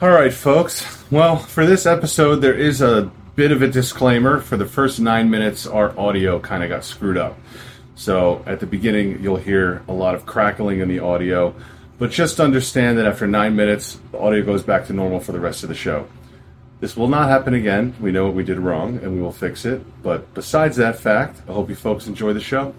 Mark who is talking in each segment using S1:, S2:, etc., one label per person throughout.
S1: All right, folks. Well, for this episode, there is a bit of a disclaimer. For the first nine minutes, our audio kind of got screwed up. So at the beginning, you'll hear a lot of crackling in the audio. But just understand that after nine minutes, the audio goes back to normal for the rest of the show. This will not happen again. We know what we did wrong and we will fix it. But besides that fact, I hope you folks enjoy the show.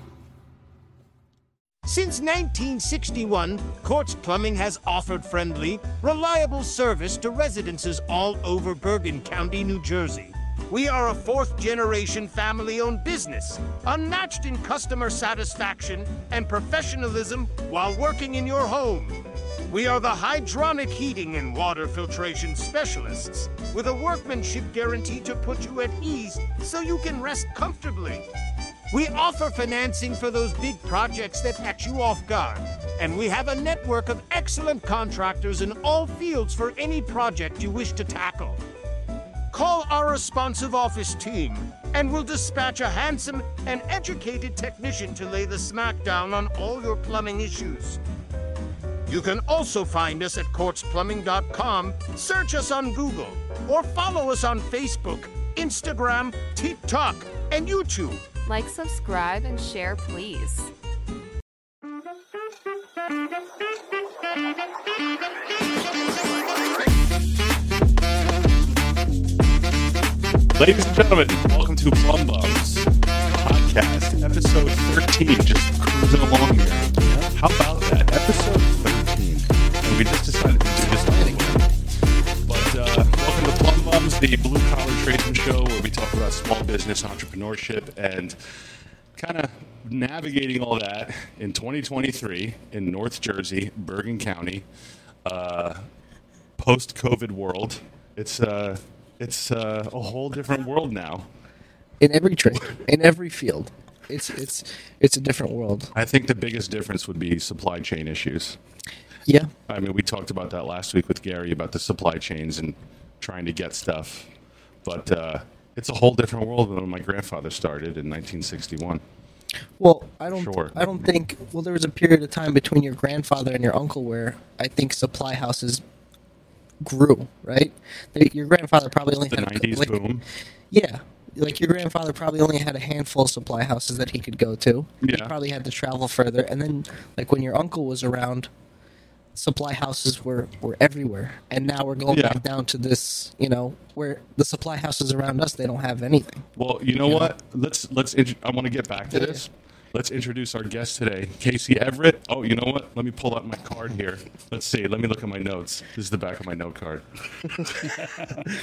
S2: Since 1961, Quartz Plumbing has offered friendly, reliable service to residences all over Bergen County, New Jersey. We are a fourth generation family owned business, unmatched in customer satisfaction and professionalism while working in your home. We are the hydronic heating and water filtration specialists with a workmanship guarantee to put you at ease so you can rest comfortably. We offer financing for those big projects that catch you off guard, and we have a network of excellent contractors in all fields for any project you wish to tackle. Call our responsive office team, and we'll dispatch a handsome and educated technician to lay the smackdown on all your plumbing issues. You can also find us at quartzplumbing.com, search us on Google, or follow us on Facebook, Instagram, TikTok, and YouTube.
S3: Like, subscribe, and share, please.
S4: Ladies and gentlemen, welcome to Plum Bums Podcast, episode 13. Just cruising along here. How about that? Episode 13. And we just decided to do this anyway. But uh, welcome to Plum Bums, the blue collar trading show where we talk about small business entrepreneurship and kind of navigating all that in 2023 in North Jersey, Bergen County, uh, post COVID world. It's uh, it's uh, a whole different world now.
S5: in every trade, in every field. It's it's it's a different world.
S4: I think the biggest difference would be supply chain issues.
S5: Yeah,
S4: I mean, we talked about that last week with Gary about the supply chains and trying to get stuff, but uh, it's a whole different world than when my grandfather started in 1961.
S5: Well, I don't.
S4: Sure.
S5: I don't think. Well, there was a period of time between your grandfather and your uncle where I think supply houses grew. Right? They, your grandfather probably only
S4: The
S5: had a cou-
S4: 90s
S5: like-
S4: boom.
S5: Yeah, like your grandfather probably only had a handful of supply houses that he could go to.
S4: Yeah.
S5: He probably had to travel further, and then like when your uncle was around, supply houses were were everywhere, and now we're going
S4: Yeah.
S5: back down to this. You know, where the supply houses around us they don't have anything.
S4: Well, you know what? Let's let's. Int- I want to get back to this. Let's introduce our guest today, Casey Everett. Oh, you know what? Let me pull out my card here. Let's see. Let me look at my notes. This is the back of my note card.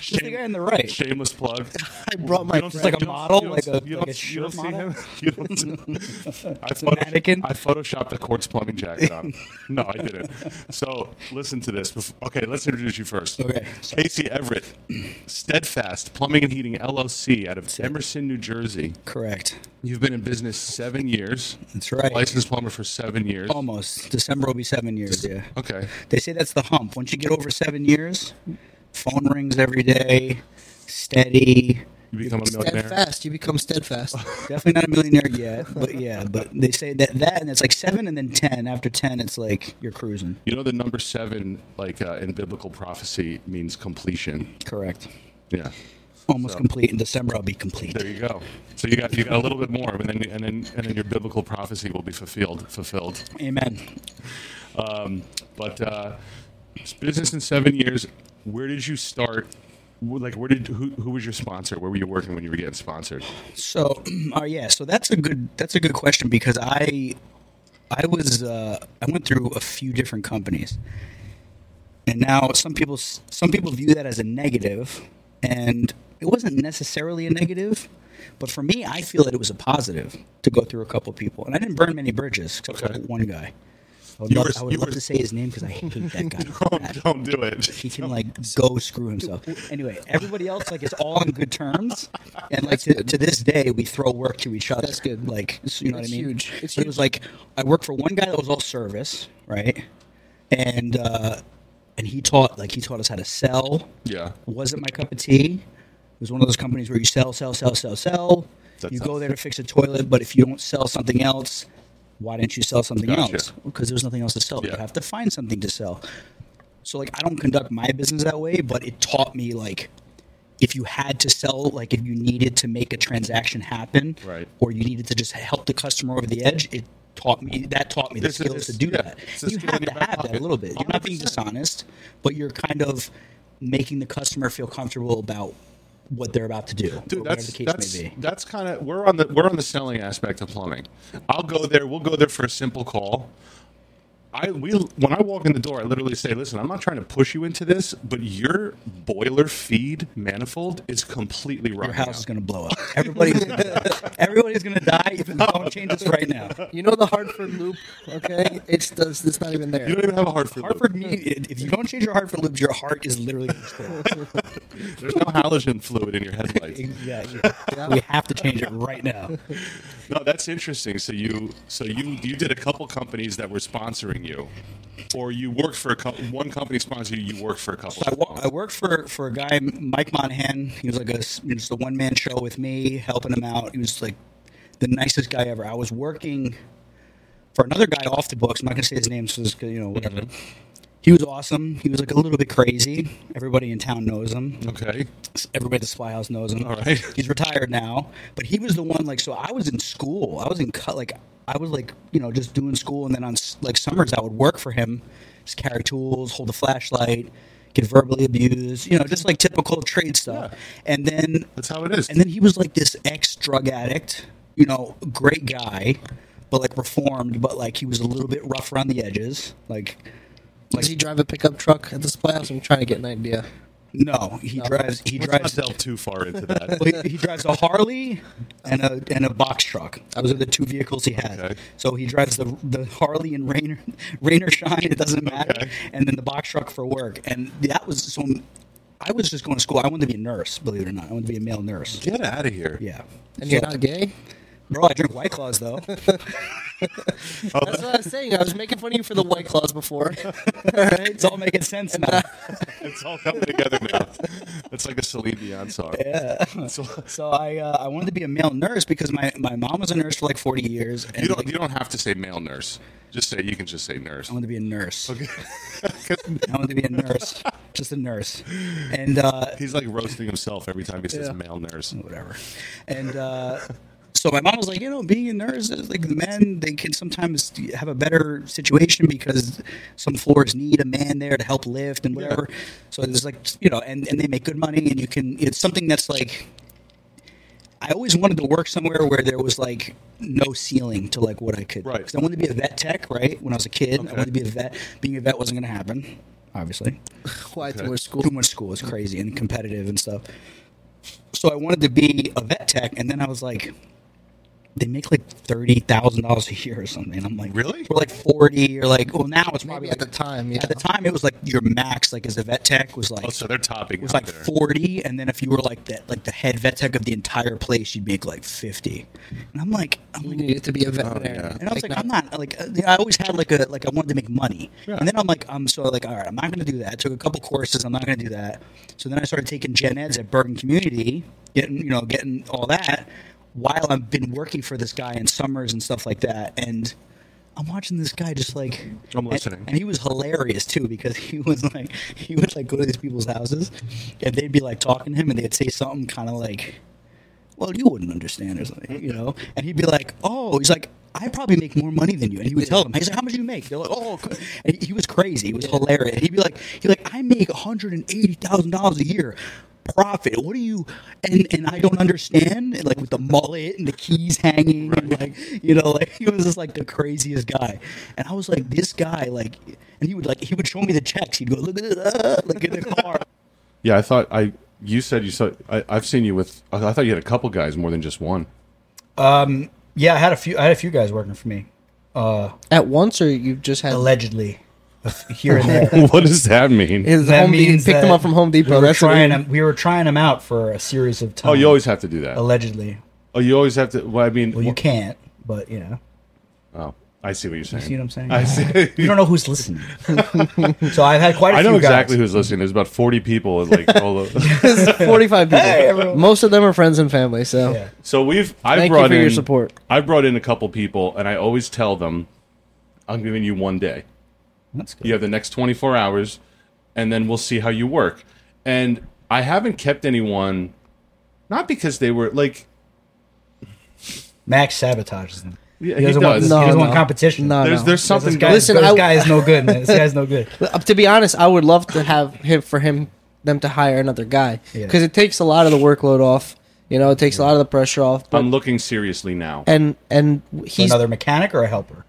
S4: Shame-
S6: the guy on the right.
S4: Shameless plug.
S5: I brought my
S6: Just like a
S4: You don't-
S6: model,
S4: you
S6: like
S4: don't-
S6: a-
S4: you
S6: like
S4: don't-
S6: a
S4: you don't
S6: shirt model?
S4: see him? You don't see- I
S6: a mannequin?
S4: I photoshopped a quartz plumbing jacket on. No, I didn't. So listen to this. Bef- Okay, let's introduce you first.
S6: Okay.
S4: Casey Everett, Steadfast Plumbing and Heating LLC out of Emerson, New Jersey.
S6: Correct.
S4: You've been in business seven years.
S6: That's right.
S4: Licensed plumber for seven years.
S6: Almost. December will be seven years. Yeah.
S4: Okay.
S6: They say that's the hump. Once you get over seven years, phone rings every day, steady.
S4: You become a millionaire.
S5: steadfast. You become steadfast.
S6: Definitely not a millionaire yet, but yeah. But they say that that and it's like seven and then ten. After ten, it's like you're cruising.
S4: You know the number seven, like uh, in biblical prophecy, means completion.
S6: Correct.
S4: Yeah.
S6: Almost
S4: So-
S6: complete. In December, I'll be complete.
S4: There you go. So you got you got a little bit more, and then and then and then your biblical prophecy will be fulfilled. Fulfilled.
S6: Amen.
S4: Um, but uh, it's business in seven years. Where did you start? Wh- Like, where did who, who was your sponsor? Where were you working when you were getting sponsored?
S6: So, uh, yeah. So that's a good that's a good question because I I was uh, I went through a few different companies, and now some people s- some people view that as a negative, and it wasn't necessarily a negative, but for me, I feel that it was a positive to go through a couple people, and I didn't burn many bridges except
S4: Okay.
S6: for one guy. I would
S4: You
S6: love,
S4: were-
S6: I would
S4: you
S6: love
S4: were-
S6: to say his name because I hate that guy.
S4: Don't, don't do it.
S6: He can like go screw himself. Anyway, everybody else like is all on good terms, and like to, to this day we throw work to each other.
S5: That's good.
S6: Like so you know
S5: That's
S6: what I mean?
S5: huge. It's
S6: But It was like I worked for one guy that was all service, right? And uh, and he taught like he taught us how to sell.
S4: Yeah.
S6: Wasn't my cup of tea. It was one of those companies where you sell, sell, sell, sell, sell.
S4: That
S6: you go
S4: sounds-
S6: there to fix a toilet, but if you don't sell something else, why didn't you sell something
S4: Gotcha.
S6: else? Because there was nothing else to sell.
S4: Yeah.
S6: You have to find something to sell. So like I don't conduct my business that way, but it taught me like if you had to sell, like if you needed to make a transaction happen,
S7: Right.
S6: or you needed to just help the customer over the edge, it taught me that taught me the
S4: This is-
S6: skills
S4: this-
S6: to do
S4: yeah,
S6: that.
S4: it's a
S6: You
S4: skill
S6: have
S4: in
S6: to
S4: your back
S6: have that a
S4: pocket.
S6: little bit. You're not being dishonest, but you're kind of making the customer feel comfortable about what they're about to do, or
S4: Dude,
S6: whatever
S4: that's
S6: the case
S4: that's
S6: may be.
S4: that's kind of we're on the we're on the selling aspect of plumbing. I'll go there. We'll go there for a simple call. I we when I walk in the door, I literally say, "Listen, I'm not trying to push you into this, but your boiler feed manifold is completely
S6: Your
S4: rotten.
S6: house
S4: out."
S6: is going to blow up. Everybody's everybody's going to die if you don't change this right now.
S5: You know the Hartford Loop, okay? It's it's, it's not even there.
S4: You don't even have a Hartford. loop.
S6: Hartford, meat- if you don't change your Hartford loops, your heart is literally. gonna explode.
S4: There's no halogen fluid in your headlights.
S6: yeah, yeah. We have to change it right now.
S4: No, that's interesting. So you, so you, you did a couple companies that were sponsoring you, or you worked for a couple. One company sponsored you. You worked for a couple.
S6: I, wo- I worked for for a guy, Mike Monahan. He was like a s- just a one man show with me, helping him out. He was like the nicest guy ever. I was working for another guy off the books. I'm not gonna say his name, so it's good, you know whatever. He was awesome. He was like a little bit crazy. Everybody in town knows him.
S4: okay.
S6: everybody at the Spy House knows him.
S4: All right.
S6: He's retired now, but he was the one like so I was in school. I was in cut like I was like, you know, just doing school and then on s- like summers I would work for him, just carry tools, hold a flashlight, get verbally abused, you know, just like typical trade stuff. And then
S4: That's how it is.
S6: and then he was like this ex drug addict, you know, great guy, but like reformed, but like he was a little bit rough around the edges. Like
S5: Does he drive a pickup truck at this playhouse? I'm trying to get an idea.
S6: no, he drives he
S4: Let's
S6: drives
S4: not delve too far into that.
S6: Well, he, he drives a Harley and a and a box truck. Those are the two vehicles he has.
S4: Okay.
S6: So he drives the the Harley and rain rain or shine. It doesn't matter.
S4: Okay.
S6: And then the box truck for work. And that was so. I was just going to school. I wanted to be a nurse. Believe it or not, I wanted to be a male nurse.
S4: Get out of here.
S6: Yeah.
S5: And you're
S6: So-
S5: not gay?
S6: bro. I drink White Claws though.
S4: Oh.
S5: That's what I was saying. I was making fun of you for the white claws before.
S6: it's all making sense now.
S4: It's all coming together now. It's like a Celine Dion song. Yeah.
S6: So I uh, I wanted to be a male nurse because my, my mom was a nurse for like forty years. And
S4: you don't.
S6: like,
S4: You don't have to say male nurse. Just say. You can just say nurse.
S6: I wanted to be a nurse. I wanted to be a nurse, just a nurse, and uh,
S4: He's like roasting himself every time he says
S5: Yeah.
S4: male nurse.
S6: whatever. And uh, so my mom was like, you know, being a nurse, is like the men, they can sometimes have a better situation because some floors need a man there to help lift and whatever. So it's like, you know, and, and they make good money and you can, it's something that's like, I always wanted to work somewhere where there was like no ceiling to like what I could.
S4: Right.
S6: 'Cause I wanted to be a vet tech, right? When I was a kid, I
S4: Okay.
S6: wanted to be a vet. Being a vet wasn't going to happen, obviously
S5: Why too much school?
S6: too much school is crazy and competitive and stuff. So I wanted to be a vet tech, and then I was like, they make like thirty thousand dollars a year or something. And I'm like,
S4: Really?
S6: We're like forty, or like, well, now it's probably
S5: Maybe at the
S6: like-
S5: time, yeah.
S6: At the time, it was like your max, like as a vet tech, was like
S4: Oh, so they're topping.
S6: was
S4: out
S6: like
S4: there.
S6: forty, and then if you were like that, like the head vet tech of the entire place, you'd make like fifty. And I'm like, I'm
S5: You
S6: like,
S5: needed to be
S4: Oh,
S5: a veterinarian.
S6: and I was like, I'm not like uh, I always had like a like I wanted to make money, and then I'm like I'm so like all right, I'm not going to do that. I took a couple courses, I'm not going to do that. So then I started taking gen eds at Bergen Community, getting you know getting all that while I've been working for this guy in summers and stuff like that, and. I'm watching this guy just like
S4: I'm
S6: and-
S4: listening.
S6: and, he was hilarious too because he was like he would like go to these people's houses and they'd be like talking to him and they'd say something kind of like well, you wouldn't understand or something, you know? And he'd be like, oh, he's like, I probably make more money than you. And he would tell them, he's like, how much do you make? They're like, oh, c-" and he, he was crazy. He was hilarious. And he'd be like, he like, I make $180,000 a year profit. What do you, and, and I don't understand, and like with the mullet and the keys hanging, and like, you know, like he was just like the craziest guy. And I was like, this guy, like, and he would like, he would show me the checks. He'd go, look at this, uh, like in the car.
S4: Yeah, I thought I. You said you saw. I, I've seen you with. I, I thought you had a couple guys more than just one.
S6: Yeah, I had a few, I had a few guys working for me,
S5: At once, or you just had.
S6: allegedly, here and there.
S4: what does that mean?
S5: His
S6: That
S5: home De-
S6: means
S5: picked
S6: that
S5: him up from Home Depot.
S6: We were,
S5: That's what
S6: trying
S5: it
S6: him, we were trying him out for a series of times.
S4: Oh, you always have to do that.
S6: allegedly.
S4: Oh, you always have to. Well, I mean,
S6: Well, you can't, but you know,
S4: Oh, I see what you're saying.
S6: see what I'm saying?
S4: I see.
S6: you don't know who's listening. so I've had quite a
S4: I
S6: few
S4: know exactly
S6: guys.
S4: who's listening. There's about 40 people. Like all over.
S5: is. 45 people.
S6: Hey, everyone.
S5: Most of them are friends and family, so.
S6: Yeah.
S4: So we've. I
S5: Thank you
S4: brought
S5: for
S4: in,
S5: your support.
S4: I brought in a couple people, and I always tell them, "I'm giving you one day.
S6: That's good.
S4: You have the next 24 hours and then we'll see how you work. And I haven't kept anyone, not because they were like
S6: Max sabotages them.
S4: Yeah,
S6: he
S4: he
S6: doesn't want,
S4: does.
S6: he doesn't
S5: No,
S6: want
S5: no.
S6: competition.
S5: No,
S4: there's
S5: no.
S4: there's
S6: This
S4: something
S6: guy,
S4: going.
S5: Listen,
S6: this
S5: I-
S6: guy is no good, man. This guy's no good.
S5: Uh, To be honest, I would love to have him for him them to hire another guy
S6: Yeah.
S5: because it takes a lot of the workload off. You know, it takes a lot of the pressure off. But
S4: I'm looking seriously now.
S5: and and he's
S6: Um, Another mechanic or a helper?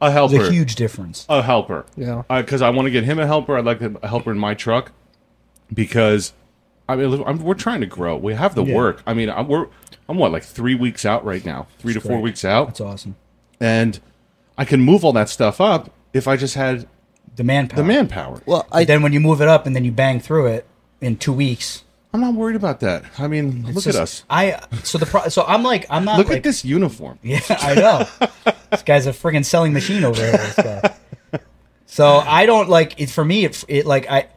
S4: A helper.
S6: There's a huge difference.
S4: a helper.
S5: Yeah.
S4: Because I want to get him a helper. I'd like a helper in my truck because I mean I'm, we're trying to grow. We have the work. I mean I'm, we're I'm what like three weeks out right now, three to four
S6: great.
S4: weeks out,
S6: That's awesome.
S4: and I can move all that stuff up if I just had
S6: The manpower.
S4: the manpower.
S5: well, I
S6: But then when you move it up and then you bang through it in two weeks.
S4: I'm not worried about that. I mean, look
S6: it's
S4: at
S6: just-
S4: us.
S6: I so the pro, so I'm like I'm not
S4: Look
S6: like,
S4: at this uniform.
S6: Yeah, I know. this guy's a friggin' selling machine over here. This guy. So I don't like it. For me, it, it like I.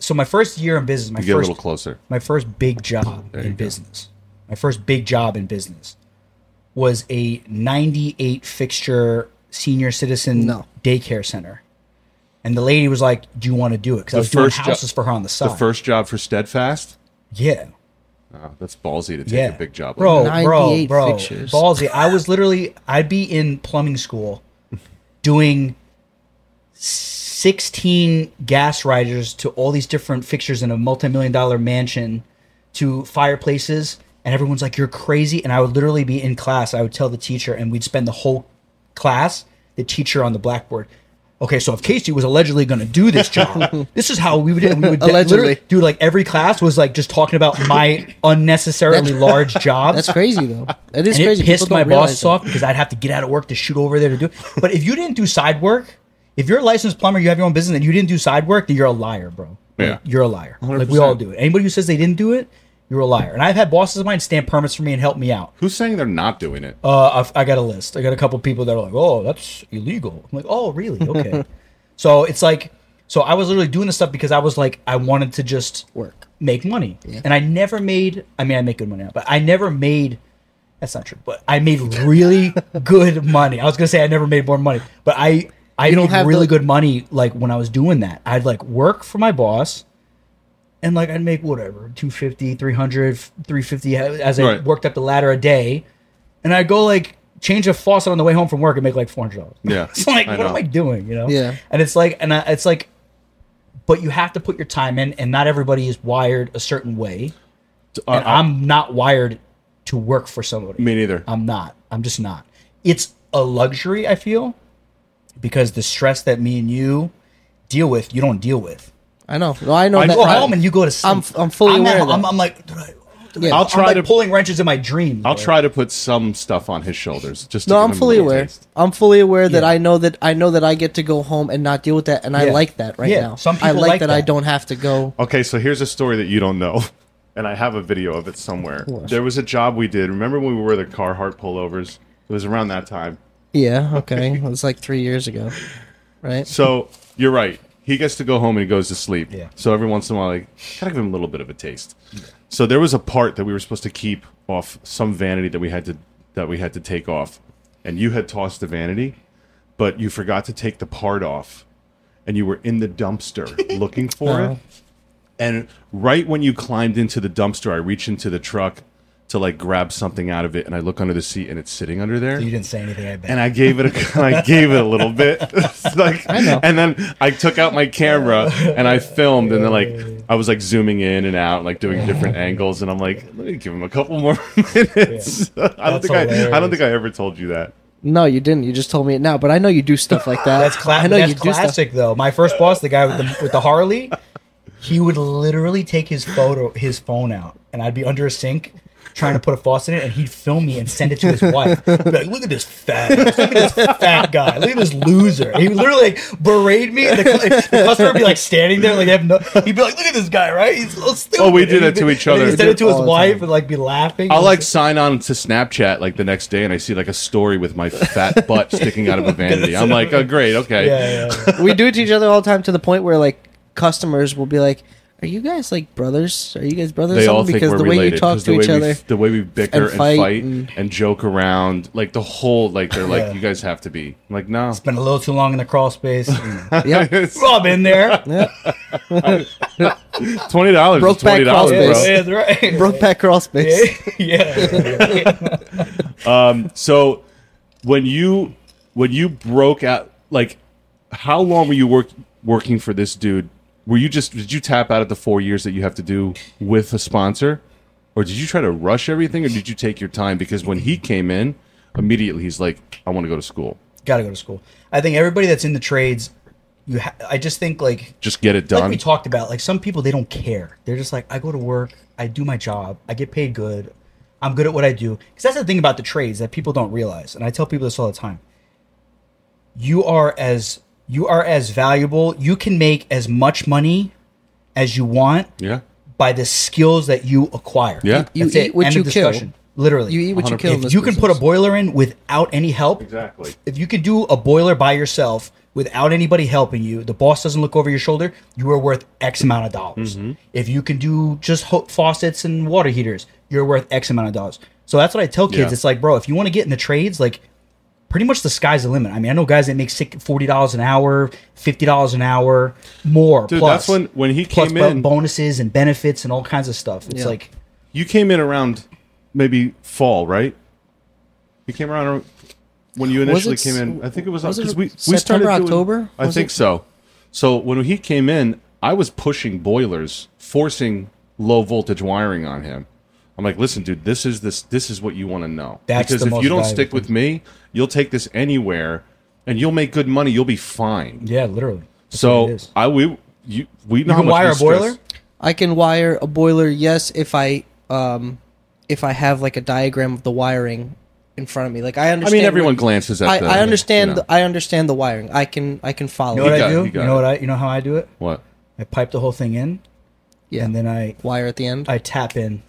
S6: So my first year in business, my
S4: You get a
S6: first
S4: little closer.
S6: my first big job in business, my first big job in business was a 98 fixture senior citizen
S5: No.
S6: daycare center. And the lady was like, Do you want to do it? Because I was doing
S4: first jo-
S6: houses for her on the side.
S4: The first job for Steadfast.
S6: yeah.
S4: Oh, that's ballsy to take
S6: Yeah.
S4: a big job. like
S6: Bro,
S4: that.
S6: bro,
S5: 98
S6: bro.
S5: fixtures.
S6: Ballsy. I was literally, I'd be in plumbing school doing 16 gas riders to all these different fixtures in a multi-million dollar mansion to fireplaces. And everyone's like, you're crazy. And I would literally be in class. I would tell the teacher and we'd spend the whole class, the teacher on the blackboard. Okay, so if Casey was allegedly going to do this job, this is how we would, we would
S5: Allegedly.
S6: literally- dude. Like every class was like just talking about my unnecessarily large job.
S5: that's crazy though. It is
S6: and
S5: crazy.
S6: it pissed
S5: People
S6: my
S5: don't realize
S6: bosses
S5: that.
S6: off because I'd have to get out of work to shoot over there to do. It. But if you didn't do side work, if you're a licensed plumber, you have your own business, and you didn't do side work, then you're a liar, bro. Like,
S4: Yeah.
S6: you're a liar. Like we all do it. Anybody who says they didn't do it, you're a liar. And I've had bosses of mine stamp permits for me and help me out.
S4: Who's saying they're not doing it?
S6: Uh, I've, I got a list. I got a couple people that are like, "Oh, that's illegal." I'm like, "Oh, really? Okay." so it's like, so I was literally doing this stuff because I was like, I wanted to just
S5: Work.
S6: make money, and I never made. I mean, I make good money now, but I never made. That's not true, but I made really good money. I was gonna say I never made more money, but I I
S5: don't
S6: made
S5: have
S6: really
S5: the-
S6: good money. Like when I was doing that, I'd like work for my boss. And like I'd make whatever 250, 300, 350 as I
S4: Right.
S6: worked up the ladder a day and I go like change a faucet on the way home from work and make like four hundred dollars.
S4: Yeah,
S6: it's like
S4: I
S6: what
S4: know.
S6: am I doing? You know?
S5: Yeah.
S6: And it's like, and I, it's like, but you have to put your time in, and not everybody is wired a certain way.
S4: Uh,
S6: And
S4: uh,
S6: I'm not wired to work for somebody.
S4: me neither.
S6: I'm not. I'm just not. It's a luxury I feel because the stress that me and you deal with, you don't deal with.
S5: I know. No, I know
S4: I
S5: that.
S6: Go
S4: Right.
S6: home and you go to sleep.
S5: I'm- I'm fully
S6: at
S5: aware of
S6: home- I'm,
S5: that.
S6: I'm like, dude, I-
S5: Yeah.
S4: I'll
S6: I'm
S4: try
S6: like
S4: to
S6: pulling wrenches in my dreams.
S4: I'll
S6: bro.
S4: try to put some stuff on his shoulders. Just to
S5: no,
S4: give
S5: I'm
S4: him a
S5: fully
S4: little
S5: aware.
S4: taste.
S5: I'm fully aware that
S6: Yeah.
S5: I know that I know that I get to go home and not deal with that, and I
S6: Yeah.
S5: like that right
S6: Yeah,
S5: now.
S6: some
S5: I
S6: people
S5: like,
S6: like
S5: that, I
S6: that.
S5: don't have to go.
S4: Okay, so here's a story that you don't know, and I have a video of it somewhere. There was a job we did. Remember when we wore the Carhartt pullovers? It was around that time.
S5: Yeah, okay. it was like three years ago, right?
S4: So you're right. He gets to go home and he goes to sleep.
S6: Yeah.
S4: So every once in a while, like, gotta give him a little bit of a taste. So there was a part that we were supposed to keep off some vanity that we had to that we had to take off, and you had tossed the vanity, but you forgot to take the part off, and you were in the dumpster looking for it. And right when you climbed into the dumpster, I reach into the truck to like grab something out of it, and I look under the seat, and it's sitting under there
S6: You didn't say anything. I bet.
S4: and I gave it a, and I gave it a little bit, It's like, and then I took out my camera and I filmed, and then like I was like zooming in and out, like doing different angles, and I'm like, let me give him a couple more minutes. I don't
S6: That's
S4: think I, I don't
S6: hilarious.
S4: think I ever told you that.
S5: No, you didn't. You just told me it now, but I know you do stuff like that.
S6: That's, cla-
S5: I know
S6: that's
S5: you do stuff.
S6: classic, though. My first boss, the guy with the with the Harley, he would literally take his photo, his phone out, and I'd be under a sink trying to put a faucet in it, and he'd film me and send it to his wife. He'd be like, look at this fat, look at this fat guy, look at this loser. He would literally like, berate me, and the, cu- the customer would be like standing there, like they have no. He'd be like, look at this guy, right? He's so stupid.
S4: Oh, we did
S6: And
S4: that
S6: he'd-
S4: to each
S6: and
S4: other.
S6: He'd send
S5: We
S6: it
S5: did
S6: to his
S5: all the
S6: wife
S5: time.
S6: and like be laughing.
S4: I like sign on to Snapchat like the next day, and I see like a story with my fat butt sticking out of a vanity. I'm like, oh great, okay.
S6: Yeah, yeah, yeah.
S5: we do it to each other all the time to the point where like customers will be like, Are you guys like brothers? Are you guys brothers? or
S4: They all
S5: something?
S4: think
S5: because
S4: we're
S5: the way
S4: related
S5: you talk
S4: 'cause the
S5: to
S4: way
S5: each
S4: we,
S5: other.
S4: the way we bicker and,
S5: fight
S4: fight and,
S5: and-
S4: joke around, like the whole like they're like
S6: Yeah.
S4: you guys have to be I'm like no.
S6: Been a little too long in the crawl space.
S5: Yep.
S4: It's
S6: Rob in there.
S5: yep.
S4: twenty dollars.
S5: Brokeback
S4: Twenty dollars,
S5: Crawl
S4: bro.
S5: Space.
S6: Yeah, that's right.
S5: Brokeback crawl
S6: Yeah,
S5: space.
S6: yeah.
S4: So when you when you broke out, like how long were you work, working for this dude? Were you just did you tap out at the four years that you have to do with a sponsor, or did you try to rush everything, or did you take your time? Because when he came in, immediately he's like, "I want to go to school.
S6: Got to go to school. I think everybody that's in the trades, you. Ha- I just think like
S4: Just get it
S6: like
S4: done."
S6: we talked about, like some people they don't care. They're just like, I go to work, I do my job, I get paid good, I'm good at what I do. Because that's the thing about the trades that people don't realize, and I tell people this all the time. You are as you are as valuable. You can make as much money as you want
S4: yeah,
S6: by the skills that you acquire.
S4: yeah.
S5: You
S6: That's
S5: eat
S6: it.
S5: what
S6: End
S5: you
S6: of
S5: kill.
S6: discussion. Literally,
S5: You eat what you kill. in
S6: if
S5: this
S6: you can put a
S5: business.
S6: boiler in without any help,
S4: Exactly.
S6: if you can do a boiler by yourself without anybody helping you, the boss doesn't look over your shoulder, you are worth X amount of dollars.
S4: Mm-hmm.
S6: If you can do just ho- faucets and water heaters, you're worth X amount of dollars. So that's what I tell kids.
S4: Yeah.
S6: It's like, bro, if you want to get in the trades, like pretty much the sky's the limit. I mean, I know guys that make sick- $40 an hour, $50 an hour, more.
S4: Dude,
S6: plus,
S4: that's when when he
S6: plus
S4: came
S6: bo-
S4: in.
S6: bonuses and benefits and all kinds of stuff. It's
S5: Yeah.
S6: like,
S4: you came in around maybe fall, right? You came around ar- when you initially
S5: it
S4: came in.
S5: s-
S4: I think it was
S5: was it
S4: because we we started
S5: September,
S4: doing-
S5: October?
S4: I
S5: Was
S4: think
S5: it?
S4: so. So when he came in, I was pushing boilers, forcing low voltage wiring on him. I'm like, listen, dude, this is this this is what you want to know.
S6: That's
S4: because
S6: the
S4: if
S6: most
S4: you don't
S6: valuable
S4: stick with me, you'll take this anywhere, and you'll make good money. You'll be fine.
S6: yeah, literally. what it
S4: so
S6: is.
S4: I we you we know
S6: You
S4: how
S6: can
S4: much
S6: wire
S4: we
S6: a boiler?
S4: stress-
S5: I can wire a boiler. Yes, if I um, if I have like a diagram of the wiring in front of me. Like I
S4: I
S5: understand.
S4: mean, everyone
S5: what-
S4: glances at.
S5: I,
S4: the,
S5: I understand.
S4: you know,
S5: the, I understand the wiring. I can. I can follow.
S6: You know
S4: You
S6: what
S5: it.
S4: got
S6: I
S4: it,
S6: do?
S4: you
S6: You,
S4: got
S6: know
S4: it.
S6: what I? You know how I do it?
S4: what.
S6: I pipe the whole thing in,
S5: yeah.
S6: and then I
S5: wire at the end.
S6: I tap in.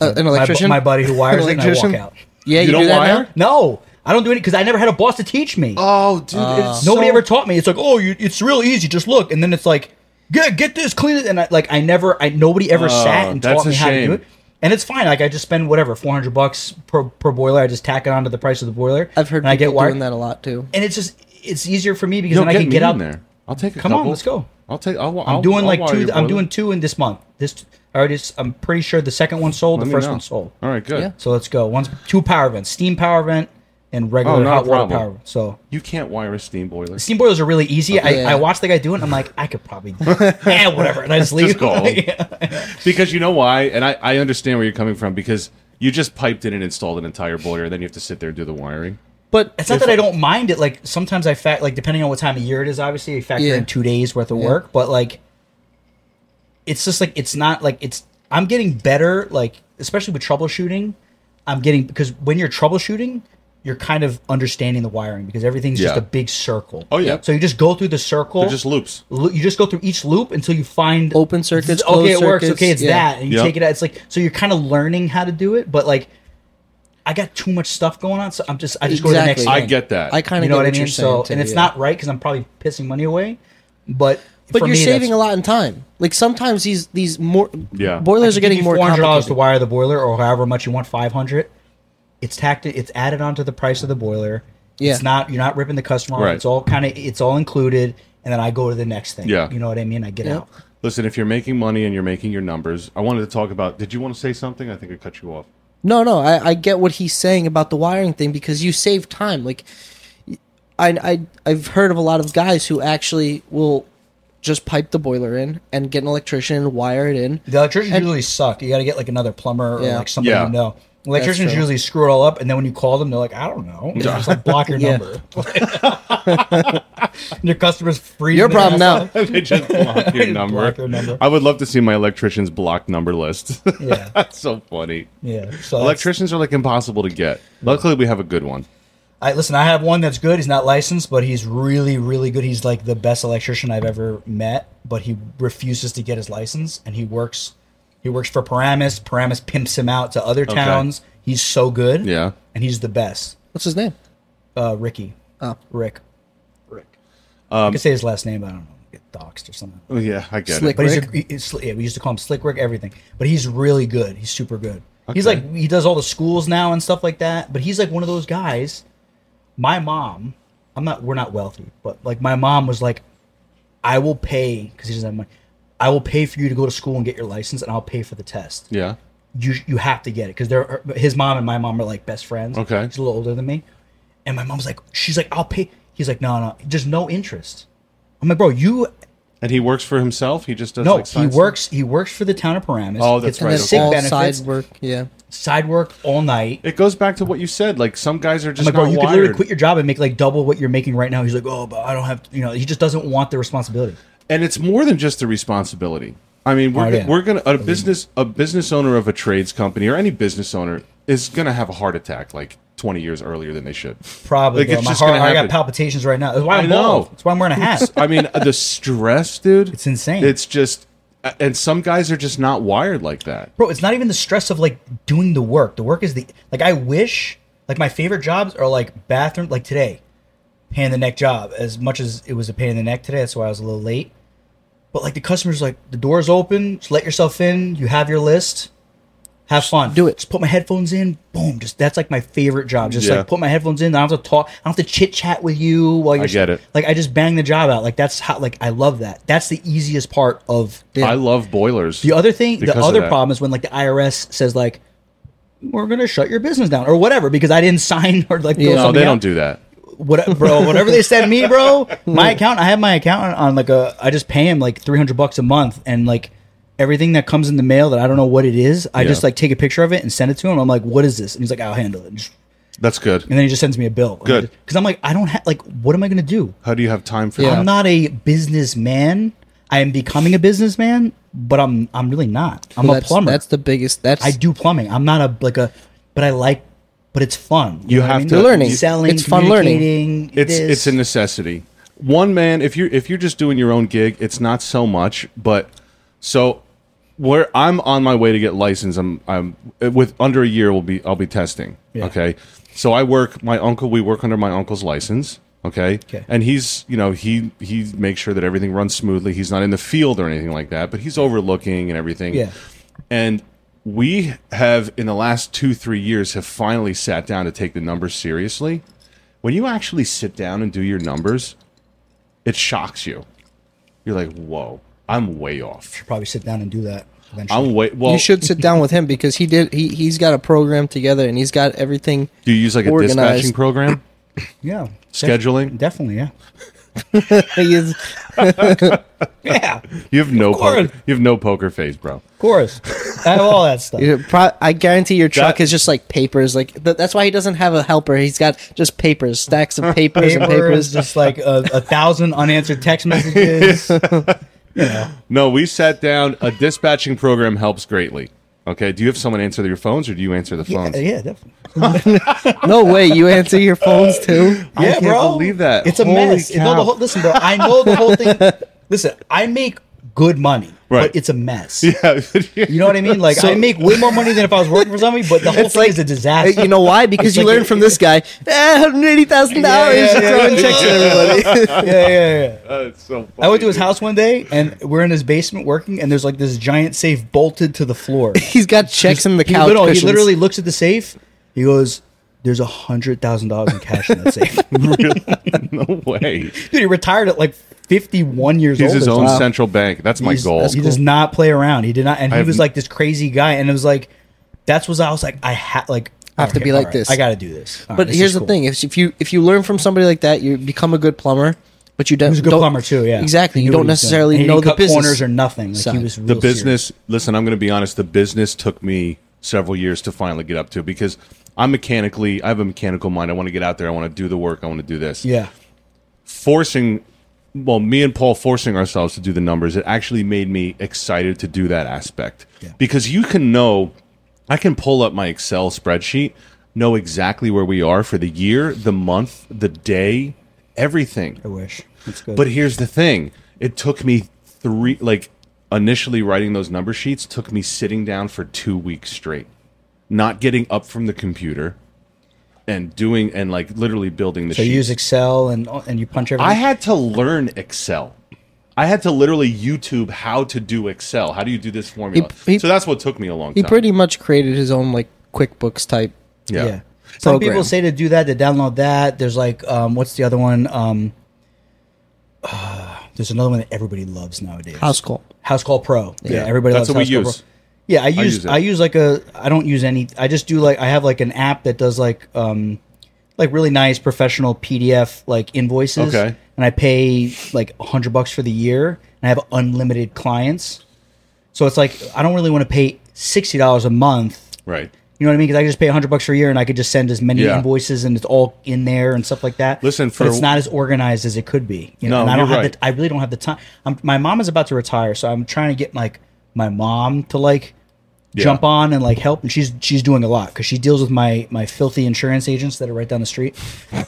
S5: Uh, an
S6: My bu-
S5: electrician.
S6: my buddy who wires it, and I walk
S5: Electrician?
S6: out.
S5: Yeah, you,
S4: don't
S5: do that
S4: wire?
S5: now?
S6: No, I don't do it because I never had a boss to teach me.
S4: Oh, dude, it's
S6: Nobody ever taught me. It's like, oh, you, it's real easy. Just look, and then it's like, get get this, clean it, and I, like I never, I nobody ever sat and
S4: Oh, that's
S6: taught
S4: a
S6: me how to
S4: shame.
S6: do it. And it's fine. Like I just spend whatever four hundred bucks per, per boiler. I just tack it onto the price of the boiler.
S5: I've heard
S6: and I
S5: people
S6: get wired.
S5: doing that a lot too.
S6: And it's just it's easier for me because
S4: Yo,
S6: then I can
S4: me
S6: get
S4: in
S6: out
S4: there. I'll take a
S6: Come on,
S4: couple.
S6: let's go.
S4: I'll take. I'll,
S6: I'm
S4: I'll-
S6: doing
S4: I'll
S6: like
S4: wire
S6: two.
S4: your
S6: I'm
S4: boiler.
S6: doing two in this month. This I already. s- I'm pretty sure the second one sold.
S4: Let
S6: the
S4: me
S6: first
S4: know.
S6: one sold.
S4: All right, good.
S5: Yeah.
S6: So let's go. One's two power vents: steam power vent and regular
S4: Oh, not a
S6: hot water
S4: problem.
S6: power. vent. So
S4: You can't wire a steam boiler.
S6: steam boilers are really easy.
S5: Yeah.
S6: I, I watch the guy do it. and I'm like, I could probably, eh, whatever, and I just leave.
S4: go.
S6: Yeah.
S4: because you know why, and I, I understand where you're coming from because you just piped in and installed an entire boiler, then you have to sit there and do the wiring.
S5: But
S6: It's not that I don't mind it. Like sometimes I fact, like depending on what time of year it is, obviously I factor
S5: Yeah.
S6: in two days worth of work. But like, it's just like it's not like it's. I'm getting better, like especially with troubleshooting. I'm getting because when you're troubleshooting, you're kind of understanding the wiring because everything's just
S4: Yeah.
S6: a big circle.
S4: Oh, yeah.
S6: So you just go through the circle.
S4: They're just loops.
S6: lo- you just go through each loop until you find
S5: Open circuits,
S6: Okay,
S5: closed
S6: it works.
S5: circuits,
S6: Okay, it's
S5: yeah.
S6: that, and you
S4: Yep.
S6: take it out. It's like so you're kind of learning how to do it, but like I got too much stuff going on, so I'm just I just go to the next.
S5: Exactly.
S4: I
S6: thing.
S4: get that.
S5: I kind of
S6: you know
S5: get
S6: what I
S5: you're
S6: mean.
S5: saying,
S6: So
S5: too,
S6: and it's
S5: yeah.
S6: not right because I'm probably pissing money away, but
S5: But
S6: for
S5: you're
S6: me,
S5: saving
S6: that's-
S5: a lot in time. Like sometimes these these more
S4: Yeah.
S5: boilers are getting more
S6: four hundred dollars
S5: complicated.
S6: to wire the boiler, or however much you want, five hundred. It's tacked. It's added onto the price of the boiler.
S5: Yeah.
S6: It's not. You're not ripping the customer off.
S4: Right.
S6: It's all kind of. It's all included, and then I go to the next thing.
S4: Yeah.
S6: You know what I mean? I get
S5: Yeah.
S6: out.
S4: Listen, if you're making money and you're making your numbers, I wanted to talk about. Did you want to say something? I think I cut you off.
S5: No, no, I, I get what he's saying about the wiring thing because you save time. Like, I, I, I've heard of a lot of guys who actually will just pipe the boiler in and get an electrician and wire it in.
S6: The electricians usually suck. You got to get like another plumber or
S5: Yeah.
S6: like somebody
S4: Yeah.
S6: you know. Electricians
S5: true.
S6: usually screw it all up, and then when you call them, they're like, "I don't know." It's just like block your
S5: Yeah.
S6: number. And your customers freezing.
S5: Your
S6: their
S5: problem
S6: ass
S5: now.
S6: off.
S4: they just block your number.
S6: block your number.
S4: I would love to see my electrician's block number list.
S6: Yeah,
S4: That's so funny.
S6: yeah. So that's-
S4: Electricians are like impossible to get. Luckily, we have a good one.
S6: I listen. I have one that's good. He's not licensed, but he's really, really good. He's like the best electrician I've ever met. But he refuses to get his license, and he works. He works for Paramus. Paramus pimps him out to other towns. He's so good.
S4: Yeah.
S6: and he's the best.
S5: What's his name?
S6: Uh, Ricky.
S5: Oh.
S6: Rick. Rick. I can say his last name, but I don't know. doxed or something.
S4: Oh, yeah, I get
S5: Slick.
S4: it.
S6: But he's a, he- he's, sli- yeah, we used to call him Slick Rick, everything. But he's really good. He's super good. He's
S4: Okay.
S6: like he does all the schools now and stuff like that. But he's like one of those guys. My mom, I'm not. We're not wealthy, but like my mom was like, I will pay because he doesn't have money. I will pay for you to go to school and get your license, and I'll pay for the test
S4: Yeah.
S6: you you have to get it because they're his mom and my mom are like best friends.
S4: Okay.
S6: he's a little older than me, and my mom's like, she's like, I'll pay. He's like, no, no, just no interest. I'm like, bro, you
S4: And he works for himself. He just does
S6: no.
S4: like
S6: he
S4: side stuff?
S6: works. He works for the town of Paramus.
S4: Oh, that's
S6: Gets
S5: And
S4: right,
S5: then
S4: okay.
S6: Sick
S5: all
S6: benefits,
S5: side work. Yeah.
S6: side work all night.
S4: It goes back to what you said. Like some guys are
S6: I'm
S4: just
S6: like, bro,
S4: not
S6: you could
S4: wired.
S6: literally quit your job and make like double what you're making right now. He's like, oh, but I don't have, to, you know, he just doesn't want the responsibility.
S4: and it's more than just the responsibility. I mean, we're
S6: Oh, yeah.
S4: we're gonna a business a business owner of a trades company or any business owner is gonna have a heart attack like twenty years earlier than they should.
S6: Probably,
S4: Like,
S6: bro.
S4: it's
S6: My
S4: just
S6: heart,
S4: gonna
S6: I got
S4: happen.
S6: palpitations right now. That's why
S4: I
S6: I'm
S4: know.
S6: bald. That's why I'm wearing a hat.
S4: I mean, the stress, dude.
S6: It's insane.
S4: It's just, and some guys are just not wired like that.
S6: bro it's not even the stress of like doing the work the work is the like i wish like my favorite jobs are like bathroom like today pain in the neck job as much as it was a pain in the neck today that's why i was a little late but like the customers like the door's open just let yourself in you have your list have fun
S5: do it.
S6: just put my headphones in boom just that's like my favorite job just
S4: Yeah.
S6: like put my headphones in i don't have to talk i don't have to chit chat with you while you're
S4: get it.
S6: like i just bang the job out like that's how like i love that that's the easiest part of
S5: Yeah.
S4: I love boilers.
S6: the other thing,
S4: because
S6: the
S4: of
S6: other
S4: that.
S6: problem is when like the IRS says like, "We're gonna shut your business down" or whatever because I didn't sign or like.
S5: Yeah.
S4: No, they don't do that.
S6: What, bro, whatever they send me, bro. My account, I have my account on like a. I just pay him like three hundred bucks a month, and like everything that comes in the mail that I don't know what it is, I
S4: Yeah.
S6: just like take a picture of it and send it to him. I'm like, "What is this?" And he's like, "I'll handle it." And, just-
S4: That's good.
S6: and then he just sends me a bill.
S4: Good.
S6: because I'm like, I don't have like, what am I gonna do?
S4: How do you have time for
S5: Yeah.
S6: I'm
S4: that?
S6: not a businessman. I am becoming a businessman, but I'm I'm really not. I'm a
S5: that's,
S6: plumber.
S5: That's the biggest. That's
S6: I do plumbing. I'm not a like a, but I like, but it's fun.
S4: You
S6: know what
S4: have
S6: I mean?
S4: to- You're
S5: learning.
S6: selling,
S5: It's fun learning.
S6: communicating,
S4: It's
S6: this.
S4: it's a necessity. One man, if you if you're just doing your own gig, it's not so much. But so where I'm on my way to get licensed, I'm I'm with under a year. will be I'll be testing.
S6: Yeah.
S4: Okay, so I work my uncle. We work under my uncle's license. Okay?
S6: Okay.
S4: and he's you know he he makes sure that everything runs smoothly. He's not in the field or anything like that, but he's overlooking and everything.
S6: Yeah.
S4: and we have in the last two three years have finally sat down to take the numbers seriously when you actually sit down and do your numbers, it shocks you. You're like, whoa, I'm way off.
S6: should probably sit down and do that. Eventually.
S4: I'm way. Well,
S5: you should sit down with him because he did. He he's got a program together and he's got everything.
S4: Do you use like a
S5: organized.
S4: dispatching program?
S6: yeah,
S4: Scheduling?
S6: definitely. Yeah,
S5: He is
S6: yeah,
S4: You have no
S6: course.
S4: poker. You have no poker face, bro.
S6: of course. I have all that stuff.
S5: You're Pro- I guarantee your truck
S4: That-
S5: is just like papers. Like th- that's why he doesn't have a helper. He's got just papers, stacks of papers and
S6: Paper is
S5: papers.
S6: just like a, a thousand unanswered text messages.
S4: No, we sat down. A dispatching program helps greatly. Okay. Do you have someone answer your phones, or do you answer the
S6: yeah,
S4: phones?
S6: yeah, definitely.
S5: No way, you answer your phones too.
S4: I can't believe that.
S6: It's a
S4: Holy
S6: mess. No,
S4: cow.
S6: the whole, listen, bro. I know the whole thing. Listen, I make good money,
S4: Right.
S6: but it's a mess.
S4: Yeah.
S6: You know what I mean? Like
S5: So-
S6: I make way more money than if I was working for somebody, but the whole thing is a
S5: Uh,
S6: disaster.
S5: You know why? Because
S6: It's
S5: you
S6: like-
S5: learn from this guy. Eh, Hundred eighty thousand dollars
S6: Yeah, yeah, yeah,
S5: throwing
S6: yeah.
S5: checks at everybody.
S6: yeah, yeah, yeah.
S4: That's so funny,
S6: I went to his
S4: dude.
S6: house one day, and we're in his basement working, and there's like this giant safe bolted to the floor.
S5: He's got checks in the
S6: he,
S5: couch.
S6: literally, he
S5: cushions.
S6: literally looks at the safe. He goes, "There's a hundred thousand dollars in cash in that safe."
S4: no way.
S6: Dude, he retired at like fifty-one years
S4: He's
S6: old.
S4: his
S6: or
S4: own
S6: something.
S4: central bank. That's my
S6: He's-
S4: goal.
S6: He does not play around. He did not, and
S4: I
S6: he
S4: have-
S6: was like this crazy guy, and it was like, that's was I was like, I had like.
S5: I have to
S6: okay,
S5: be like
S6: all right,
S5: this.
S6: I got to do this. All right,
S5: But
S6: this
S5: here's
S6: is
S5: the
S6: cool.
S5: thing: if, if you if you learn from somebody like that, you become a good plumber. But you don't.
S6: He was a good
S5: don't-
S6: plumber too. Yeah,
S5: Exactly.
S6: He
S5: You
S6: knew
S5: don't
S6: what he was doing.
S5: necessarily
S6: And he
S5: know
S6: didn't
S5: the
S6: cut
S5: business
S6: corners or nothing. Like
S5: side.
S6: he was
S4: the
S6: real serious.
S4: business listen i'm going to be honest the business took me several years to finally get up to because i'm mechanically i have a mechanical mind i want to get out there i want to do the work i want to do this
S6: Yeah,
S4: forcing well me and paul forcing ourselves to do the numbers it actually made me excited to do that aspect because you can know i can pull up my excel spreadsheet know exactly where we are for the year the month the day everything
S6: I wish. That's good.
S4: but here's the thing: it took me three, like initially writing those number sheets, took me sitting down for two weeks straight, not getting up from the computer, and doing and like literally building the
S6: so you
S4: sheets.
S6: use Excel and and you punch everything.
S4: I had to learn Excel.
S1: I had to literally YouTube how to do Excel. How do you do this formula?
S5: he-
S1: so that's what took me a long
S5: He
S1: time.
S5: pretty much created his own like QuickBooks type.
S1: yeah.
S6: Yeah. Some
S5: Program.
S6: people say to do that, to download that. There's like, um, what's the other one? Um, there's another one that everybody loves nowadays.
S5: House call.
S6: House Call Pro. Yeah,
S1: Yeah.
S6: everybody
S1: That's what
S6: loves
S1: we
S6: House Call
S1: use.
S6: Pro. Yeah, I use
S1: use it.
S6: I use, like a I don't use any. I just do like I have like an app that does like um like really nice professional PDF like invoices.
S1: Okay.
S6: And I pay like a hundred bucks for the year, and I have unlimited clients. So it's like I don't really want to pay sixty dollars a month.
S1: Right.
S6: You know what I mean? Because I just pay a hundred bucks for a year, and I could just send as many
S1: Yeah.
S6: invoices, and it's all in there and stuff like that.
S1: Listen,
S6: But
S1: for-
S6: it's not as organized as it could be. You know,
S1: No,
S6: and I don't
S1: you're
S6: have
S1: right.
S6: the, I really don't have the time. I'm, my mom is about to retire, so I'm trying to get like my mom to like jump on and like help, and she's she's doing a lot because she deals with my my filthy insurance agents that are right down the street,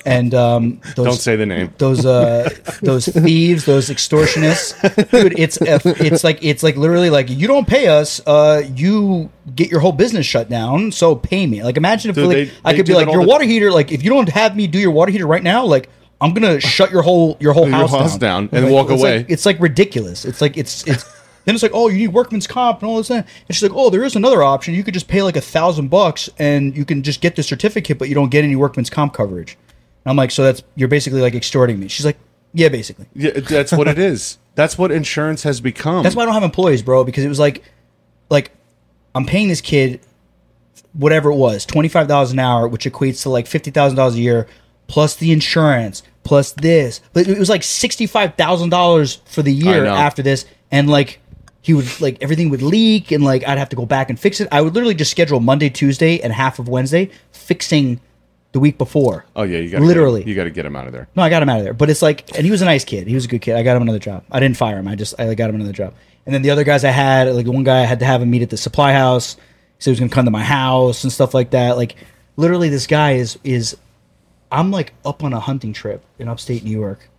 S6: and um, those,
S1: Don't say the name.
S6: those uh those thieves those extortionists dude it's it's like it's like literally like you don't pay us uh you get your whole business shut down so pay me like imagine if
S1: Dude,
S6: like
S1: they-
S6: i
S1: they
S6: could be
S1: do that
S6: like
S1: all
S6: your
S1: the-
S6: water heater like if you don't have me do your water heater right now like i'm gonna shut your whole your whole
S1: Your
S6: house,
S1: house down and
S6: Like,
S1: walk
S6: it's
S1: away.
S6: like, it's like ridiculous it's like it's it's Then it's like, oh, you need workman's comp and all this. And and she's like, oh, there is another option. You could just pay like a thousand bucks and you can just get the certificate, but you don't get any workman's comp coverage. And I'm like, so that's you're basically like extorting me. She's like, yeah, basically.
S1: Yeah, that's what it is. That's what insurance has become.
S6: That's why I don't have employees, bro, because it was like, like, I'm paying this kid whatever it was, twenty five dollars an hour, which equates to like fifty thousand dollars a year, plus the insurance, plus this. But it was like sixty five thousand dollars for the year
S1: know.
S6: after this, and like he would like everything would leak, and like I'd have to go back and fix it. I would literally just schedule Monday, Tuesday, and half of Wednesday fixing the week before.
S1: Oh yeah, you got
S6: literally.
S1: You got to get him out of there.
S6: No, I got him out of there. But it's like, and he was a nice kid. He was a good kid. I got him another job. I didn't fire him. I just I got him another job. And then the other guys I had, like one guy I had to have him meet at the supply house. He said he was gonna come to my house and stuff like that. Like literally, this guy is is I'm like up on a hunting trip in upstate New York.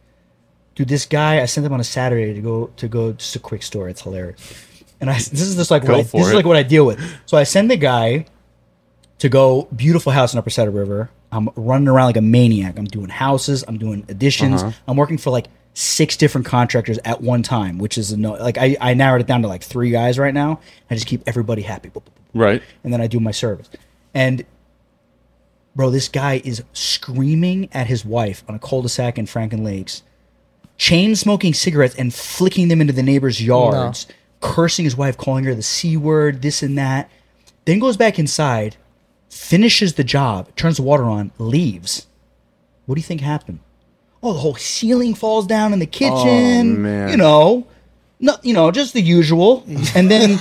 S6: Dude, this guy I sent him on a Saturday to go to go just a quick story. It's hilarious. And I this is just like what
S1: Go
S6: I,
S1: for
S6: this is
S1: it.
S6: like what I deal with. So I send the guy to go beautiful house in Upper Saddle River. I'm running around like a maniac. I'm doing houses. I'm doing additions.
S1: Uh-huh.
S6: I'm working for like six different contractors at one time, which is no like I, I narrowed it down to like three guys right now. I just keep everybody happy, Boop, boop, boop, boop.
S1: Right.
S6: and then I do my service. And bro, this guy is screaming at his wife on a cul-de-sac in Franken Lakes, chain smoking cigarettes and flicking them into the neighbors' yards, cursing his wife, calling her the c word, this and that. Then goes back inside finishes the job, turns the water on, leaves. What do you think happened? Oh, the whole ceiling falls down in the kitchen.
S1: man.
S6: You know, not you know, just the usual. And then,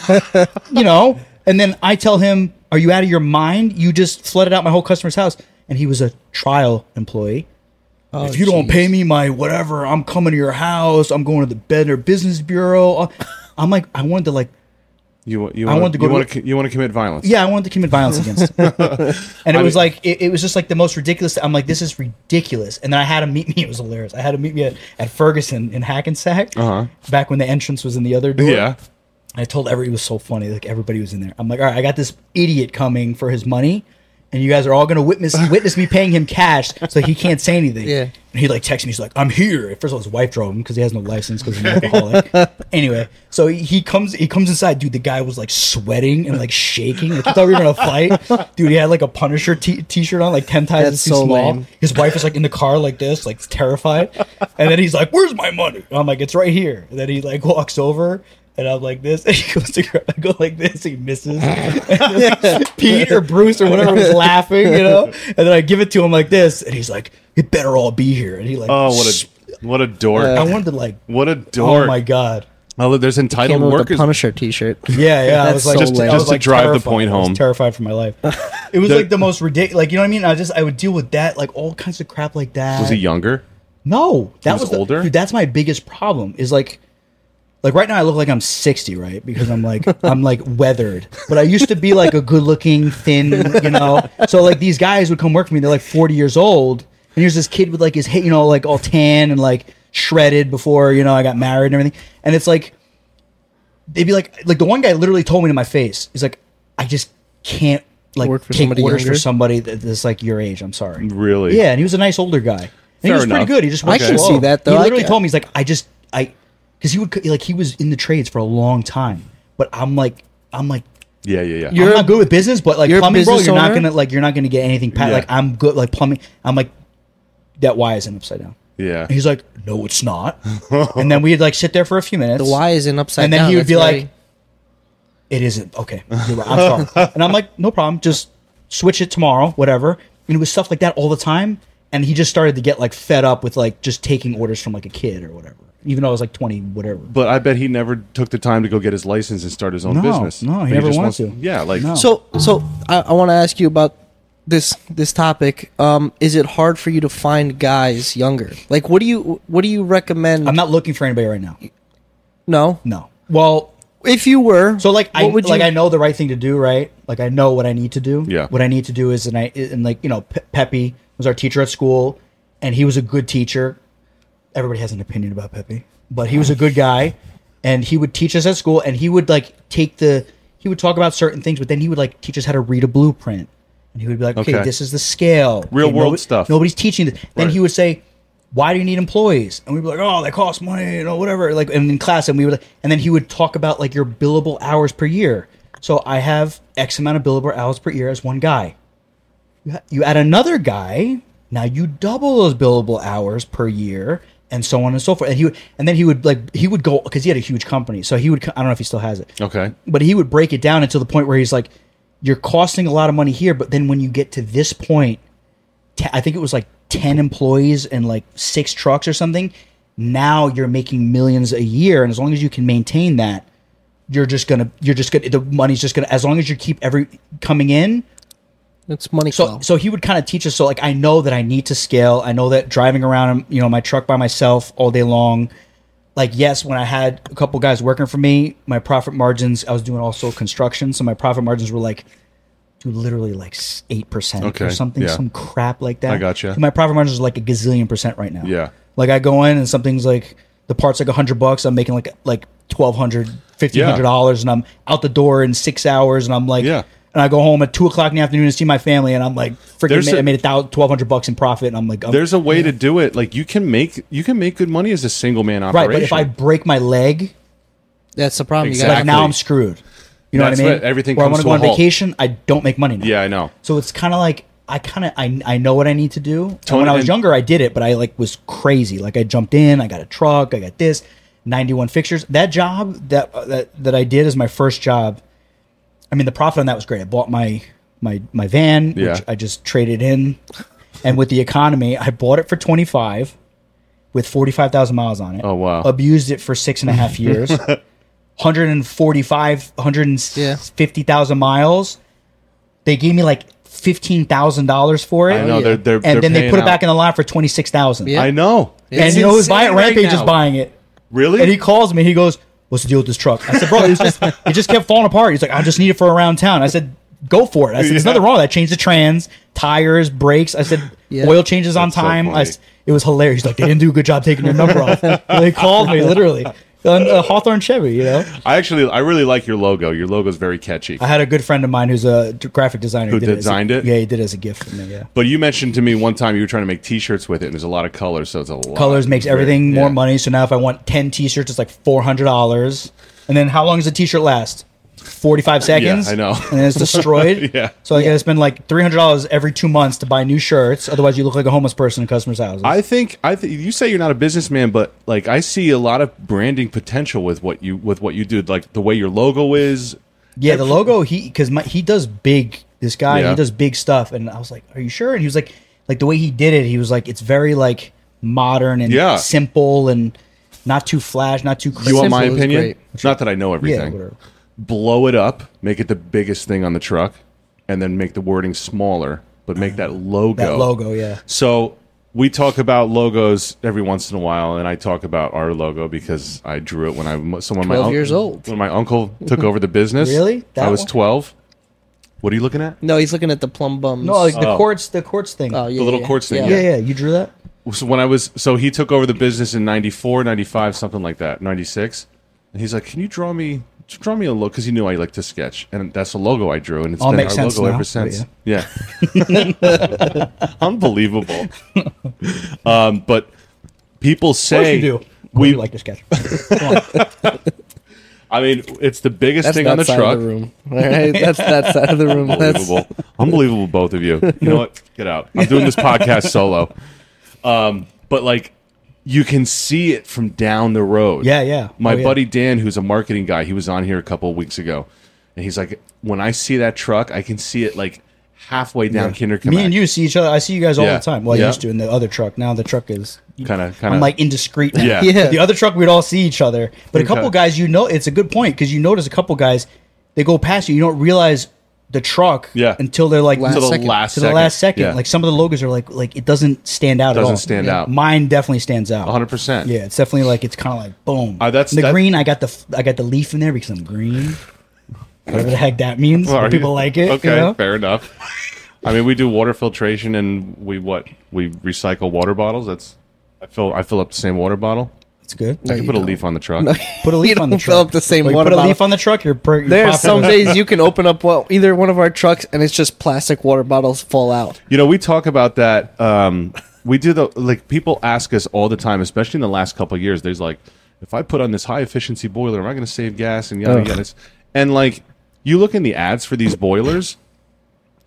S6: you know, and then I tell him, "Are you out of your mind? You just flooded out my whole customer's house." And he was a trial employee. if you don't pay me my whatever, I'm coming to your house. I'm going to the Better Business Bureau. Uh, I'm like, I wanted to like
S1: You wa- you
S6: I
S1: wanna,
S6: wanted to go
S1: you
S6: to-
S1: want to you want to commit violence.
S6: yeah, I wanted to commit violence against him. and it was like it, it was just like the most ridiculous. I'm like, this is ridiculous. And then I had him meet me. It was hilarious. I had him meet me at, at Ferguson in Hackensack back when the entrance was in the other door.
S1: Yeah.
S6: I told everybody it was so funny. Like everybody was in there. I'm like, all right, I got this idiot coming for his money, and you guys are all gonna witness witness me paying him cash so he can't say anything.
S5: Yeah.
S6: And he like texts me. He's like, I'm here. First of all, his wife drove him because he has no license because he's an alcoholic. anyway, so he- he comes he comes inside. Dude, the guy was like sweating and like shaking. Like, I thought we were gonna fight. Dude, he had like a Punisher t- t-shirt on, like ten times
S5: That's
S6: too
S5: so
S6: small.
S5: lame.
S6: His wife is like in the car like this, like terrified. And then he's like, "Where's my money?" And I'm like, "It's right here." And then he like walks over, and I'm like this, and he goes to grab, I go like this, he misses. And then Pete or Bruce or whatever was laughing, you know. And then I give it to him like this, and he's like, "It better all be here." And he like,
S1: Oh, what
S6: sp-
S1: a what a dork.
S6: I wanted to like,
S1: what a dork.
S6: Uh, oh my god,
S1: Oh, there's
S5: Came
S1: entitled
S5: up with a
S1: workers.
S5: Punisher T-shirt.
S6: yeah, yeah. I
S5: That's
S6: was like,
S5: so Just to- lame.
S6: I was,
S1: just to drive the
S6: terrified.
S1: point
S6: I was
S1: home.
S6: terrified for my life. It was
S1: The-
S6: like the most ridiculous, like you know what I mean. I just I would deal with that, like all kinds of crap like that.
S1: Was he younger?
S6: No, that
S1: was
S6: was, the-
S1: older?
S6: Dude, that's my biggest problem. Is like, like right now I look like I'm 60, right? Because I'm like I'm like weathered, but I used to be like a good looking thin, you know. So like these guys would come work for me. They're like 40 years old, and here's this kid with like his ha- you know like all tan and like shredded before you know I got married and everything. And it's like they'd be like like the one guy literally told me to my face. He's like, I just can't like
S5: Work for
S6: take
S5: somebody
S6: orders for
S5: younger?
S6: somebody that- that's like your age. I'm sorry.
S1: Really?
S6: Yeah, and he was a nice older guy. And he
S1: Fair
S6: was
S1: enough.
S6: pretty good. He just
S1: I
S6: worked
S1: can
S6: slow.
S5: see that, though.
S6: He
S5: I
S6: literally
S5: can-
S6: told me he's like, I just I because he would co- like he was in the trades for a long time. But I'm like I'm like
S4: Yeah, yeah, yeah.
S5: You're-
S6: I'm not good with business, but like
S5: you're a
S6: plumbing, bro,
S5: business
S6: you're not
S5: owner?
S6: gonna like you're not gonna get anything. Pat,
S4: Yeah.
S6: like I'm good, like plumbing. I'm like that Y isn't upside down.
S4: yeah.
S6: And he's like, no, it's not. and then we'd like sit there for a few minutes.
S5: The Y is in upside
S6: And then
S5: down.
S6: he would
S5: That's
S6: be
S5: why-
S6: like, "Oh, it isn't okay. You're right. I'm sorry. and I'm like, no problem. Just switch it tomorrow, whatever. And it was stuff like that all the time. And he just started to get like fed up with like just taking orders from like a kid or whatever. Even though I was like 20, whatever.
S4: But I bet he never took the time to go get his license and start his own
S6: No,
S4: business.
S6: no, he
S4: But
S6: never
S4: just
S6: wanted
S4: wants-
S6: to.
S4: Yeah, like
S6: No.
S5: So, so I, I want to ask you about this this topic. Um, is it hard for you to find guys younger? Like, what do you what do you recommend?
S6: I'm not looking for anybody right now.
S5: no,
S6: No. Well,
S5: if you were,
S6: So like I
S5: what would
S6: like
S5: you-
S6: I know the right thing to do, right? Like I know what I need to do.
S4: Yeah.
S6: What I need to do is, and I and like you know, Pe- Pepe was our teacher at school, and he was a good teacher. Everybody has an opinion about Pepe, but he was a good guy, and he would teach us at school, and he would like take the he would talk about certain things, but then he would like teach us how to read a blueprint, and he would be like, okay,
S4: Okay.
S6: this is the scale,
S4: Real
S6: Okay,
S4: world stuff.
S6: Nobody's teaching this. Then
S4: Right.
S6: he would say. Why do you need employees? And we'd be like, oh, they cost money, you know, whatever. Like, and in class, and we would, and then he would talk about like your billable hours per year. So I have X amount of billable hours per year as one guy. You ha- You add another guy, now you double those billable hours per year, and so on and so forth. And he would, and then he would like he would go because he had a huge company, so he would. co- I don't know if he still has it
S4: okay,
S6: but he would break it down until the point where he's like, "You're costing a lot of money here, but then when you get to this point, te- I think it was like ten employees and like six trucks or something. Now you're making millions a year, and as long as you can maintain that, you're just gonna you're just gonna the money's just gonna as long as you keep every coming in."
S5: it's money.
S6: So
S5: call.
S6: so he would kind of teach us. So like I know that I need to scale. I know that driving around um, you know my truck by myself all day long. Like yes, when I had a couple guys working for me, my profit margins. I was doing also construction, so my profit margins were like, dude, literally like eight percent
S4: Okay,
S6: or something,
S4: yeah.
S6: some crap like that.
S4: I gotcha.
S6: Dude, my profit margins are like a gazillion percent right now.
S4: Yeah.
S6: Like I go in and something's like the part's like a hundred bucks. I'm making like like twelve hundred, fifteen hundred dollars, and I'm out the door in six hours, and I'm like,
S4: Yeah.
S6: and I go home at two o'clock in the afternoon to see my family, and I'm like, freaking,
S4: There's
S6: made,
S4: a-
S6: I made a thousand, twelve hundred bucks in profit, and I'm like, I'm,
S4: there's a way to do it. Like you can make you can make good money as a single man
S6: right,
S4: operation.
S6: but if I break my leg,
S5: that's the problem.
S4: Exactly.
S5: You
S6: like now I'm screwed. You know
S4: That's
S6: what I mean?
S4: what- everything
S6: Or I
S4: comes to
S6: wanna go
S4: a
S6: on
S4: halt.
S6: vacation, I don't make money now.
S4: yeah, I know.
S6: So it's kind of like I kind of I, I know what I need to do. And when
S4: Tony-
S6: I was
S4: and-
S6: younger, I did it, but I like was crazy. Like I jumped in, I got a truck, I got this, ninety one fixtures. That job that uh, that that I did is my first job. I mean, the profit on that was great. I bought my my my van,
S4: Yeah.
S6: which I just traded in, and with the economy, I bought it for twenty five, with forty five thousand miles on it.
S4: Oh, wow.
S6: Abused it for six and a half years. 145 150,000 miles. They gave me like $15,000 for it.
S4: I know, they're- they're-
S6: and
S4: they're
S6: then they
S4: paying
S6: put it back
S4: out.
S6: in the lot for 26,000.
S5: Yeah.
S4: I know.
S6: And
S5: It's
S6: you know who's buying it?
S8: insane right
S6: Rampage
S8: now.
S6: is buying it.
S4: Really?
S6: And he calls me. He goes, "What's the deal with this truck?" I said, "Bro, it's just, it just kept falling apart." He's like, "I just need it for around town." I said, "Go for it." I said, "There's
S4: Yeah.
S6: nothing wrong with that. Change the trans, tires, brakes." I said,
S5: Yeah.
S6: "Oil changes on
S4: That's so
S6: time." I
S4: funny.
S6: s it was hilarious. He's like, "They didn't do a good job taking your number off." they called me literally. On a Hawthorne Chevy, you know.
S4: I actually I really like your logo. Your logo's very catchy.
S6: I had a good friend of mine who's a d- graphic designer
S4: Who
S6: did as a-
S4: designed it?
S6: Yeah, he did it as a gift for me. Yeah,
S4: But you mentioned to me one time you were trying to make T-shirts with it, and there's a lot of colors, so it's a lot.
S6: colors makes everything
S4: Yeah.
S6: more money. So now if I want ten T-shirts, it's like four hundred dollars. And then how long does a T-shirt last? Forty-five seconds.
S4: I know.
S6: And then it's destroyed.
S4: Yeah.
S6: So I gotta spend like three hundred dollars every two months to buy new shirts. Otherwise, you look like a homeless person in customers' houses.
S4: I think I th- you say you're not a businessman, but like I see a lot of branding potential with what you with what you do, like the way your logo is.
S6: yeah, the logo he because he does big. This guy
S4: Yeah.
S6: he does big stuff, and I was like, "Are you sure?" And he was like, "Like the way he did it, he was like, it's very like modern and
S4: Yeah.
S6: simple and not too flash, not too crazy."
S4: You want my
S5: Simple is
S4: opinion?
S5: great.
S4: Not that I know
S6: yeah,
S4: everything.
S6: whatever.
S4: Blow it up, make it the biggest thing on the truck, and then make the wording smaller, but make that logo.
S6: That logo, yeah.
S4: So we talk about logos every once in a while, and I talk about our logo because I drew it when I someone my
S5: 12
S4: uncle-
S5: years old.
S4: when my uncle took over the business.
S6: Really?
S4: I
S6: That
S4: was
S6: one?
S4: twelve. What are you looking at?
S5: no, he's looking at the plum bums.
S6: No, like the
S4: Oh.
S6: quartz, the quartz thing.
S5: Oh, yeah,
S4: the little
S5: yeah,
S4: quartz thing,
S6: yeah, yeah. You drew that.
S4: so when I was so he took over the business in 94, 95, something like that, 96. And he's like, "Can you draw me just draw me a logo cuz he knew I like to sketch." And that's the logo I drew and it's
S6: All
S4: been our
S6: makes sense
S4: logo
S6: now,
S4: ever
S6: but
S4: since. Yeah. Unbelievable. um but people say
S6: you do. We
S4: We-
S6: like this sketch. Come on.
S4: I mean, it's the biggest
S5: That's
S4: thing
S5: that
S4: on the
S5: side
S4: truck.
S5: of the room. All right, that's that side of the room. That's
S4: Unbelievable. Unbelievable, both of you. You know what? Get out. I'm doing this podcast solo. Um, but like you can see it from down the road.
S6: Yeah, yeah.
S4: My
S6: Oh, yeah.
S4: buddy Dan, who's a marketing guy, he was on here a couple weeks ago. And he's like, when I see that truck, I can see it like halfway down Kinder
S6: Me and you see each other. I see you guys all
S4: Yeah.
S6: the time. Well,
S4: Yeah.
S6: I used to in the other truck. Now the truck is.
S4: kind of kind
S6: I'm
S4: of
S6: like indiscreet. Now.
S4: Yeah.
S5: Yeah.
S6: The other truck, we'd all see each other. But a
S4: Okay.
S6: couple guys, you know, it's a good point because you notice a couple guys, they go past you. You don't realize the truck
S4: Yeah.
S6: until they're like
S5: Last
S4: to the
S5: second.
S4: last
S6: to the
S4: second.
S6: last second.
S4: Yeah.
S6: Like some of the logos are like like it doesn't stand out at
S4: Doesn't
S6: all.
S4: stand out.
S6: Mine definitely stands out.
S4: 100%.
S6: Yeah, it's definitely like it's kind of like boom.
S4: Uh, that's-
S6: the
S4: that-
S6: green. I got the f- I got the leaf in there because I'm green. Whatever the heck that means.
S4: Are
S6: but People
S4: you-
S6: like it.
S4: Okay,
S6: You know?
S4: fair enough. I mean, we do water filtration, and we what we recycle water bottles. That's I fill I fill up the same water bottle.
S6: It's good.
S4: I can put a leaf on the truck.
S6: Put a leaf on the
S5: don't fill
S6: truck.
S5: up the same
S6: Well, you
S5: water
S6: Put a
S5: bottle.
S6: leaf on the truck. You're, per- you're
S5: There's
S6: popping
S5: some
S6: it.
S5: days you can open up well either one of our trucks and it's just plastic water bottles fall out.
S4: You know, we talk about that. Um, we do the like people ask us all the time, especially in the last couple of years. There's like, if I put on this high efficiency boiler, am I going to save gas and yada
S5: Ugh.
S4: yada? It's- And like, you look in the ads for these boilers,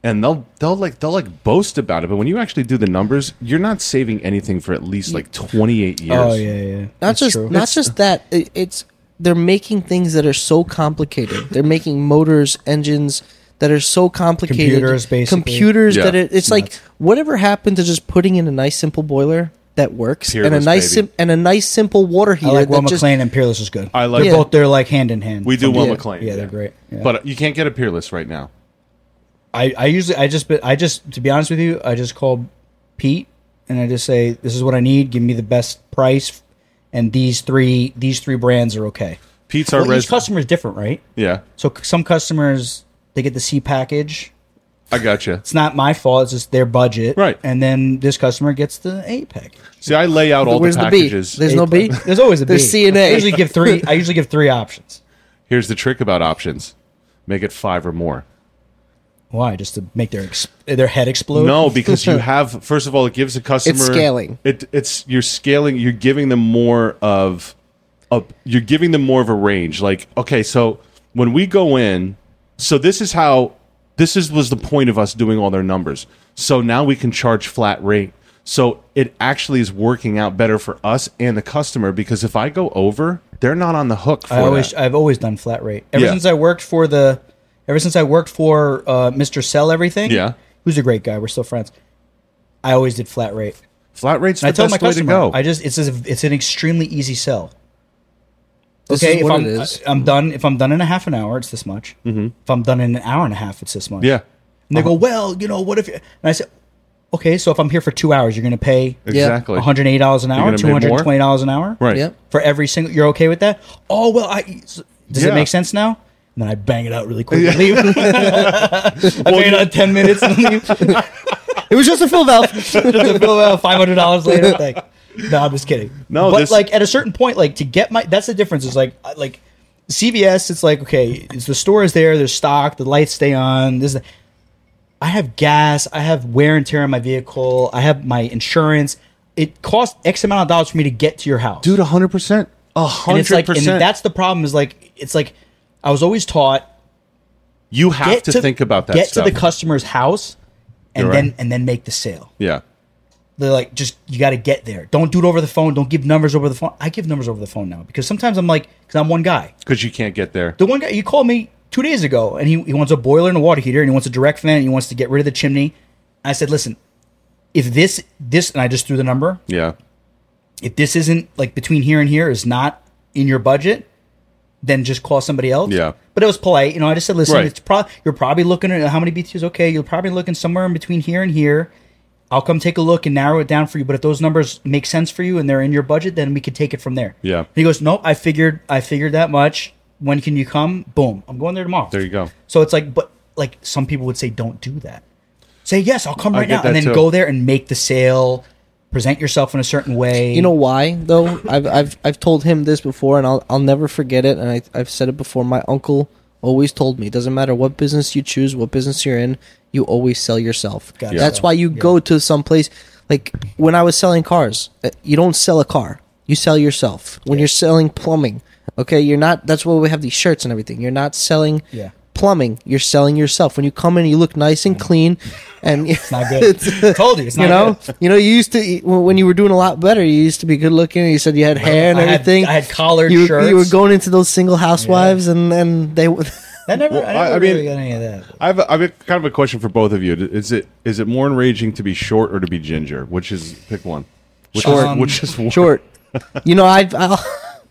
S4: and they'll they'll like they'll like boast about it, but when you actually do the numbers, you're not saving anything for at least like 28 years.
S6: Oh yeah, yeah.
S5: Not
S6: That's
S5: just
S6: true.
S5: not just that. It, it's they're making things that are so complicated. They're making motors, engines that are so complicated.
S6: Computers, basically.
S5: Computers
S4: Yeah.
S5: that it, it's like whatever happened to just putting in a nice simple boiler that works and a
S4: Peerless,
S5: nice
S4: baby.
S5: sim- and a nice simple water
S6: I
S5: heater
S6: like Will
S5: that just
S6: McLean and Peerless is good.
S4: I like-
S6: they're
S5: Yeah.
S6: both. They're like hand in hand.
S4: We do one
S5: Yeah.
S4: McLean.
S6: Yeah, they're great. Yeah.
S4: But you can't get a Peerless right now.
S6: I, I usually I just I just to be honest with you I just call Pete and I just say this is what I need. Give me the best price, and these three these three brands are okay.
S4: Pete's our
S6: Well, each
S4: res-
S6: customer is different, right?
S4: Yeah,
S6: So c- some customers they get the C package.
S4: I gotcha.
S6: It's not my fault. It's just their budget,
S4: Right.
S6: And then this customer gets the A package.
S4: See, I lay out all
S5: Where's
S4: the
S5: the B?
S4: packages.
S5: There's no B.
S6: There's always a
S5: There's
S6: B.
S5: C and
S6: I
S5: A.
S6: usually give three. I usually give three options.
S4: Here's the trick about options: make it five or more.
S6: Why? Just to make their ex- their head explode?
S4: No, because you have first of all, it gives a customer
S5: scaling.
S4: It, it's you're scaling. You're giving them more of a. You're giving them more of a range. Like okay, so when we go in, so this is how this is was the point of us doing all their numbers. So now we can charge flat rate. So it actually is working out better for us and the customer because if I go over, they're not on the hook for
S6: I always
S4: that.
S6: I've always done flat rate. Ever
S4: Yeah.
S6: since I worked for the, ever since I worked for uh, Mr. Sell Everything.
S4: Yeah.
S6: who's a great guy. We're still friends. I always did flat rate.
S4: Flat rates the
S6: And I tell
S4: best
S6: my
S4: way to
S6: customer,
S4: go.
S6: I just it's a, it's an extremely easy sell.
S5: This
S6: okay,
S5: is
S6: if
S5: what
S6: I'm
S5: it is.
S6: I'm done if I'm done in a half an hour, it's this much. Mm-hmm. If I'm done in an hour and a half, it's this much.
S4: yeah, Uh-huh.
S6: And they go, well, you know, what if? you-" And I said, okay, so if I'm here for two hours, you're going to pay
S4: exactly.
S6: one hundred eight dollars an hour,
S4: gonna
S6: two
S4: pay
S6: hundred
S4: more?
S6: twenty dollars an hour,
S4: Right.
S5: Yep.
S6: for every single. You're okay with that? Oh well, I does
S4: Yeah.
S6: it make sense now? And then I bang it out really quick. and Leave. I bang it out ten minutes and leave.
S5: It was just a fill valve.
S6: Five hundred dollars later. Like, no, I'm just kidding.
S4: No,
S6: but
S4: this-
S6: like at a certain point, like to get my that's the difference. Is like I- like CVS. It's like okay, it's the store is there. There's stock. The lights stay on. This. I have gas. I have wear and tear on my vehicle. I have my insurance. It costs X amount of dollars for me to get to your house
S4: dude, hundred percent,
S6: and it's
S4: hundred
S6: like and that's
S4: percent.
S6: the problem is like it's like i was always taught
S4: You have
S6: get
S4: to, think about that.
S6: get
S4: stuff.
S6: to the customer's house and
S4: You're
S6: then
S4: right.
S6: and then make the sale
S4: Yeah,
S6: they're like just you got to get there don't do it over the phone don't give numbers over the phone i give numbers over the phone now because sometimes i'm like because i'm one guy
S4: because you can't get there.
S6: the one guy you called me two days ago and he, he wants a boiler and a water heater and he wants a direct fan and he wants to get rid of the chimney i said listen if this this and i just threw the number
S4: Yeah,
S6: if this isn't like between here and here is not in your budget, then just call somebody else.
S4: Yeah.
S6: But it was polite, you know. I just said, listen,
S4: Right.
S6: it's probably you're probably looking at how many BTUs. Okay, you're probably looking somewhere in between here and here. I'll come take a look and narrow it down for you. But if those numbers make sense for you and they're in your budget, then we could take it from there.
S4: Yeah.
S6: he goes, nope. I figured. I figured that much. When can you come? Boom. I'm going there tomorrow.
S4: there you go.
S6: So it's like, but like some people would say, don't do that. Say yes, I'll come
S4: I
S6: right
S4: get
S6: now, and
S4: that
S6: then
S4: too.
S6: go there and make the sale. Present yourself in a certain way.
S5: You know why though? I've I've I've told him this before, and I'll I'll never forget it. And I I've said it before. My uncle always told me, it doesn't matter what business you choose, what business you're in, you always sell yourself.
S6: Gotta
S5: That's
S6: sell.
S5: why you go to some place. Like when I was selling cars, uh, you don't sell a car. you sell yourself. When you're selling plumbing, okay, you're not. That's why we have these shirts and everything. You're not selling
S6: Yeah.
S5: plumbing. You're selling yourself. When you come in, you look nice and clean, and it's
S6: Not good. Told you, it's not
S5: you know,
S6: good.
S5: you know, you used to when you were doing a lot better. You used to be good looking. and You said you had hair and
S6: I had-
S5: everything.
S6: I had collared
S5: you, You were
S6: shirts.
S5: going into those single housewives, and and they.
S6: That never,
S1: Well,
S6: I never
S1: I- I
S6: really
S1: mean-
S6: got any of that.
S1: I have, a, I have a, kind of a question for both of you. Is it is it more enraging to be short or to be ginger? Which is pick one. Which
S5: Short.
S1: Is, which is worse?
S5: short. You know, I've. I'll,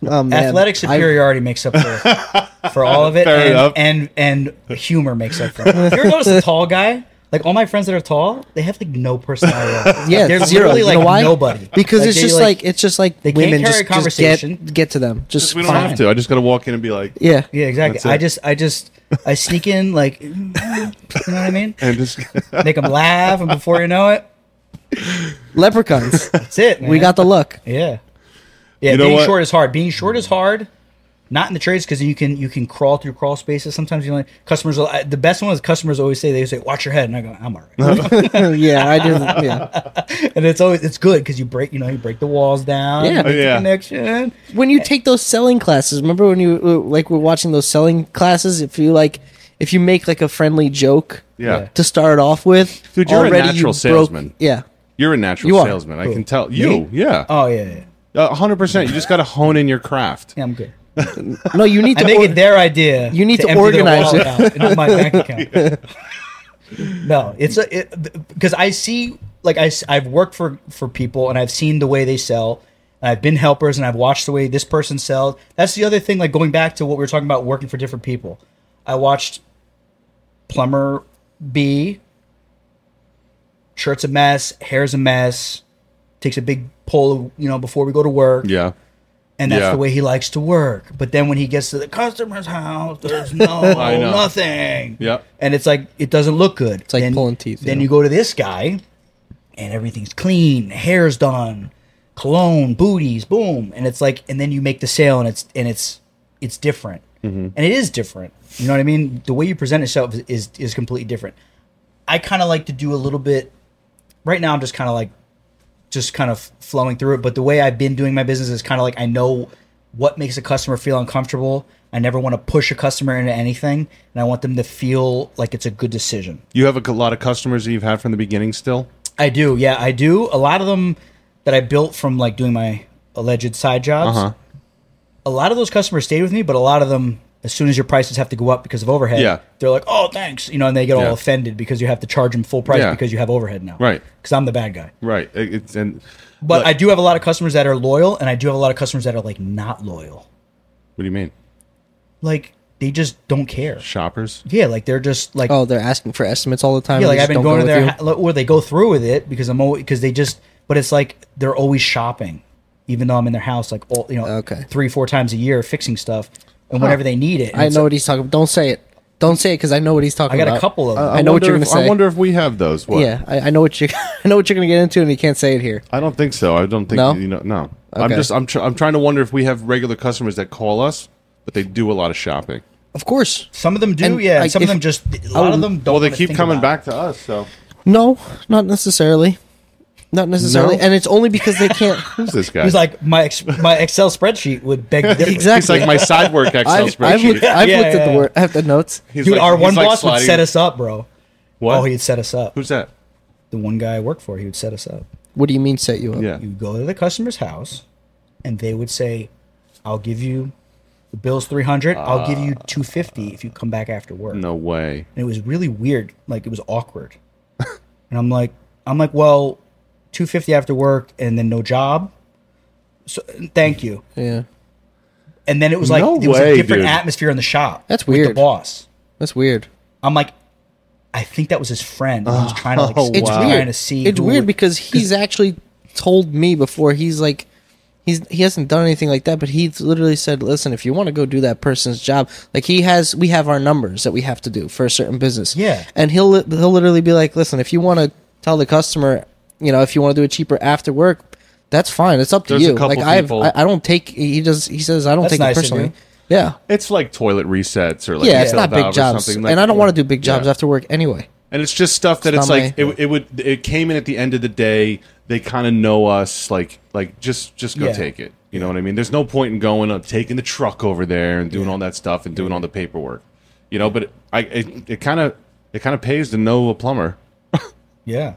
S5: oh, man.
S6: Athletic
S5: I-
S6: superiority makes up for, for all of it,
S1: Fair enough.
S6: and, and and humor makes up for it. You ever notice a tall guy? Like all my friends that are tall, they have like no personality. at all.
S5: yeah,
S6: they're
S5: zero.
S6: literally
S5: You
S6: like
S5: know why?
S6: nobody.
S5: Because it's
S6: they,
S5: just like, it's just like
S6: they can't
S5: women
S6: carry
S5: just,
S6: a
S5: just
S6: conversation.
S5: get get to them. Just
S1: We don't
S5: fine.
S1: have to. I just got to walk in and be like,
S5: Yeah,
S6: yeah,
S1: That's
S6: exactly.
S1: it.
S6: I just I just I sneak in like, you know what I mean?
S1: and just
S6: Make them laugh, and before you know it,
S5: leprechauns.
S6: that's it.
S5: we
S6: man.
S5: got the look.
S6: Yeah. Yeah,
S1: You know
S6: being
S1: what?
S6: short is hard. Being short is hard. Not in the trades because you can you can crawl through crawl spaces. Sometimes you know customers. will- I- The best one is customers always say they say watch your head, and I go I'm all right.
S5: yeah, I do. Yeah.
S6: and it's always it's good because you break you know you break the walls down.
S5: Yeah.
S6: you make the
S1: Yeah.
S6: connection.
S5: When you take those selling classes, remember when you uh, like were watching those selling classes? If you like, if you make like a friendly joke,
S1: Yeah.
S5: to start off with,
S1: Dude, you're a
S5: already you
S1: natural
S5: broke-
S1: salesman.
S5: Yeah,
S1: you're a natural
S5: You are.
S1: salesman. I
S6: Who?
S1: can tell you. Yeah,
S6: Oh yeah, yeah,
S1: a hundred percent. You just got to hone in your craft.
S6: yeah I'm good.
S5: no, you need
S6: I
S5: to
S6: make
S5: or-
S6: it their idea.
S5: You need to
S6: empty their
S5: organize
S6: wallet
S5: it.
S6: out, not my bank account. no, it's a because I see like I have worked for for people and I've seen the way they sell. And I've been helpers and I've watched the way this person sells. That's the other thing. Like going back to what we were talking about, working for different people. I watched plumber B. Shirt's a mess, hair's a mess. Takes a big pull, you know, before we go to work
S1: Yeah,
S6: and that's
S1: Yeah.
S6: the way he likes to work. But then when he gets to the customer's house, there's no
S1: know.
S6: nothing.
S1: Yep.
S6: And it's like it doesn't look good. It's
S5: like pulling teeth,
S6: Then
S5: yeah.
S6: you go to this guy, and everything's clean, hair's done, cologne, booties, boom, and it's like, and then you make the sale, and it's and it's it's different,
S1: Mm-hmm.
S6: and it is different. You know what I mean? The way you present yourself is is, is completely different. I kind of like to do a little bit. Right now, I'm just kind of like just kind of flowing through it. But the way I've been doing my business is kind of like I know what makes a customer feel uncomfortable. I never want to push a customer into anything, and I want them to feel like it's a good decision.
S1: you have a c- lot of customers that you've had from the beginning. Still,
S6: I do, yeah, I do. A lot of them that I built from like doing my alleged side jobs.
S1: Uh-huh.
S6: A lot of those customers stayed with me, but a lot of them, as soon as your prices have to go up because of overhead,
S1: Yeah.
S6: they're like, "Oh, thanks," you know, and they get
S1: Yeah.
S6: all offended because you have to charge them full price
S1: Yeah.
S6: because you have overhead now,
S1: Right.
S6: Because I'm the bad guy.
S1: right? It- It's and
S6: But
S1: Look,
S6: I do have a lot of customers that are loyal, and I do have a lot of customers that are like not loyal.
S1: what do you mean,
S6: Like they just don't care.
S1: shoppers?
S6: Yeah, like they're just like
S5: Oh, they're asking for estimates all the time.
S6: yeah,
S5: and
S6: like
S5: they
S6: I've
S5: just don't
S6: been
S5: go
S6: going to
S5: with
S6: their
S5: you?
S6: ha- lo- or they go through with it because I'm always because they just but it's like they're always shopping, even though I'm in their house like all you know
S5: Okay.
S6: three four times a year fixing stuff and whenever they need it. And
S5: I
S6: it's
S5: know
S6: like-
S5: what he's talking. about. Don't say it. Don't say it because I know what he's talking
S6: I
S5: about.
S6: got a couple of them.
S5: I know what
S1: wonder
S5: you're gonna
S1: if-
S5: say.
S1: I wonder if we have those. What?
S5: Yeah, I, I know what you. I know what you're gonna get into, and you can't say it here.
S1: I don't think so. I don't think
S5: No?
S1: you know. No, I'm
S5: Okay.
S1: just I'm tr- I'm trying to wonder if we have regular customers that call us, but they do a lot of shopping.
S5: Of course.
S6: some of them do,
S5: And,
S6: yeah.
S5: like,
S6: and some
S5: if-
S6: of them just a lot of them don't.
S1: well, they
S6: wanna
S1: keep
S6: think
S1: coming back
S6: about
S1: to us. So
S5: No, not necessarily. Not necessarily,
S1: No?
S5: and it's only because they can't.
S1: who's this
S6: it.
S1: guy?
S6: He's like my ex- my Excel spreadsheet would beg different.
S5: Exactly.
S1: He's like my side work Excel
S5: I've,
S1: spreadsheet.
S5: I've looked, I've
S6: Yeah,
S5: looked at
S6: yeah,
S5: the
S6: yeah.
S5: word, at the notes.
S1: He's
S6: Dude,
S1: like-
S6: our
S1: he's
S6: one
S1: like
S6: boss would
S1: sliding-
S6: set us up, bro.
S1: What?
S6: Oh, he'd set us up.
S1: Who's that?
S6: the one guy I worked for, he would set us up.
S5: What do you mean set you up?
S1: Yeah.
S6: You go to the customer's house, and they would say, "I'll give you the bill's three hundred. I'll give
S5: Ah.
S6: you two fifty if you come back after work."
S1: No way.
S6: and it was really weird. Like it was awkward, and I'm like, I'm like, well, two fifty after work, and then no job. So thank you.
S5: Yeah.
S6: And then it was like
S1: No
S6: there was
S1: way,
S6: a different
S1: dude.
S6: atmosphere in the shop.
S5: That's
S6: With
S5: weird.
S6: the boss,
S5: That's weird.
S6: I'm like, I think that was his friend. and he was trying to like,
S1: Oh,
S6: he's
S5: It's
S1: Wow.
S5: weird.
S6: trying to see.
S5: it's
S6: who
S5: weird
S6: would-
S5: because he's actually told me before. He's like, he's he hasn't done anything like that, but he's literally said, "Listen, if you want to go do that person's job, like he has, we have our numbers that we have to do for a certain business.
S6: Yeah.
S5: and he'll li- he'll literally be like, "Listen, if you want to tell the customer, you know, if you want to do it cheaper after work, that's fine. It's up to
S1: There's a
S5: you.
S1: couple
S5: Like I, have,
S1: people-
S5: I, I don't take. He does. He says I don't
S6: That's
S5: take
S6: nice
S5: it
S6: of
S5: personally.
S6: you.
S5: Yeah,
S1: It's like toilet resets or like
S5: yeah. It's
S1: a
S5: not
S1: valve
S5: big
S1: or
S5: jobs,
S1: something
S5: and
S1: like-
S5: I don't want to do big jobs
S1: Yeah.
S5: after work anyway.
S4: and it's just stuff that it's
S5: not
S4: like it, it would it came in at the end of the day they kind of know us like like just just go
S6: Yeah.
S4: take it you know what i mean there's no point in going uh, taking the truck over there and doing all that stuff and doing all the paperwork you know but i it it kind of it kind of pays to know a plumber
S6: Yeah.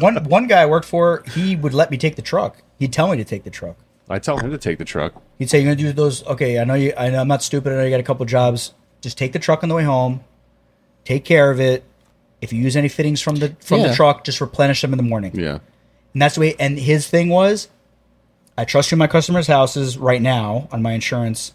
S6: one one guy I worked for, he would let me take the truck. He'd tell me to take the truck.
S4: i tell him to take the truck
S6: He'd say, "You're gonna do those? Okay, I know you. I know I'm not stupid. I know you got a couple jobs. Just take the truck on the way home. Take care of it. If you use any fittings from the from
S5: Yeah.
S6: the truck, just replenish them in the morning.
S4: yeah
S6: And that's the way. And his thing was, I trust you in my customers' houses right now on my insurance.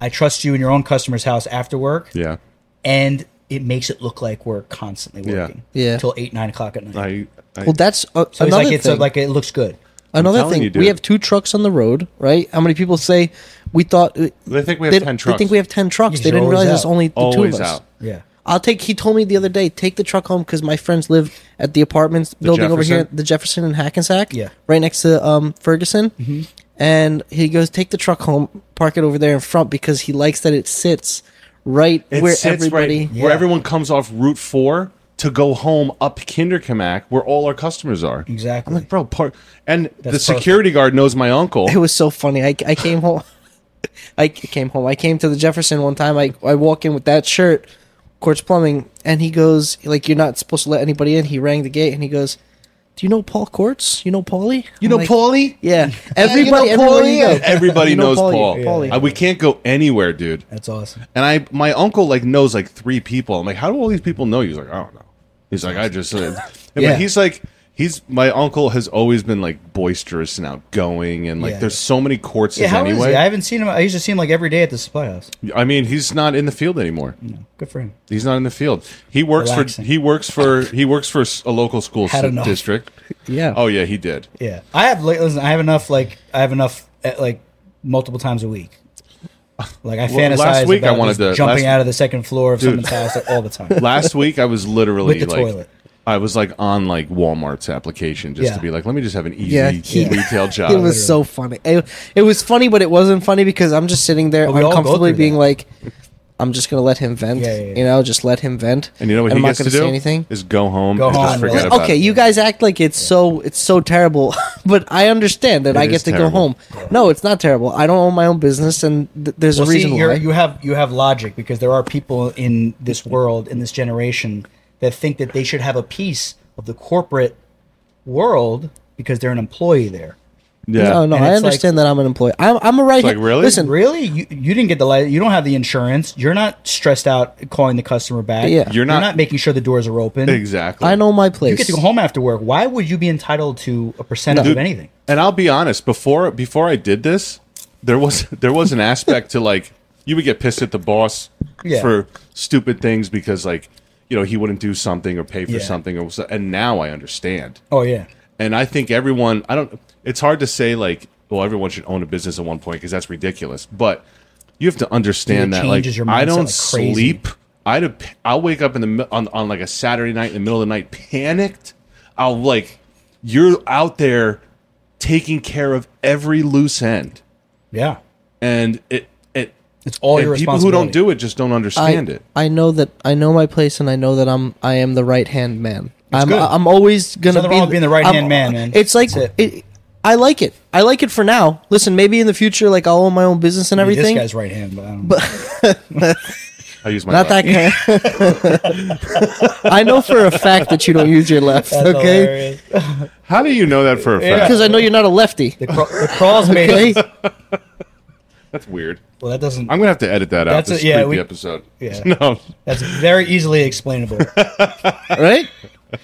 S6: I trust you in your own customer's house after work,
S4: yeah
S6: and it makes it look like we're constantly
S4: Yeah.
S6: working,
S5: Yeah.
S6: till eight nine o'clock at night.
S4: i, I
S5: Well, that's uh,
S6: so it's
S5: another
S6: like it's
S5: thing.
S6: a, like it looks good.
S5: another
S4: telling
S5: thing.
S4: you, dude.
S5: we have two trucks on the road, right? How many people say we thought they
S4: they think we have
S5: they,
S4: 10 trucks
S5: think we have ten trucks?
S6: Yeah,
S5: they
S6: you're
S5: didn't
S6: always
S5: realize it's
S6: out.
S5: only the
S4: always
S5: two of us.
S4: out
S6: Yeah.
S5: I'll take. He told me the other day, take the truck home because my friends live at the apartments building over here,
S4: Jefferson?
S5: the Jefferson and Hackensack,
S6: Yeah. Mm-hmm.
S5: right next to um, Ferguson. And he goes, take the truck home, park it over there in front because he likes that it sits right
S4: It
S5: where
S4: sits
S5: everybody.
S4: right where
S6: Yeah.
S4: everyone comes off Route Four to go home up Kinderkamak, where all our customers are.
S6: Exactly.
S4: I'm like, bro, part and the
S6: perfect.
S4: security guard knows my uncle.
S5: It was so funny. I, I came home. I came home. I came to the Jefferson one time. I I walk in with that shirt, Quartz Plumbing, and he goes like, "You're not supposed to let anybody in." He rang the gate and he goes, "Do you know Paul Quartz? You know Paulie?
S4: You know, Paulie.
S5: Yeah, everybody,
S4: you know
S5: everywhere you
S4: Paulie?
S5: go.
S4: Everybody
S5: You know
S4: knows
S5: Paulie,
S4: Paul.
S5: Paulie.
S4: Uh, we can't go anywhere, dude.
S6: That's awesome.
S4: And I, my uncle, like knows like three people. I'm like, how do all these people know you? He's like, I don't know. He's like, I just. Uh,
S6: Yeah.
S4: But he's like, he's my uncle has always been like boisterous and outgoing, and like,
S6: Yeah.
S4: there's so many courts
S6: Yeah, how is
S4: anyway.
S6: he? I haven't seen him. I used to see him like every day at the supply house.
S4: I mean, he's not in the field anymore.
S6: Good for him.
S4: He's not in the field. He works
S6: Relaxing.
S4: for he works for he works for s- a local school
S6: Had
S4: s-
S6: enough.
S4: district.
S5: Yeah.
S4: Oh yeah, he did.
S6: Yeah, I have. like, Listen, I have enough. Like I have enough. At, like multiple times a week. Like I
S4: Well,
S6: fantasize
S4: last week I
S6: about
S4: wanted
S6: just
S4: to-
S6: jumping
S4: last-
S6: out of the second floor of
S4: Dude.
S6: someone's house all the time.
S4: Last week I was literally
S6: With the
S4: like
S6: toilet.
S4: I was like on like Walmart's application just
S6: Yeah.
S4: to be like, let me just have an easy
S5: Yeah, he-
S4: retail job.
S5: It was so funny. It, it was funny, but it wasn't funny because I'm just sitting there
S6: we all go
S5: uncomfortably
S6: through
S5: being
S6: that.
S5: like, I'm just gonna let him vent.
S6: Yeah, yeah, yeah.
S5: You know, just let him vent.
S4: and you know what
S5: I'm
S4: he
S5: not
S4: gets
S5: gonna
S4: to do
S5: say anything.
S4: is go home
S6: Go
S4: and
S6: home.
S4: just forget
S6: Like,
S4: about
S5: okay,
S4: it.
S5: you guys act like it's so it's so terrible, but I understand that I
S4: is
S5: get to
S4: terrible.
S5: go home. No, it's not terrible. I don't own my own business, and th- there's
S6: Well,
S5: a reason
S6: see,
S5: why.
S6: you're, you have you have logic because there are people in this world in this generation that think that they should have a piece of the corporate world because they're an employee there.
S4: Yeah.
S5: no, no,
S6: And
S5: I
S6: it's like-
S5: understand that I'm an employee. I'm, I'm a right.
S4: like, really?
S5: Listen,
S6: Really, you, you didn't get the light. You don't have the insurance. You're not stressed out calling the customer back.
S5: Yeah. You're
S6: you're not,
S4: not-
S6: making sure the doors are open.
S4: Exactly.
S5: I know my place.
S6: You get to go home after work. Why would you be entitled to a percentage of
S4: Dude,
S6: anything?
S4: And I'll be honest, before before I did this, there was there was an aspect to like you would get pissed at the boss
S6: Yeah.
S4: for stupid things because like you know he wouldn't do something or pay for
S6: Yeah.
S4: something or so- and now I understand.
S6: Oh yeah,
S4: And I think everyone I don't it's hard to say like well everyone should own a business at one point because that's ridiculous, but you have to understand
S6: Dude, it
S4: that like
S6: changes your
S4: I
S6: mindset
S4: don't
S6: like crazy.
S4: sleep. I would I'll wake up in the mi- on on like a Saturday night in the middle of the night panicked. I'll like you're out there taking care of every loose end,
S6: yeah.
S4: and it it
S6: It's all
S4: and
S6: your
S4: people who
S6: responsibility.
S4: don't do it just don't understand it.
S5: I know that I know my place, and I know that I'm I am the right hand man. I'm
S6: good.
S5: I'm always gonna
S6: nothing
S5: be
S6: wrong with being the right-hand
S5: I'm-
S6: man, man.
S5: It's like
S6: That's
S5: it. I like it. I like it for now. Listen, maybe in the future, like I'll own my own business and
S6: Maybe
S5: everything.
S6: This guy's right hand, but I don't. But
S4: I use my
S5: Not
S4: left.
S5: that kind. I know for a fact that you don't use your left, okay?
S4: How do you know that for a fact?
S5: Because I know you're not a lefty.
S6: The, craw- the crawls made.
S5: Okay,
S6: it.
S4: That's weird.
S6: Well, that doesn't.
S4: I'm gonna have to edit that out.
S6: That's
S4: This
S6: a- yeah,
S4: creepy
S6: we-
S4: episode.
S6: Yeah.
S4: No,
S6: That's very easily explainable.
S5: right?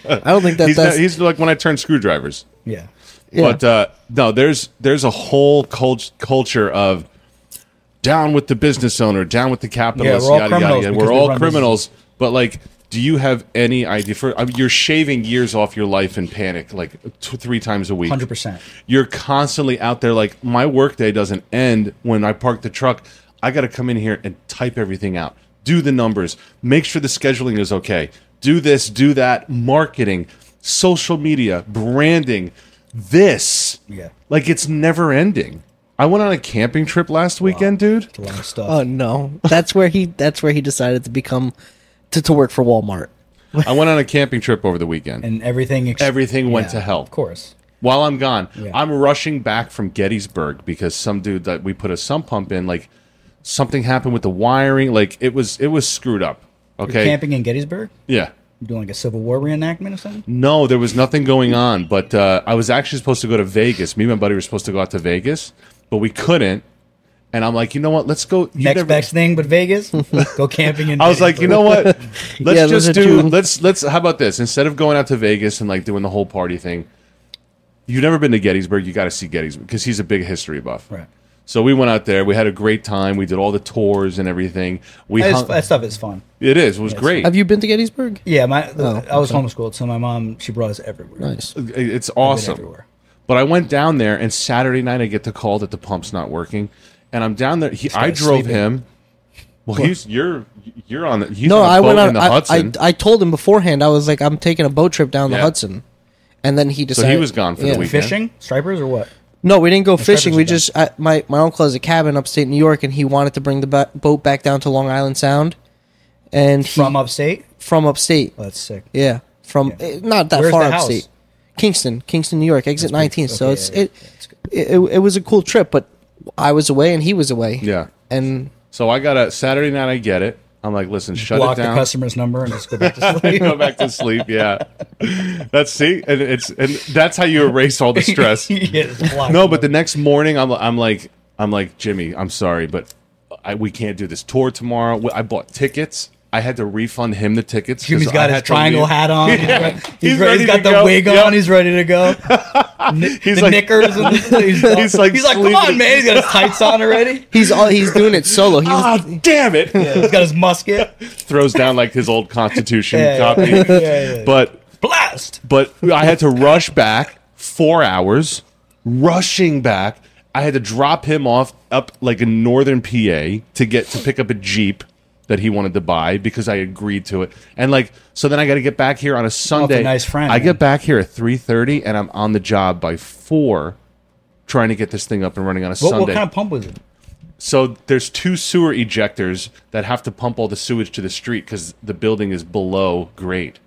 S5: I don't think that
S4: he's
S5: that's
S4: not, he's like when I turn screwdrivers.
S6: yeah.
S4: But uh, no, there's there's a whole cult- culture of down with the business owner, down with the capitalist,
S6: all
S4: yada yada.
S6: criminals
S4: yada.
S6: because
S4: We're
S6: they
S4: all
S6: run
S4: criminals, but like, do you have any idea for? I mean, you're shaving years off your life in panic, like t- three times a week.
S6: 100%.
S4: You're constantly out there. Like my workday doesn't end when I park the truck. I got to come in here and type everything out, do the numbers, make sure the scheduling is okay, do this, do that, marketing, social media, branding, this.
S6: Yeah.
S4: Like it's never ending. I went on a camping trip last weekend, dude.
S6: A lot of stuff.
S5: Oh no. That's where he that's where he decided to become to, to work for Walmart.
S4: I went on a camping trip over the weekend.
S6: and everything. ex-
S4: Everything went
S6: Yeah,
S4: to hell.
S6: Of course.
S4: While I'm gone,
S6: Yeah.
S4: I'm rushing back from Gettysburg because some dude that we put a sump pump in, like something happened with the wiring. Like it was it was screwed up. Okay.
S6: Camping in Gettysburg.
S4: yeah.
S6: You doing like a Civil War reenactment or something?
S4: No, there was nothing going on. But uh, I was actually supposed to go to Vegas. Me and my buddy were supposed to go out to Vegas, but we couldn't. And I'm like, you know what? Let's go. you
S6: Next
S4: never-
S6: best thing, but Vegas. Go camping in.
S4: I was like, you know what? Let's
S5: Yeah, those
S4: just
S5: are
S4: do.
S5: two.
S4: Let's let's. How about this? Instead of going out to Vegas and like doing the whole party thing, you've never been to Gettysburg. You got to see Gettysburg because he's a big history buff.
S6: Right.
S4: So we went out there. We had a great time. We did all the tours and everything. We
S6: That, is,
S4: hung-
S6: that stuff is fun.
S4: it is. It was great.
S5: Have you been to Gettysburg?
S6: Yeah, my
S5: Oh,
S6: I was homeschooled, so my mom she brought us everywhere.
S5: Nice.
S4: it's
S6: Been
S4: awesome.
S6: everywhere.
S4: But I went down there, and Saturday night I get the call that the pump's not working, and I'm down there. He, I
S6: guy's
S4: drove
S6: sleeping.
S4: him. Well, he's you're you're on the he's
S5: No,
S4: on a
S5: I
S4: boat
S5: went
S4: in
S5: on.
S4: the
S5: I, I
S4: Hudson.
S5: I told him beforehand. I was like, I'm taking a boat trip down
S4: Yeah.
S5: the Hudson, and then he
S4: he
S5: decided
S4: was gone for the weekend.
S6: Fishing stripers or what?
S5: No, we didn't go fishing.
S6: Trevor's
S5: We
S6: a guy.
S5: just I, my my uncle has a cabin upstate New York, and he wanted to bring the ba- boat back down to Long Island Sound, and he,
S6: From upstate?
S5: from upstate.
S6: Oh, that's sick.
S5: Yeah, from eh, not that
S6: Where's
S5: far
S6: the house?
S5: upstate, Kingston, Kingston, New York, exit 19. so
S6: okay,
S5: it's
S6: yeah, yeah,
S5: it, it, it it was a cool trip, but I was away and he was away.
S4: Yeah.
S5: and
S4: So I got a Saturday night. I get it. I'm like, listen, shut
S6: Block
S4: it
S6: the
S4: down.
S6: customer's number and just go back to
S4: You
S6: sleep.
S4: go back to sleep. Yeah, that's see, and it's and that's how you erase all the stress.
S6: Yeah, just block
S4: No,
S6: them.
S4: but the next morning, I'm I'm like I'm like Jimmy. I'm sorry, but I, we can't do this tour tomorrow. We- I bought tickets. I had to refund him the tickets. 'cause
S6: Jimmy's
S4: I
S6: got his
S4: had to
S6: triangle
S4: leave.
S6: hat on.
S4: He's
S6: He's, re-
S4: ready to
S6: he's got the
S4: go.
S6: wig on.
S4: Yep.
S6: He's ready to go. Ni-
S4: He's
S6: the
S4: like-
S6: knickers. And the, he's,
S4: He's like
S6: he's like, come
S4: sleeping.
S6: on, man. He's got his tights on already.
S5: he's all, he's doing it solo. He was,
S4: Ah, damn it!
S6: He's got his musket.
S4: Throws down like his old Constitution
S6: Yeah, yeah.
S4: copy.
S6: yeah, yeah.
S4: But
S6: Blast.
S4: but I had to rush back four hours, rushing back. I had to drop him off up like in northern PA to get to pick up a Jeep that he wanted to buy because I agreed to it. And like so then I gotta get back here on a Sunday.
S6: nice friend,
S4: I
S6: man.
S4: get back here at three thirty and I'm on the job by four trying to get this thing up and running on a
S6: What,
S4: Sunday.
S6: what kind of pump was it?
S4: So there's two sewer ejectors that have to pump all the sewage to the street because the building is below grade.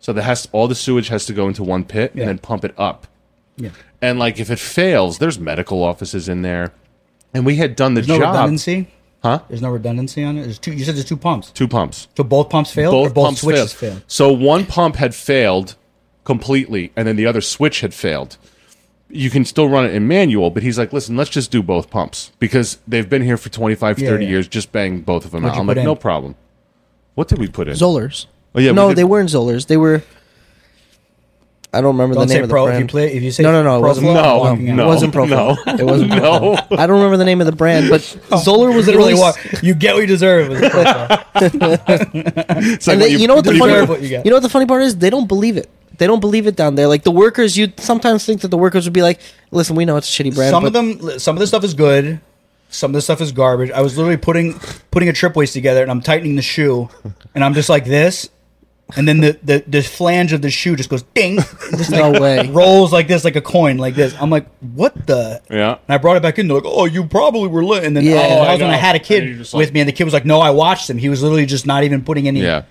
S4: So that has all the sewage has to go into one pit
S6: Yeah.
S4: and then pump it up.
S6: Yeah.
S4: And like if it fails, there's medical offices in there. And we had done the
S6: There's no
S4: job.
S6: redundancy.
S4: Huh?
S6: There's no redundancy on it. There's two. You said there's two pumps.
S4: Two pumps.
S6: So both pumps failed. or
S4: Both,
S6: both
S4: pumps
S6: switches
S4: failed. So one pump had failed completely, and then the other switch had failed. You can still run it in manual, but he's like, listen, let's just do both pumps because they've been here for 25,
S6: Yeah,
S4: 30
S6: yeah.
S4: years. Just bang both of them
S6: What'd
S4: out.
S6: you
S4: I'm
S6: put
S4: like, no
S6: in?
S4: problem. What did we put in?
S5: Zollers.
S4: Oh, yeah, we
S5: no,
S4: did-
S5: they weren't Zollers. They were. I don't remember
S6: Don't
S5: the
S6: say
S5: name of the
S6: pro if
S5: brand.
S6: you play. If you say
S5: no, no, no, it
S6: pro
S5: wasn't.
S6: flow, I'm
S4: no,
S6: walking out.
S4: no,
S5: It wasn't Pro
S4: No,
S5: Foam. It wasn't Pro
S4: no.
S5: I don't remember the name of the brand, but Zoller was
S6: It really
S5: released-
S6: was. Oh. You get what you deserve. It was a pro flow.
S4: It's like
S5: and
S4: when
S5: they, you, know what the
S4: when
S5: funny
S6: deserve
S5: part,
S6: what you
S5: you,
S6: get.
S5: know what the funny part is they don't believe it they don't believe it down there like the workers you'd sometimes think that the workers would be like listen we know it's a shitty brand
S6: some
S5: but
S6: of them some of this stuff is good some of this stuff is garbage i was literally putting putting a trip waist together and i'm tightening the shoe and i'm just like this and then the the, the flange of the shoe just goes ding just
S5: no way
S6: rolls like this like a coin like this i'm like what the
S4: Yeah.
S6: and i brought it back in they're like oh you probably were lit and then
S5: Yeah.
S6: oh,
S5: Oh,
S6: i
S5: I
S6: was when i
S4: know.
S6: had a
S4: And you're
S6: kid
S4: just
S6: with
S4: like-
S6: me and the kid was like no i watched him he was literally just not even putting any
S4: Yeah,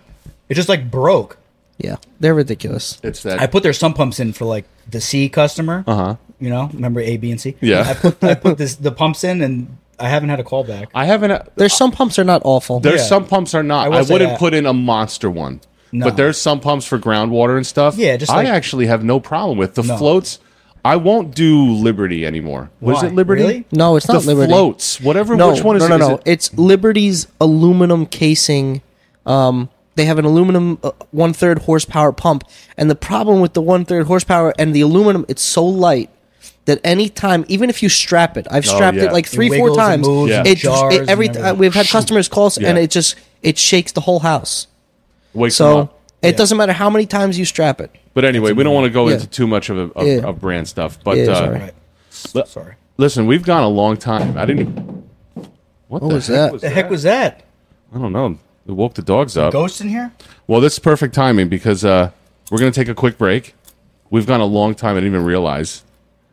S6: it just like broke
S5: yeah they're ridiculous
S4: it's that.
S6: I put their sump pumps in for like the C customer. Uh huh. You know, remember A, B, and C.
S4: Uh-huh. Yeah.
S6: I put I put this the pumps in, and I haven't had a call back.
S4: I haven't.
S5: there's some pumps are not awful
S4: There's
S6: Yeah.
S4: some pumps are not.
S6: I will
S4: I,
S6: say
S4: wouldn't
S6: that.
S4: put in a monster one,
S6: No.
S4: but there's some pumps for groundwater and stuff.
S6: Yeah, just like-
S4: I actually have no problem with the
S6: No.
S4: floats. I won't do Liberty anymore. Was
S6: Why?
S4: it Liberty?
S6: Really?
S5: no it's not
S4: the
S5: liberty
S4: floats. Whatever.
S5: no
S4: which one is
S5: no no
S4: it? Is
S5: no
S4: it-
S5: it's liberty's aluminum casing um they have an aluminum uh, one third horsepower pump and the problem with the one third horsepower and the aluminum it's so light that any time, even if you strap it, I've
S4: Oh,
S5: strapped
S4: yeah.
S5: it like
S4: It
S5: three, four
S6: wiggles and
S5: times.
S6: moves
S4: Yeah. and
S5: It,
S6: jars
S5: it-
S6: and
S5: every
S6: everything.
S5: uh, we've had customers call us, and
S4: Yeah.
S5: it just it shakes the whole house.
S4: Wake them
S5: So
S4: up.
S5: it doesn't matter how many times you strap it.
S4: But anyway, we don't want to go
S5: Yeah.
S4: into too much of, a, of,
S5: Yeah.
S4: of brand stuff. But
S5: Yeah,
S4: uh,
S5: sorry.
S6: Right.
S4: li-
S6: Sorry.
S4: listen, we've gone a long time. I didn't. What, the
S5: was
S4: heck
S5: that?
S4: Was
S6: The heck was that?
S4: I don't know. It woke the dogs up.
S6: Ghost in here?
S4: Well, this is perfect timing because uh, we're going to take a quick break. We've gone a long time. I didn't even realize.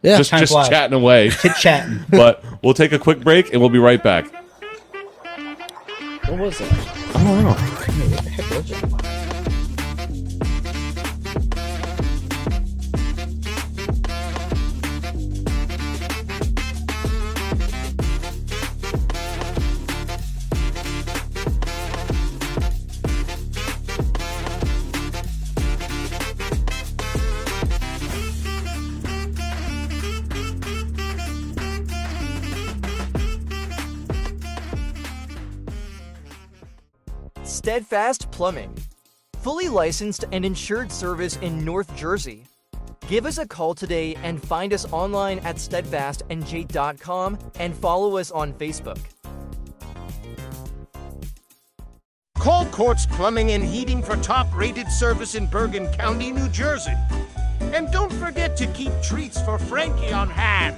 S5: Yeah,
S4: just
S6: time
S4: just
S6: flies.
S4: chatting away.
S6: Chit chatting.
S4: but we'll take a quick break and we'll be right back.
S5: what was it?
S9: Steadfast Plumbing. Fully licensed and insured service in North Jersey. Give us a call today and find us online at steadfastnj.com and follow us on Facebook.
S2: Call Quartz Plumbing and Heating for top rated service in Bergen County, New Jersey. And don't forget to keep treats for Frankie on hand.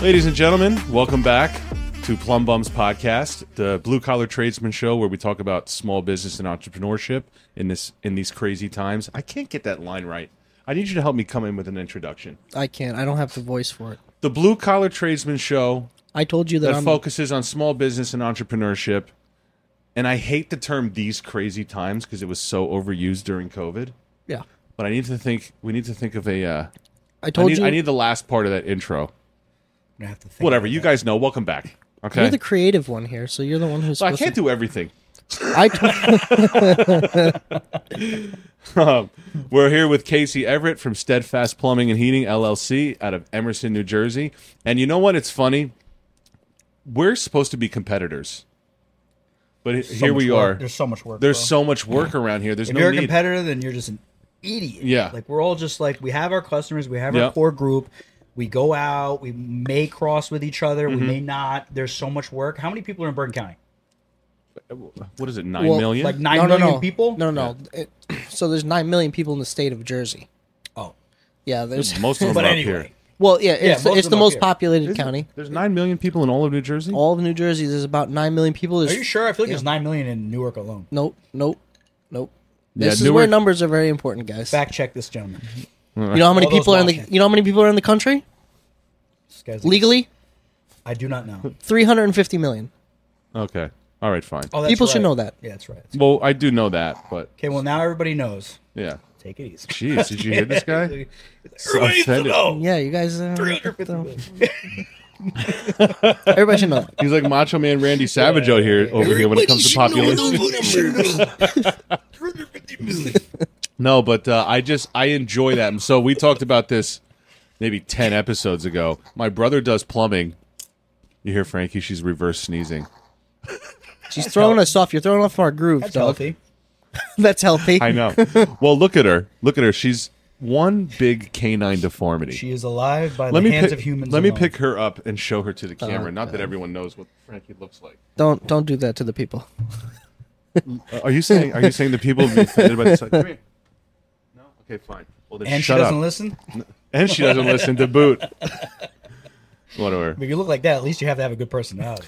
S4: Ladies and gentlemen, welcome back to Plum Bums Podcast, the blue collar tradesman show where we talk about small business and entrepreneurship in this in these crazy times. I can't get that line right. I need you to help me come in with an introduction.
S5: I can't. I don't have the voice for it.
S4: The blue collar tradesman show
S5: I told you that,
S6: Um,
S4: that
S5: I'm.
S4: focuses on small business and entrepreneurship. And I hate the term these crazy times because it was so overused during COVID.
S5: yeah.
S4: But I need to think we need to think of a uh
S5: I
S4: I
S5: told
S4: need,
S5: you.
S4: I need the last part of that intro.
S10: gonna have to think
S4: Whatever,
S10: about
S4: you
S10: that.
S4: guys know. Welcome back. Okay.
S5: you're the creative one here, so you're the one who's.
S4: So I
S5: supposed
S4: can't do everything.
S5: to, I told.
S4: Um, we're here with Casey Everett from Steadfast Plumbing and Heating LLC out of Emerson, New Jersey. And you know what? It's funny. We're supposed to be competitors, but he-
S6: So
S4: here
S6: much
S4: we are.
S6: work. There's so much work.
S4: There's
S6: bro.
S4: so much work around here. There's
S6: If
S4: no
S6: you're a
S4: need.
S6: competitor, then you're just an idiot.
S4: Yeah.
S6: Like we're all just like we have our customers, we have
S4: Yeah.
S6: our core group. We go out. We may cross with each other.
S4: Mm-hmm.
S6: We may not. There's so much work. How many people are in Bergen County?
S4: what is it? Nine million?
S5: Well,
S6: Like nine
S5: no,
S6: million
S5: no, no.
S6: people.
S5: No, no, no. It- so there's nine million people in the state of Jersey.
S6: Oh,
S5: Yeah, there's.
S4: Most of them
S6: but
S4: are
S6: anyway,
S4: up here.
S5: Well, yeah, it's,
S6: most of
S5: it's the
S6: them up
S5: most
S6: here.
S5: populated county.
S4: There's nine million people in all of New Jersey.
S5: All of New Jersey, there's about nine million people. There's
S6: are you sure? I feel like there's nine million in Newark alone.
S5: Nope, nope, nope.
S4: Yeah,
S5: This is
S4: Newark-
S5: where numbers are very important, guys.
S6: Fact check this gentleman.
S5: Mm-hmm. you know how many
S6: All those
S5: people are in the
S6: Washington.
S5: you know how many people are in the country
S6: This guy's-
S5: legally?
S6: I do not know.
S5: Three hundred and fifty million.
S4: okay. All right. Fine.
S6: Oh, that's
S5: People should
S6: right.
S5: know that.
S6: Yeah, that's right.
S4: Well, I do know that, but
S6: Okay, well now everybody knows.
S4: yeah.
S6: Take it easy.
S4: Jeez, did you hear this guy?
S6: Everybody needs to
S4: offended.
S6: know.
S5: Yeah, you guys. Uh,
S6: 350 million.
S5: everybody should know. That.
S4: He's like Macho Man Randy Savage out here over here when it comes to population. No, but uh, I just I enjoy that. And so we talked about this maybe ten episodes ago. My brother does plumbing. You hear Frankie? She's reverse sneezing.
S5: She's throwing us off. You're throwing off our groove,
S6: That's
S5: dog.
S6: healthy.
S5: That's healthy.
S4: I know. well, look at her. Look at her. She's one big canine deformity.
S6: She is alive by
S4: let
S6: the
S4: me
S6: hands
S4: pick,
S6: of humans.
S4: let me
S6: alone.
S4: pick her up and show her to the camera. Not that everyone knows what Frankie looks like.
S5: Don't don't do that to the people.
S4: Uh, are you saying? Are you saying the people will be offended by this? Like, Come here. No. Okay, fine. Well, then
S6: And
S4: shut
S6: she
S4: up.
S6: doesn't listen.
S4: and she doesn't listen to boot. Whatever.
S6: If you look like that, at least you have to have a good personality.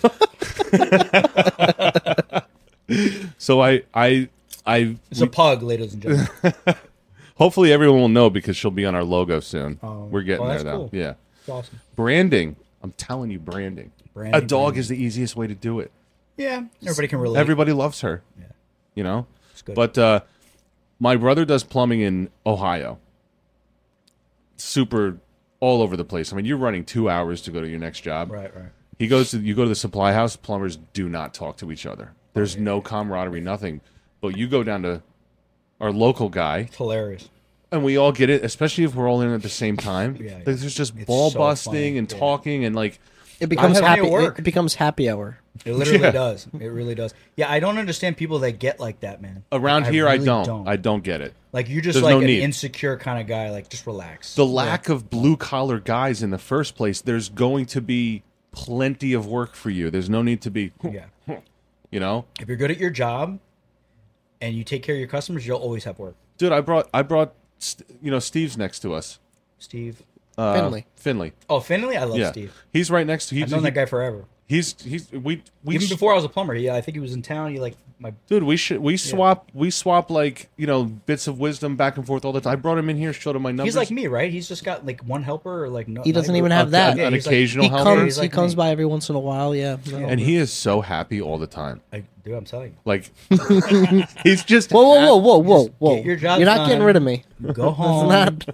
S4: So I I I
S6: It's a pug, ladies and gentlemen.
S4: Hopefully, everyone will know because she'll be on our logo soon.
S6: Oh.
S4: We're getting
S6: Oh,
S4: there,
S6: that's
S4: though.
S6: cool.
S4: Yeah.
S6: It's awesome.
S4: Branding. I'm telling you, branding.
S6: Branding,
S4: a dog
S6: branding.
S4: is the easiest way to do it.
S6: Yeah, everybody can relate.
S4: Everybody loves her. Yeah. You know?
S6: good.
S4: But uh, my brother does plumbing in Ohio. Super all over the place. I mean, you're running two hours to go to your next job.
S6: right, right.
S4: He goes to you go to the supply house. Plumbers do not talk to each other. There's no camaraderie, nothing. But you go down to our local guy,
S6: It's hilarious.
S4: and we all get it, especially if we're all in at the same time.
S6: Yeah,
S4: Like,
S6: yeah.
S4: there's just
S6: It's
S4: ball
S6: so
S4: busting
S6: funny,
S4: and
S6: yeah.
S4: talking and like
S5: It becomes
S4: have-
S5: happy.
S6: It
S5: It,
S6: worked.
S5: it becomes happy hour.
S6: It literally does. It really does. Yeah, I don't understand people that get like that, man.
S4: around here, I
S6: really
S4: don't, I don't get it.
S6: Like you're just
S4: There's
S6: like
S4: no
S6: an
S4: need.
S6: insecure kind of guy. Like just relax.
S4: The lack of blue collar guys in the first place. There's going to be plenty of work for you. There's no need to be,
S6: yeah.
S4: you know,
S6: If you're good at your job, and you take care of your customers, you'll always have work.
S4: dude. I brought, I brought, St- you know, Steve's next to us.
S6: Steve.
S4: Uh,
S5: Finley.
S4: Finley.
S6: Oh, Finley, I love
S4: Yeah,
S6: Steve.
S4: he's right next to. He's
S6: I've known that guy forever.
S4: He's he's we we
S6: Even
S4: sh-
S6: before I was a plumber, yeah, I think he was in town. He like my
S4: dude. We should we swap we swap like you know bits of wisdom back and forth all the time. I brought him in here, showed him my numbers.
S6: he's like me, right? He's just got like one helper or like no.
S5: He doesn't
S6: like-
S5: even have that.
S4: an, an
S6: he's like-
S4: occasional
S5: he
S4: helper,
S6: Yeah,
S5: comes.
S6: he's
S5: He
S6: like
S5: comes
S6: me.
S5: by every once in a while. Yeah. no.
S4: and he is so happy all the time.
S6: I, dude, I'm telling you,
S4: Like he's just
S5: Whoa, whoa, whoa, whoa, whoa, whoa!
S6: get your job
S5: You're not getting
S6: done. Oh.
S5: rid of me.
S6: go home.
S5: Not.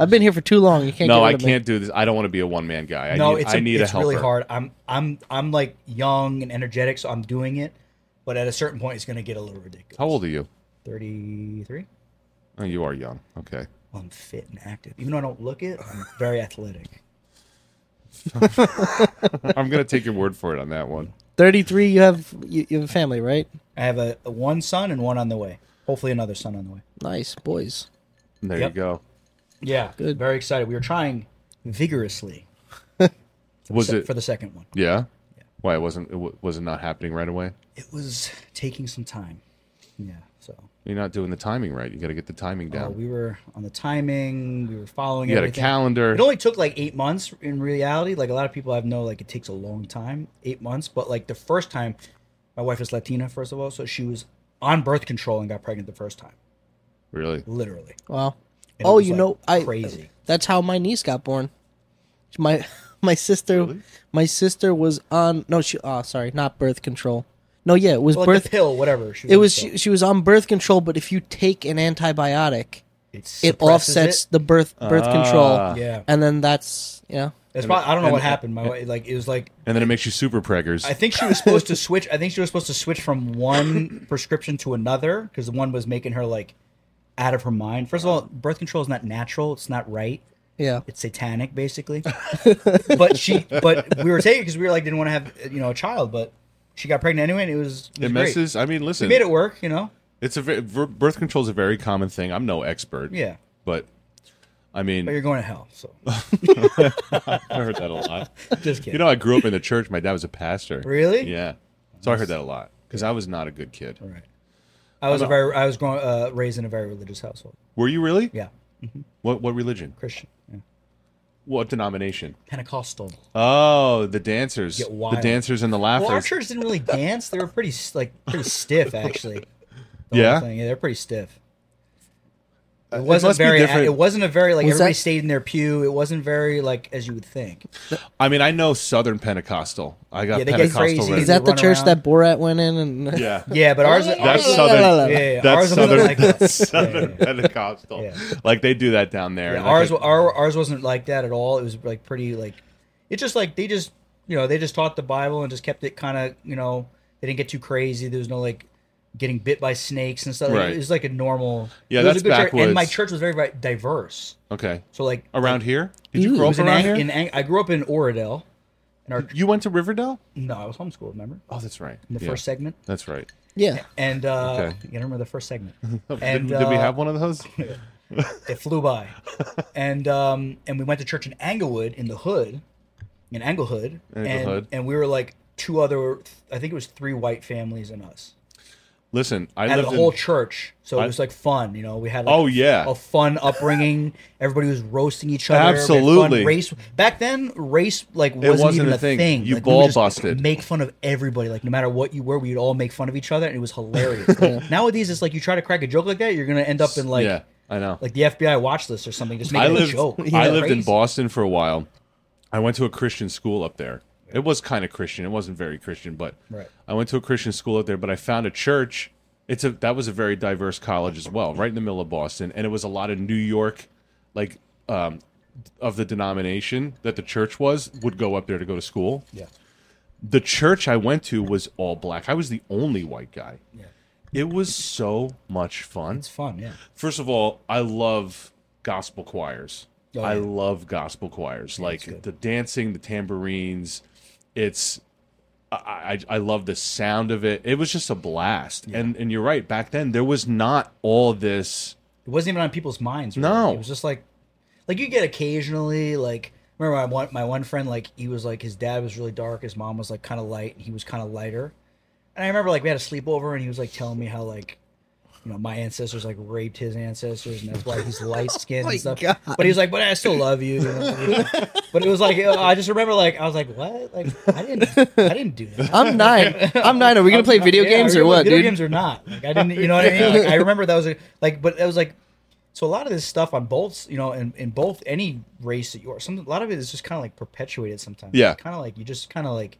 S5: I've been here for too long. You can't.
S4: No,
S5: get rid
S4: I
S5: of
S4: can't do this. I don't want to be a one man guy. I
S6: no,
S4: need,
S6: it's
S4: I need
S6: it's
S4: a helper.
S6: really hard. I'm I'm I'm like young and energetic, so I'm doing it. But at a certain point, it's going to get a little ridiculous.
S4: How old are you?
S6: Thirty three.
S4: Oh, you are young. Okay.
S6: I'm fit and active, even though I don't look it. I'm very athletic.
S4: I'm going to take your word for it on that one.
S5: Thirty-three. You have you, you have a family, right?
S6: I have a, a one son and one on the way. Hopefully, another son on the way.
S5: Nice boys.
S4: There
S6: Yep.
S4: you go.
S6: Yeah,
S5: Good.
S6: Very excited. We were trying vigorously
S4: Was
S6: se-
S4: it?
S6: for the second one.
S4: yeah? Why it wasn't? It wa- was it not happening right away?
S6: It was taking some time. Yeah. So
S4: You're not doing the timing right. You got to get the timing
S6: uh,
S4: down.
S6: we were on the timing. We were following.
S4: you got a
S6: everything.
S4: calendar.
S6: It only took like eight months in reality. Like a lot of people I've know, like it takes a long time, eight months. But like the first time, my wife is Latina, first of all, so she was on birth control and got pregnant the first time,
S4: Really?
S6: literally.
S5: Wow.
S6: And it
S5: Oh,
S6: was,
S5: you
S6: like,
S5: know, I
S6: crazy.
S5: That's how my niece got born. My my sister, my sister was on no, she. Oh, sorry, not birth control. No, yeah, it was
S6: Well, like
S5: birth.
S6: the pill, whatever. She
S5: it was
S6: on the
S5: she,
S6: pill.
S5: she was on birth control, but if you take an antibiotic, it
S6: suppresses
S5: offsets
S6: it.
S5: the birth birth
S4: Ah.
S5: control.
S6: Yeah.
S5: and then that's you know.
S6: It's probably, I don't know
S4: and-
S6: what happened. My wife, like it was like
S4: And then it makes you super preggers.
S6: I think she was supposed to switch. I think she was supposed to switch from one prescription to another because the one was making her like out of her mind. First of all, birth control is not natural. It's not right.
S5: Yeah.
S6: It's satanic, basically. but she, but we were taking because we were like didn't want to have you know a child, but she got pregnant anyway, and it was
S4: it
S6: it, was
S4: messes. I mean,
S6: Great. We
S4: listen.
S6: made it work, you know.
S4: It's a very, ver- birth control is a very common thing. I'm no expert.
S6: Yeah,
S4: But I
S6: but you're
S4: mean,
S6: going to hell. So
S4: I heard that a lot.
S6: just kidding.
S4: You know, I grew up in the church. My dad was a pastor.
S6: Really?
S4: Yeah. So I heard that a lot because I was not a good kid.
S6: right. I was a very, I was growing, uh, raised in a very religious household.
S4: Were you really?
S6: Yeah,
S4: What what religion?
S6: Christian, yeah.
S4: What denomination?
S6: Pentecostal.
S4: Oh, the dancers.
S6: Get
S4: The
S6: wild.
S4: dancers and the
S6: Well, our
S4: laughers.
S6: church didn't really dance. They were pretty s- like pretty stiff actually. The whole
S4: yeah. Uh,
S6: thing. yeah, they're pretty stiff. It
S4: must
S6: wasn't
S4: be
S6: very. uh,
S4: different.
S6: It wasn't a very like
S5: Was
S6: everybody
S5: that-
S6: stayed in their pew. It wasn't very like as you would think.
S4: I mean, I know Southern Pentecostal. I got
S6: Yeah, they get
S4: Pentecostal.
S6: crazy.
S4: religion.
S5: Is that the
S6: run
S5: church
S6: around.
S5: that Borat went in and
S4: yeah.
S6: Oh, Yeah, but ours.
S4: That's
S6: ours,
S4: Southern.
S5: la, la, la.
S6: Yeah, yeah, yeah.
S4: That's
S6: ours wasn't
S4: Southern.
S6: like that.
S4: that's
S6: Yeah, yeah,
S4: Southern
S6: yeah.
S4: Pentecostal.
S6: Yeah.
S4: Like they do that down there.
S6: Yeah,
S4: and I
S6: ours,
S4: think-
S6: our, ours wasn't like that at all. It was like pretty like, it's just like they just you know they just taught the Bible and just kept it kind of you know they didn't get too crazy. There was no like getting bit by snakes and stuff. Like,
S4: Right.
S6: It was like a normal.
S4: Yeah,
S6: it was
S4: that's
S6: a good church. And my
S4: backwoods.
S6: church was very, very diverse.
S4: okay.
S6: So like
S4: Around here? Did you
S5: Ooh,
S4: grow
S6: it
S4: up
S6: was in,
S4: around here?
S6: Ang- in Ang- I grew up in Oradell. And our
S4: you went to Riverdale?
S6: no, I was homeschooled. Remember
S4: Oh, that's right.
S6: in the
S4: Yeah.
S6: first segment.
S4: That's right.
S5: yeah.
S6: And uh,
S4: Okay.
S6: you remember the first segment?
S4: Did,
S6: And
S4: did we
S6: uh,
S4: have one of those?
S6: It flew by, and um, and we went to church in Anglewood in the hood, in Anglehood,
S4: Englewood.
S6: and and we were like two other, I think it was three white families and us,
S4: Listen, I
S6: and
S4: lived
S6: the whole
S4: in,
S6: church. So
S4: I-
S6: it was like fun, you know. We had like,
S4: Oh, yeah.
S6: a fun upbringing. Everybody was roasting each other. We had fun
S4: Absolutely.
S6: race back then. Race like wasn't,
S4: wasn't
S6: even
S4: a
S6: a,
S4: thing.
S6: thing.
S4: You
S6: Like, we would
S4: ball
S6: just
S4: busted.
S6: Make fun of everybody. Like no matter what you were, we'd all make fun of each other, and it was hilarious. Nowadays, it's like you try to crack a joke like that, you're gonna end up in like
S4: yeah, I know.
S6: like the FBI watch list or something. Just make
S4: I
S6: it a
S4: lived,
S6: joke.
S4: I lived in
S6: Crazy.
S4: Boston for a while. I went to a Christian school up there. It was kind of Christian. It wasn't very Christian, but
S6: Right.
S4: I went to a Christian school up there. But I found a church. It's a that was a very diverse college as well, right in the middle of Boston, and it was a lot of New York, like um, of the denomination that the church was would go up there to go to school.
S6: Yeah.
S4: The church I went to was all black. I was the only white guy. Yeah. It was so much fun
S6: It's fun, yeah.
S4: first of all, I love gospel choirs.
S6: Oh,
S4: I
S6: yeah.
S4: love gospel choirs, like the dancing, the tambourines. It's I, I I love the sound of it. It was just a blast. And and you're right. Back then, there was not all this.
S6: It wasn't even on people's minds. really.
S4: No.
S6: it was just like, like you get occasionally like. Remember my one my one friend like he was like his dad was really dark, his mom was like kind of light, and he was kind of lighter. And I remember like we had a sleepover, and he was like telling me how like you know, my ancestors like raped his ancestors, and that's why he's light skinned
S4: Oh
S5: my
S6: and stuff.
S5: God.
S6: But he was like, "But I still love you." you know? but it was like I just remember, like I was like, "What? Like I didn't, I didn't do that."
S5: I'm nine. I'm nine. Are we gonna play
S6: I'm-
S5: video
S6: yeah,
S5: games
S6: are
S5: or
S6: we gonna play
S5: what,
S6: Video
S5: dude?
S6: games or not? Like I didn't, you know what I mean? Like, I remember that was a, like, but it was like, so a lot of this stuff on both, you know, in, in both any race that you are, some a lot of it is just kind of like perpetuated sometimes.
S4: Yeah.
S6: kind of like you just kind of like,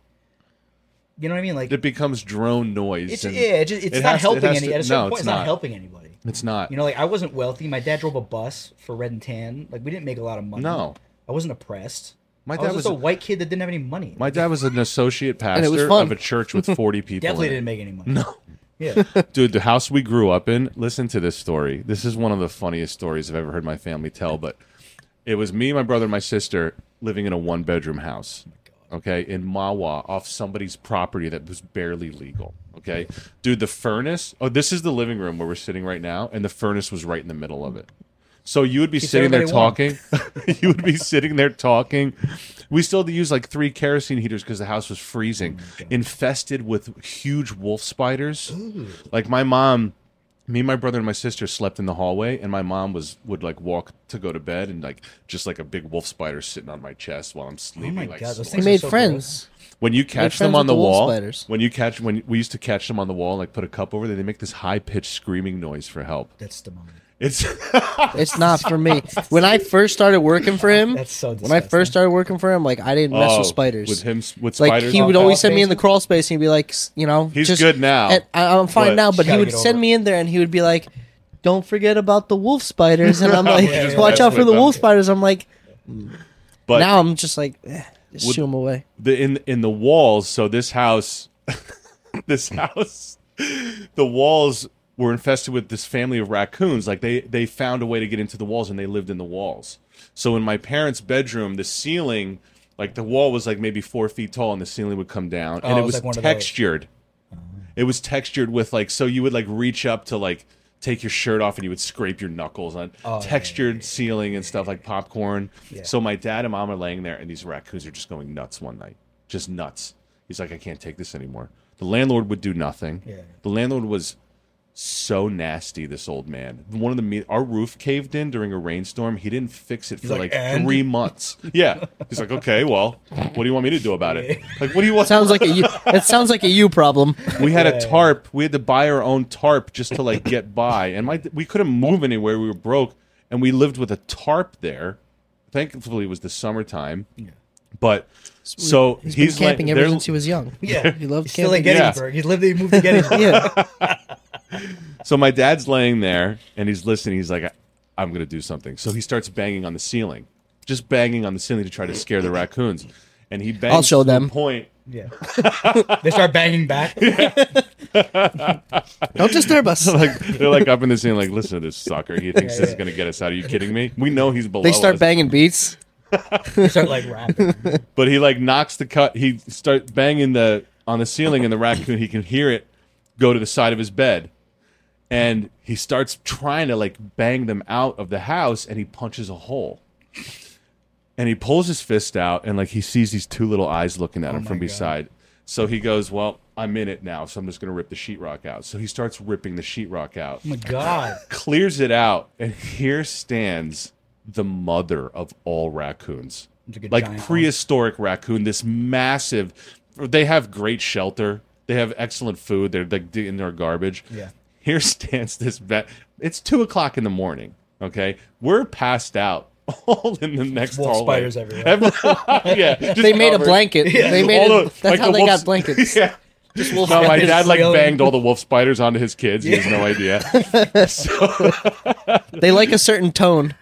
S6: you know what I mean? Like
S4: It becomes drone noise.
S6: it's
S4: and
S6: yeah, it just, it's
S4: it
S6: not
S4: has to- it
S6: helping
S4: has
S6: any.
S4: to-
S6: at a certain
S4: no,
S6: point,
S4: it's
S6: it's not.
S4: not.
S6: helping anybody.
S4: It's not.
S6: You know, like I wasn't wealthy. My dad drove a bus for Red and Tan. Like we didn't make a lot of money.
S4: No.
S6: I wasn't oppressed.
S4: My
S6: My
S4: dad
S6: dad I was,
S4: was
S6: just
S4: a-
S6: a white kid that didn't have any money.
S4: My dad was an associate
S5: it was
S4: pastor
S5: fun.
S4: of a church with 40 people.
S6: definitely
S4: in it.
S6: didn't make any money. No. Yeah.
S4: Dude, the house we grew up in, listen to this story. This is one of the funniest stories I've ever heard my family tell, but it was me, my brother, and my sister living in a one bedroom house. Okay, in Mawa off somebody's property that was barely legal. Okay. Dude, the furnace. Oh, this is the living room where we're sitting right now, and the furnace was right in the middle of it. So you would be sitting there
S6: everybody
S4: talking. you would be sitting there talking. We still had to use like three kerosene heaters because the house was freezing, infested with huge wolf spiders. Like my mom, me, my brother, and my sister slept in the hallway, and my mom was would like walk to go to bed, and like just like a big wolf spider sitting on my chest
S5: Oh
S4: while I'm sleeping.
S6: my
S4: like,
S6: God, those
S4: snoring.
S5: We
S6: things are
S5: made
S6: so
S5: friends.
S4: When you catch them
S5: friends
S4: on
S5: with
S4: the,
S5: the wolf
S4: wall,
S5: spiders.
S4: when you catch when we used to catch them on the wall, and like put a cup over there, they make this high pitched screaming noise for help.
S6: That's demonic.
S4: It's
S5: It's not for me. When I first started working for him,
S6: That's so
S5: when I first
S6: disgusting.
S5: started working for him, like I didn't mess
S4: Oh,
S5: with spiders.
S4: with him s- with
S5: like
S4: spiders.
S5: he
S6: on
S5: would
S6: crawl
S5: always send me in the
S6: spaces?
S5: crawl space, and he'd be like, s- you know,
S4: He's
S5: just-
S4: good now,
S5: and I, I'm fine
S4: but-
S5: now, but he
S6: Gotta
S5: would
S6: get
S5: send
S6: over it.
S5: me in there, and he would be like, "Don't forget about the wolf spiders," and I'm like,
S4: Just
S5: "Watch
S4: mess
S5: out for
S4: with
S5: the
S4: them.
S5: wolf spiders." I'm like,
S4: but
S5: now I'm just like, eh, just
S4: Would-
S5: shoo him away.
S4: the in in the walls. So this house, this house, the walls were infested with this family of raccoons. Like they they found a way to get into the walls, and they lived in the walls. So in my parents' bedroom, the ceiling, like the wall was like maybe four feet tall, and the ceiling would come down, and
S6: Oh,
S4: it
S6: it was
S4: was
S6: like one of those.
S4: textured. It was textured with like so you would like reach up to like take your shirt off and you would scrape your knuckles on
S6: Oh,
S4: textured ceiling and stuff like popcorn. So my dad and mom are laying there and these raccoons are just going nuts one night. Just nuts. He's like, I can't take this anymore. The landlord would do nothing.
S6: Yeah.
S4: The landlord was so nasty, this old man. One of the me- our roof caved in during a rainstorm. He didn't fix it for
S6: like,
S4: like,
S6: "And?"
S4: three months. Yeah. He's like, Okay, well, what do you want me to do about it? Like, what do you want?
S5: Sounds like a you, it sounds like a you problem.
S4: We had a tarp. We had to buy our own tarp just to like get by, and my we couldn't move anywhere. We were broke, and we lived with a tarp there. Thankfully, it was the summertime. But so
S5: He's
S4: he's,
S5: been camping
S4: like,
S5: ever
S4: they're-
S5: since he was young.
S6: Yeah.
S5: he loved
S6: Still in
S5: camping.
S4: Yeah.
S6: Gettysburg. He lived. He moved to Gettysburg.
S5: yeah,
S4: So my dad's laying there and he's listening. He's like, I- am going to do something. So he starts banging on the ceiling, just banging on the ceiling to try to scare the raccoons. And he bangs.
S5: I'll show
S4: to a
S5: them.
S4: point.
S6: Yeah. they start banging back.
S5: don't disturb us.
S4: Like they're like up in the ceiling, like listen to this sucker. He thinks this is going to get us out. Are you kidding me? We know he's below.
S5: They start
S4: us.
S5: banging beats.
S6: They start like rapping. Oh
S4: but he like knocks the cut. He starts banging the on the ceiling, and the raccoon he can hear it go to the side of his bed, and he starts trying to like bang them out of the house, and he punches a hole. And he pulls his fist out, and like he sees these two little eyes looking at him from beside. So he goes, "Well, I'm in it now, so I'm just gonna rip the sheetrock out." So he starts ripping the sheetrock out
S6: Oh my God.
S4: clears it out, and here stands the mother of all raccoons.
S6: like a
S4: Like
S6: giant
S4: prehistoric raccoon, this massive. They have great shelter. They have excellent food. They're like in their garbage.
S6: Yeah.
S4: Here stands this vet. It's two o'clock in the morning. Okay, we're passed out. All in the next
S6: Wolf
S4: hallway.
S6: spiders everywhere.
S4: yeah, just
S5: They made a
S4: covered.
S5: blanket. They made
S4: All
S5: a,
S4: the-
S5: that's
S4: like
S5: how
S4: the
S5: they
S4: wolves-
S5: got blankets.
S4: Yeah,
S5: Just wolf
S4: no, my
S5: spiders.
S4: dad like
S6: Really?
S4: banged all the wolf spiders onto his kids. He has no idea.
S5: They like a certain tone.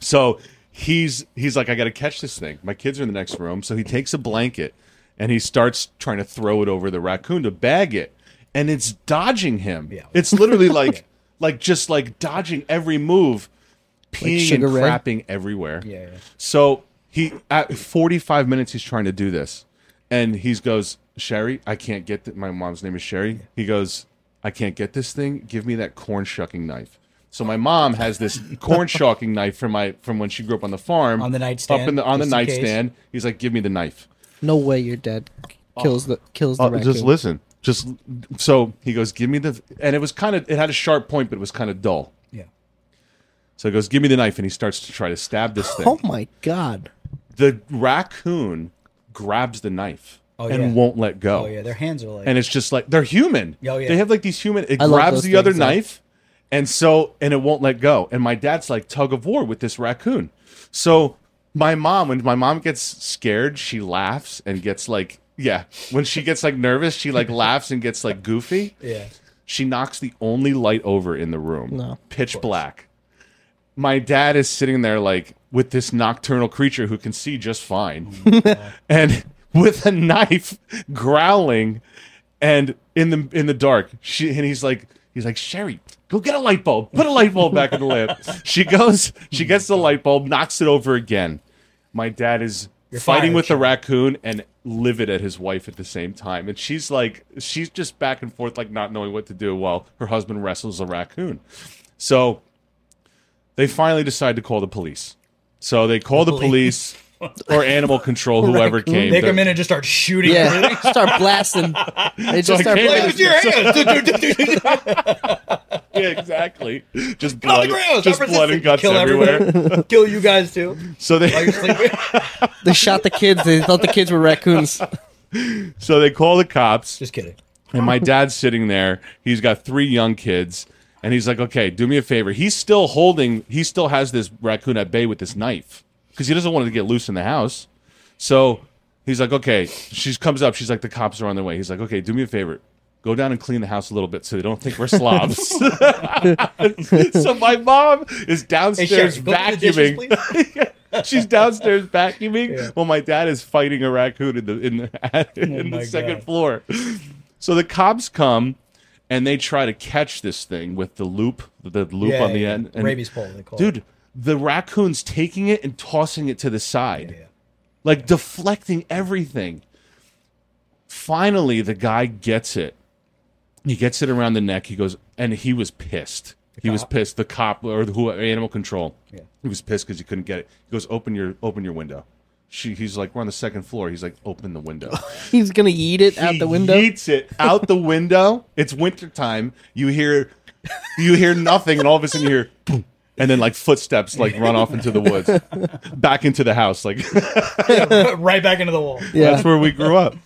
S4: So he's he's like, I got to catch this thing. My kids are in the next room. So he takes a blanket and he starts trying to throw it over the raccoon to bag it, and it's dodging him.
S6: Yeah.
S4: It's literally like like just like dodging every move, peeing
S5: Sugar
S4: and
S5: Ray?
S4: crapping everywhere.
S6: Yeah, yeah.
S4: So he at 45 minutes he's trying to do this, and he goes, Sherry, I can't get th- my mom's name is Sherry. He goes, I can't get this thing. Give me that corn shucking knife. So my mom has this corn shucking knife from my from when she grew up on the farm
S6: On the nightstand,
S4: up in the, on the
S6: just in case.
S4: nightstand. He's like, give me the knife.
S5: No way your dad kills the kills the
S4: Uh,
S5: raccoon.
S4: just listen. Just so he goes, give me the, and it was kind of, it had a sharp point, but it was kind of dull.
S6: Yeah.
S4: So he goes, give me the knife, and he starts to try to stab this thing.
S5: Oh my god.
S4: The raccoon grabs the knife
S6: Oh,
S4: and
S6: yeah.
S4: won't let go.
S6: Oh yeah, their hands are like.
S4: and it's just like they're human.
S6: Oh, yeah.
S4: They have like these human. It
S5: I love
S4: grabs
S5: those
S4: the other
S5: things, yeah.
S4: knife, and so and it won't let go. And my dad's like tug of war with this raccoon. So my mom, when my mom gets scared, she laughs and gets like yeah. When she gets like nervous, she like laughs and gets like goofy.
S6: yeah.
S4: She knocks the only light over in the room.
S5: No.
S4: Pitch black. My dad is sitting there like with this nocturnal creature who can see just fine.
S6: Oh
S4: and with a knife growling and in the in the dark. She and he's like he's like Sherry, go get a light bulb. Put a light bulb back in the lamp. She goes, she gets the light bulb, knocks it over again. My dad is fighting
S6: fired,
S4: with the
S6: Sherry.
S4: raccoon and livid at his wife at the same time. And she's like, she's just back and forth, like not knowing what to do while her husband wrestles a raccoon. So they finally decide to call the police. So they call the, police. or animal control, whoever came.
S6: They
S4: They're-
S6: come in and just start shooting.
S5: Yeah. start blasting. They just
S4: So I came
S5: start
S4: in-
S5: blasting.
S6: With your hands.
S4: yeah, exactly. Just
S6: On the
S4: blood,
S6: ground,
S4: just
S6: stop
S4: blood and
S6: resisting.
S4: guts
S6: Kill
S4: everywhere.
S6: everyone. Kill you guys too.
S4: So
S6: While
S4: they
S6: you're sleeping.
S5: They shot the kids. They thought the kids were raccoons.
S4: so they call the cops,
S6: Just kidding.
S4: and my dad's sitting there. He's got three young kids, and he's like, "Okay, do me a favor." He's still holding. He still has this raccoon at bay with this knife because he doesn't want it to get loose in the house. So he's like, "Okay." She comes up. She's like, "The cops are on their way." He's like, "Okay, do me a favor." Go down and clean the house a little bit so they don't think we're slobs. so my mom is
S6: Hey, Sherry,
S4: downstairs
S6: go do the dishes,
S4: vacuuming.
S6: please.
S4: She's downstairs vacuuming while my dad is fighting a raccoon in the in the, in
S6: Oh my
S4: the second
S6: God.
S4: floor. So the cops come and they try to catch this thing with the loop, the loop
S6: Yeah,
S4: on the
S6: yeah, yeah.
S4: end. And
S6: Rabies pole, they call
S4: Dude, the raccoon's taking it and tossing it to the side.
S6: yeah.
S4: Like deflecting everything. Finally, the guy gets it. He gets it around the neck. He goes, and he was pissed. he was
S6: cop?
S4: pissed. The cop or the who animal control.
S6: Yeah.
S4: He was pissed because he couldn't get it. He goes, open your open your window. She, he's like, we're on the second floor. He's like, open the window.
S5: He's gonna eat it out
S4: He
S5: the window.
S4: yeets it out the window. It's wintertime. You hear, you hear nothing, and all of a sudden you hear, boom, and then like footsteps like run off into the woods, back into the house. Like
S6: right back into the wall.
S4: that's where we grew up.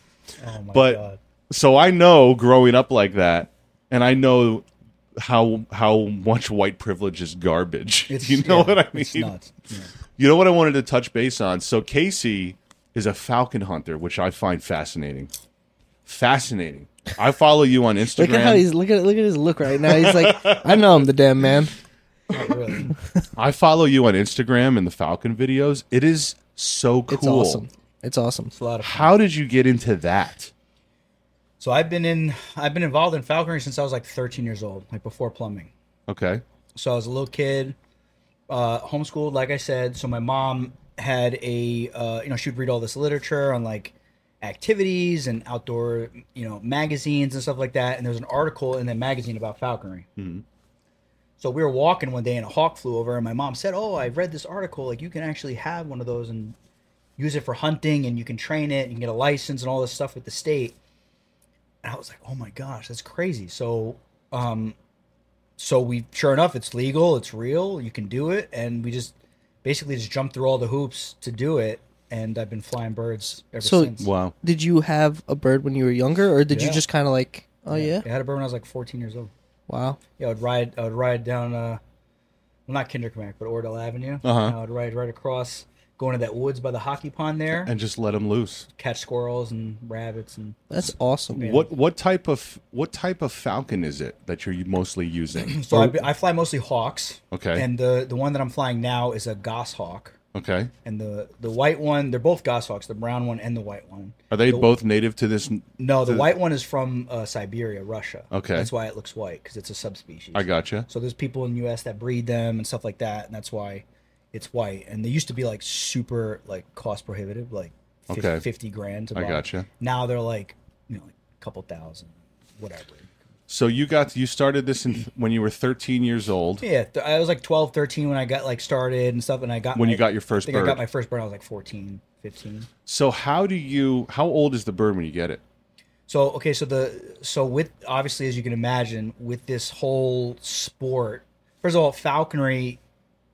S6: Oh my
S4: But
S6: god.
S4: so I know growing up like that, and I know how how much white privilege is garbage. you know
S6: yeah,
S4: what I mean?
S6: It's nuts. Yeah.
S4: You know what I wanted to touch base on? So Casey is a falcon hunter, which I find fascinating. Fascinating. I follow you on Instagram.
S5: Look at how he's look at look at his look right now. He's like, I know I'm the damn man.
S6: Really.
S4: I follow you on Instagram and the falcon videos. It is so cool.
S5: It's awesome. It's awesome.
S6: It's a lot of fun.
S4: How did you get into that?
S6: So I've been in I've been involved in falconry since I was like 13 years old, like before plumbing.
S4: Okay.
S6: So I was a little kid, uh, homeschooled, like I said. So my mom had a, uh, you know, she would read all this literature on like activities and outdoor, you know, magazines and stuff like that. And there was an article in that magazine about falconry. So we were walking one day and a hawk flew over, and my mom said, "Oh, I read this article. Like you can actually have one of those and use it for hunting, and you can train it, and you can get a license and all this stuff with the state." And I was like, "Oh my gosh, that's crazy!" So, um, so we sure enough, it's legal, it's real, you can do it, and we just basically just jumped through all the hoops to do it. And I've been flying birds ever
S5: So-
S6: since.
S4: Wow.
S5: Did you have a bird when you were younger, or did
S6: Yeah.
S5: you just kind of like, oh yeah,
S6: I had a bird when I was like 14 years old.
S5: wow,
S6: Yeah, I would ride. I would ride down. Uh, well, not Kinderkamack, but Ordell Avenue.
S4: Uh-huh.
S6: And I would ride right across, go into that woods by the hockey pond there,
S4: And just let him loose.
S6: catch squirrels and rabbits and.
S5: that's awesome.
S4: What what type of what type of falcon is it that you're mostly using?
S6: So I, I fly mostly hawks.
S4: Okay.
S6: And the the one that I'm flying now is a goshawk,
S4: Okay.
S6: and the the white one. They're both goshawks, the brown one and the white one.
S4: Are they
S6: The-
S4: both native to this?
S6: No, the white one is from uh, Siberia, Russia.
S4: Okay.
S6: That's why it looks white because it's a subspecies.
S4: I gotcha.
S6: So there's people in the U.S. that breed them and stuff like that, and that's why it's white. And they used to be like super like cost prohibitive, like fif-
S4: Okay.
S6: fifty grand. To
S4: I
S6: buy.
S4: gotcha.
S6: Now they're like you know like a couple thousand, whatever.
S4: So you got you started this in, when you were 13 years old.
S6: Yeah, th- I was like 12, 13 when I got like started and stuff, and I got
S4: When
S6: my-
S4: you got your first
S6: I think I
S4: bird.
S6: got my first bird. I was like 14, 15.
S4: So how do you? How old is the bird when you get it?
S6: So okay, so the so with obviously as you can imagine with this whole sport, first of all, falconry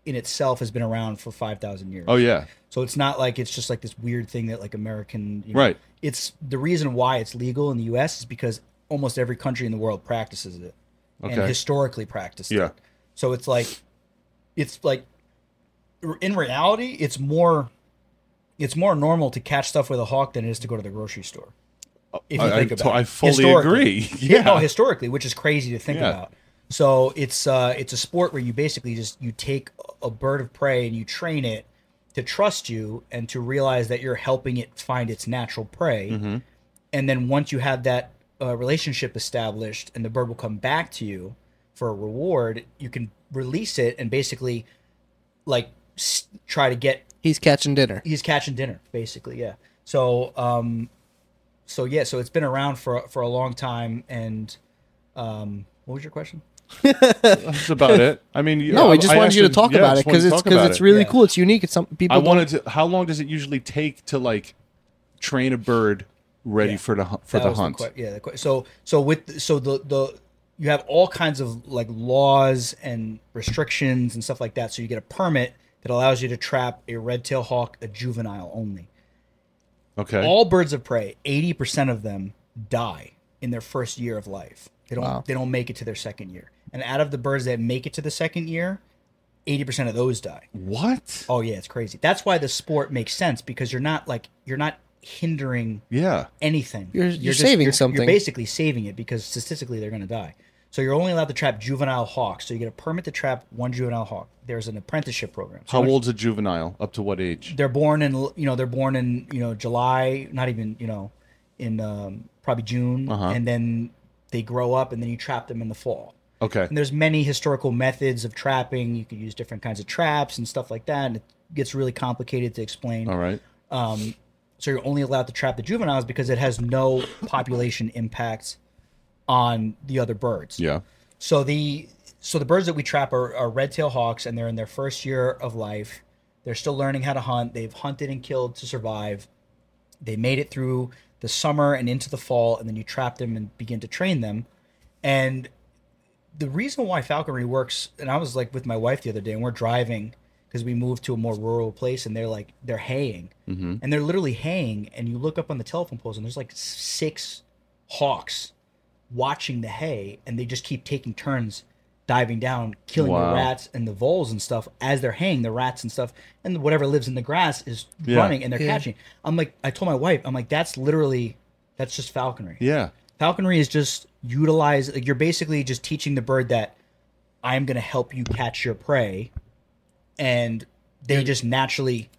S6: in itself has been around for five thousand years.
S4: Oh yeah,
S6: So it's not like it's just like this weird thing that like American you know-
S4: Right.
S6: It's the reason why it's legal in the U.S. is because almost every country in the world practices it and
S4: Okay.
S6: historically practiced
S4: Yeah.
S6: it. So it's like it's like in reality, it's more it's more normal to catch stuff with a hawk than it is to go to the grocery store. If
S4: I- I to- I fully
S6: Historically.
S4: agree.
S6: Yeah. no,
S4: Yeah.
S6: Oh, historically, which is crazy to think
S4: Yeah.
S6: about. So it's uh, it's a sport where you basically just you take a bird of prey and you train it to trust you and to realize that you're helping it find its natural prey.
S4: Mm-hmm.
S6: And then once you have that uh, relationship established, and the bird will come back to you for a reward, you can release it and basically like s- try to get
S5: He's catching dinner.
S6: he's catching dinner basically yeah so um so yeah so it's been around for for a long time and um what was your question
S4: that's about it. I mean, you-
S5: No, I
S4: I
S5: just
S4: I
S5: wanted you to
S4: actually-
S5: talk
S4: yeah, I
S5: about it
S4: just wanted
S5: because
S4: to
S5: it's
S4: talk about
S5: because it's
S4: it.
S5: really
S6: Yeah.
S5: cool. It's unique. It's some people.
S4: I
S5: don't-
S4: wanted to. How long does it usually take to like train a bird ready for the hu- for
S6: That
S4: the
S6: was the
S4: hunt?
S6: que- yeah the que- so so with so the the you have all kinds of like laws and restrictions and stuff like that so you get a permit that allows you to trap a red-tailed hawk a juvenile only
S4: okay.
S6: all birds of prey 80% of them die in their first year of life they don't
S5: Wow.
S6: they don't make it to their second year and out of the birds that make it to the second year 80% of those die
S4: what?
S6: oh yeah it's crazy that's why the sport makes sense because you're not like you're not hindering
S4: Yeah.
S6: anything
S5: You're- you're saving
S6: you're
S5: something.
S6: basically saving it because statistically they're going to die so you're only allowed to trap juvenile hawks so you get a permit to trap one juvenile hawk there's an apprenticeship program so
S4: How old's a juvenile? Up to what age?
S6: they're born in you know they're born in you know July, not even you know in um, probably June,
S4: Uh-huh.
S6: and then they grow up, and then you trap them in the fall.
S4: Okay.
S6: And there's many historical methods of trapping. You can use different kinds of traps and stuff like that, and it gets really complicated to explain.
S4: All right.
S6: Um, so you're only allowed to trap the juveniles because it has no population impact on the other birds.
S4: Yeah.
S6: So the so the birds that we trap are, are red tail hawks, and they're in their first year of life. They're still learning how to hunt. They've hunted and killed to survive. They made it through the summer and into the fall, and then you trap them and begin to train them. And the reason why falconry works, and I was like with my wife the other day, and we're driving because we moved to a more rural place, and they're like they're haying,
S4: Mm-hmm.
S6: and they're literally haying, and you look up on the telephone poles, and there's like six hawks watching the hay, and they just keep taking turns diving down, killing
S4: Wow.
S6: the rats and the voles and stuff as they're haying the rats and stuff, and whatever lives in the grass is
S4: Yeah.
S6: running and they're catching. I'm like, I told my wife, I'm like, that's literally, that's just falconry.
S4: Yeah.
S6: Falconry is just utilize. Like you're basically just teaching the bird that I'm going to help you catch your prey, and they just naturally.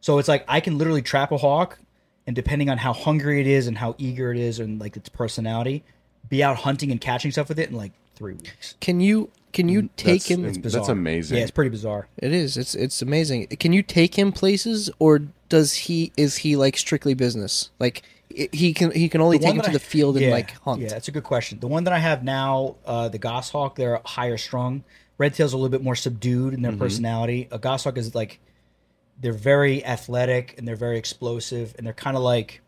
S6: So it's like I can literally trap a hawk, and depending on how hungry it is and how eager it is and like its personality, be out hunting and catching stuff with it in like three weeks.
S5: Can you can you
S4: Mm,
S5: take
S4: That's,
S5: him?
S4: and that's
S6: bizarre.
S4: amazing.
S6: Yeah, it's pretty bizarre.
S5: It is. It's it's amazing. Can you take him places, or does he is he like strictly business? Like i- he can he can only take
S6: one
S5: him
S6: that
S5: to
S6: I-
S5: the field
S6: yeah,
S5: and like hunt.
S6: Yeah, that's a good question. The one that I have now, uh, the goshawk, they're higher strung. Red tails are a little bit more subdued in their
S5: Mm-hmm.
S6: personality. A goshawk is like they're very athletic and they're very explosive and they're kind of like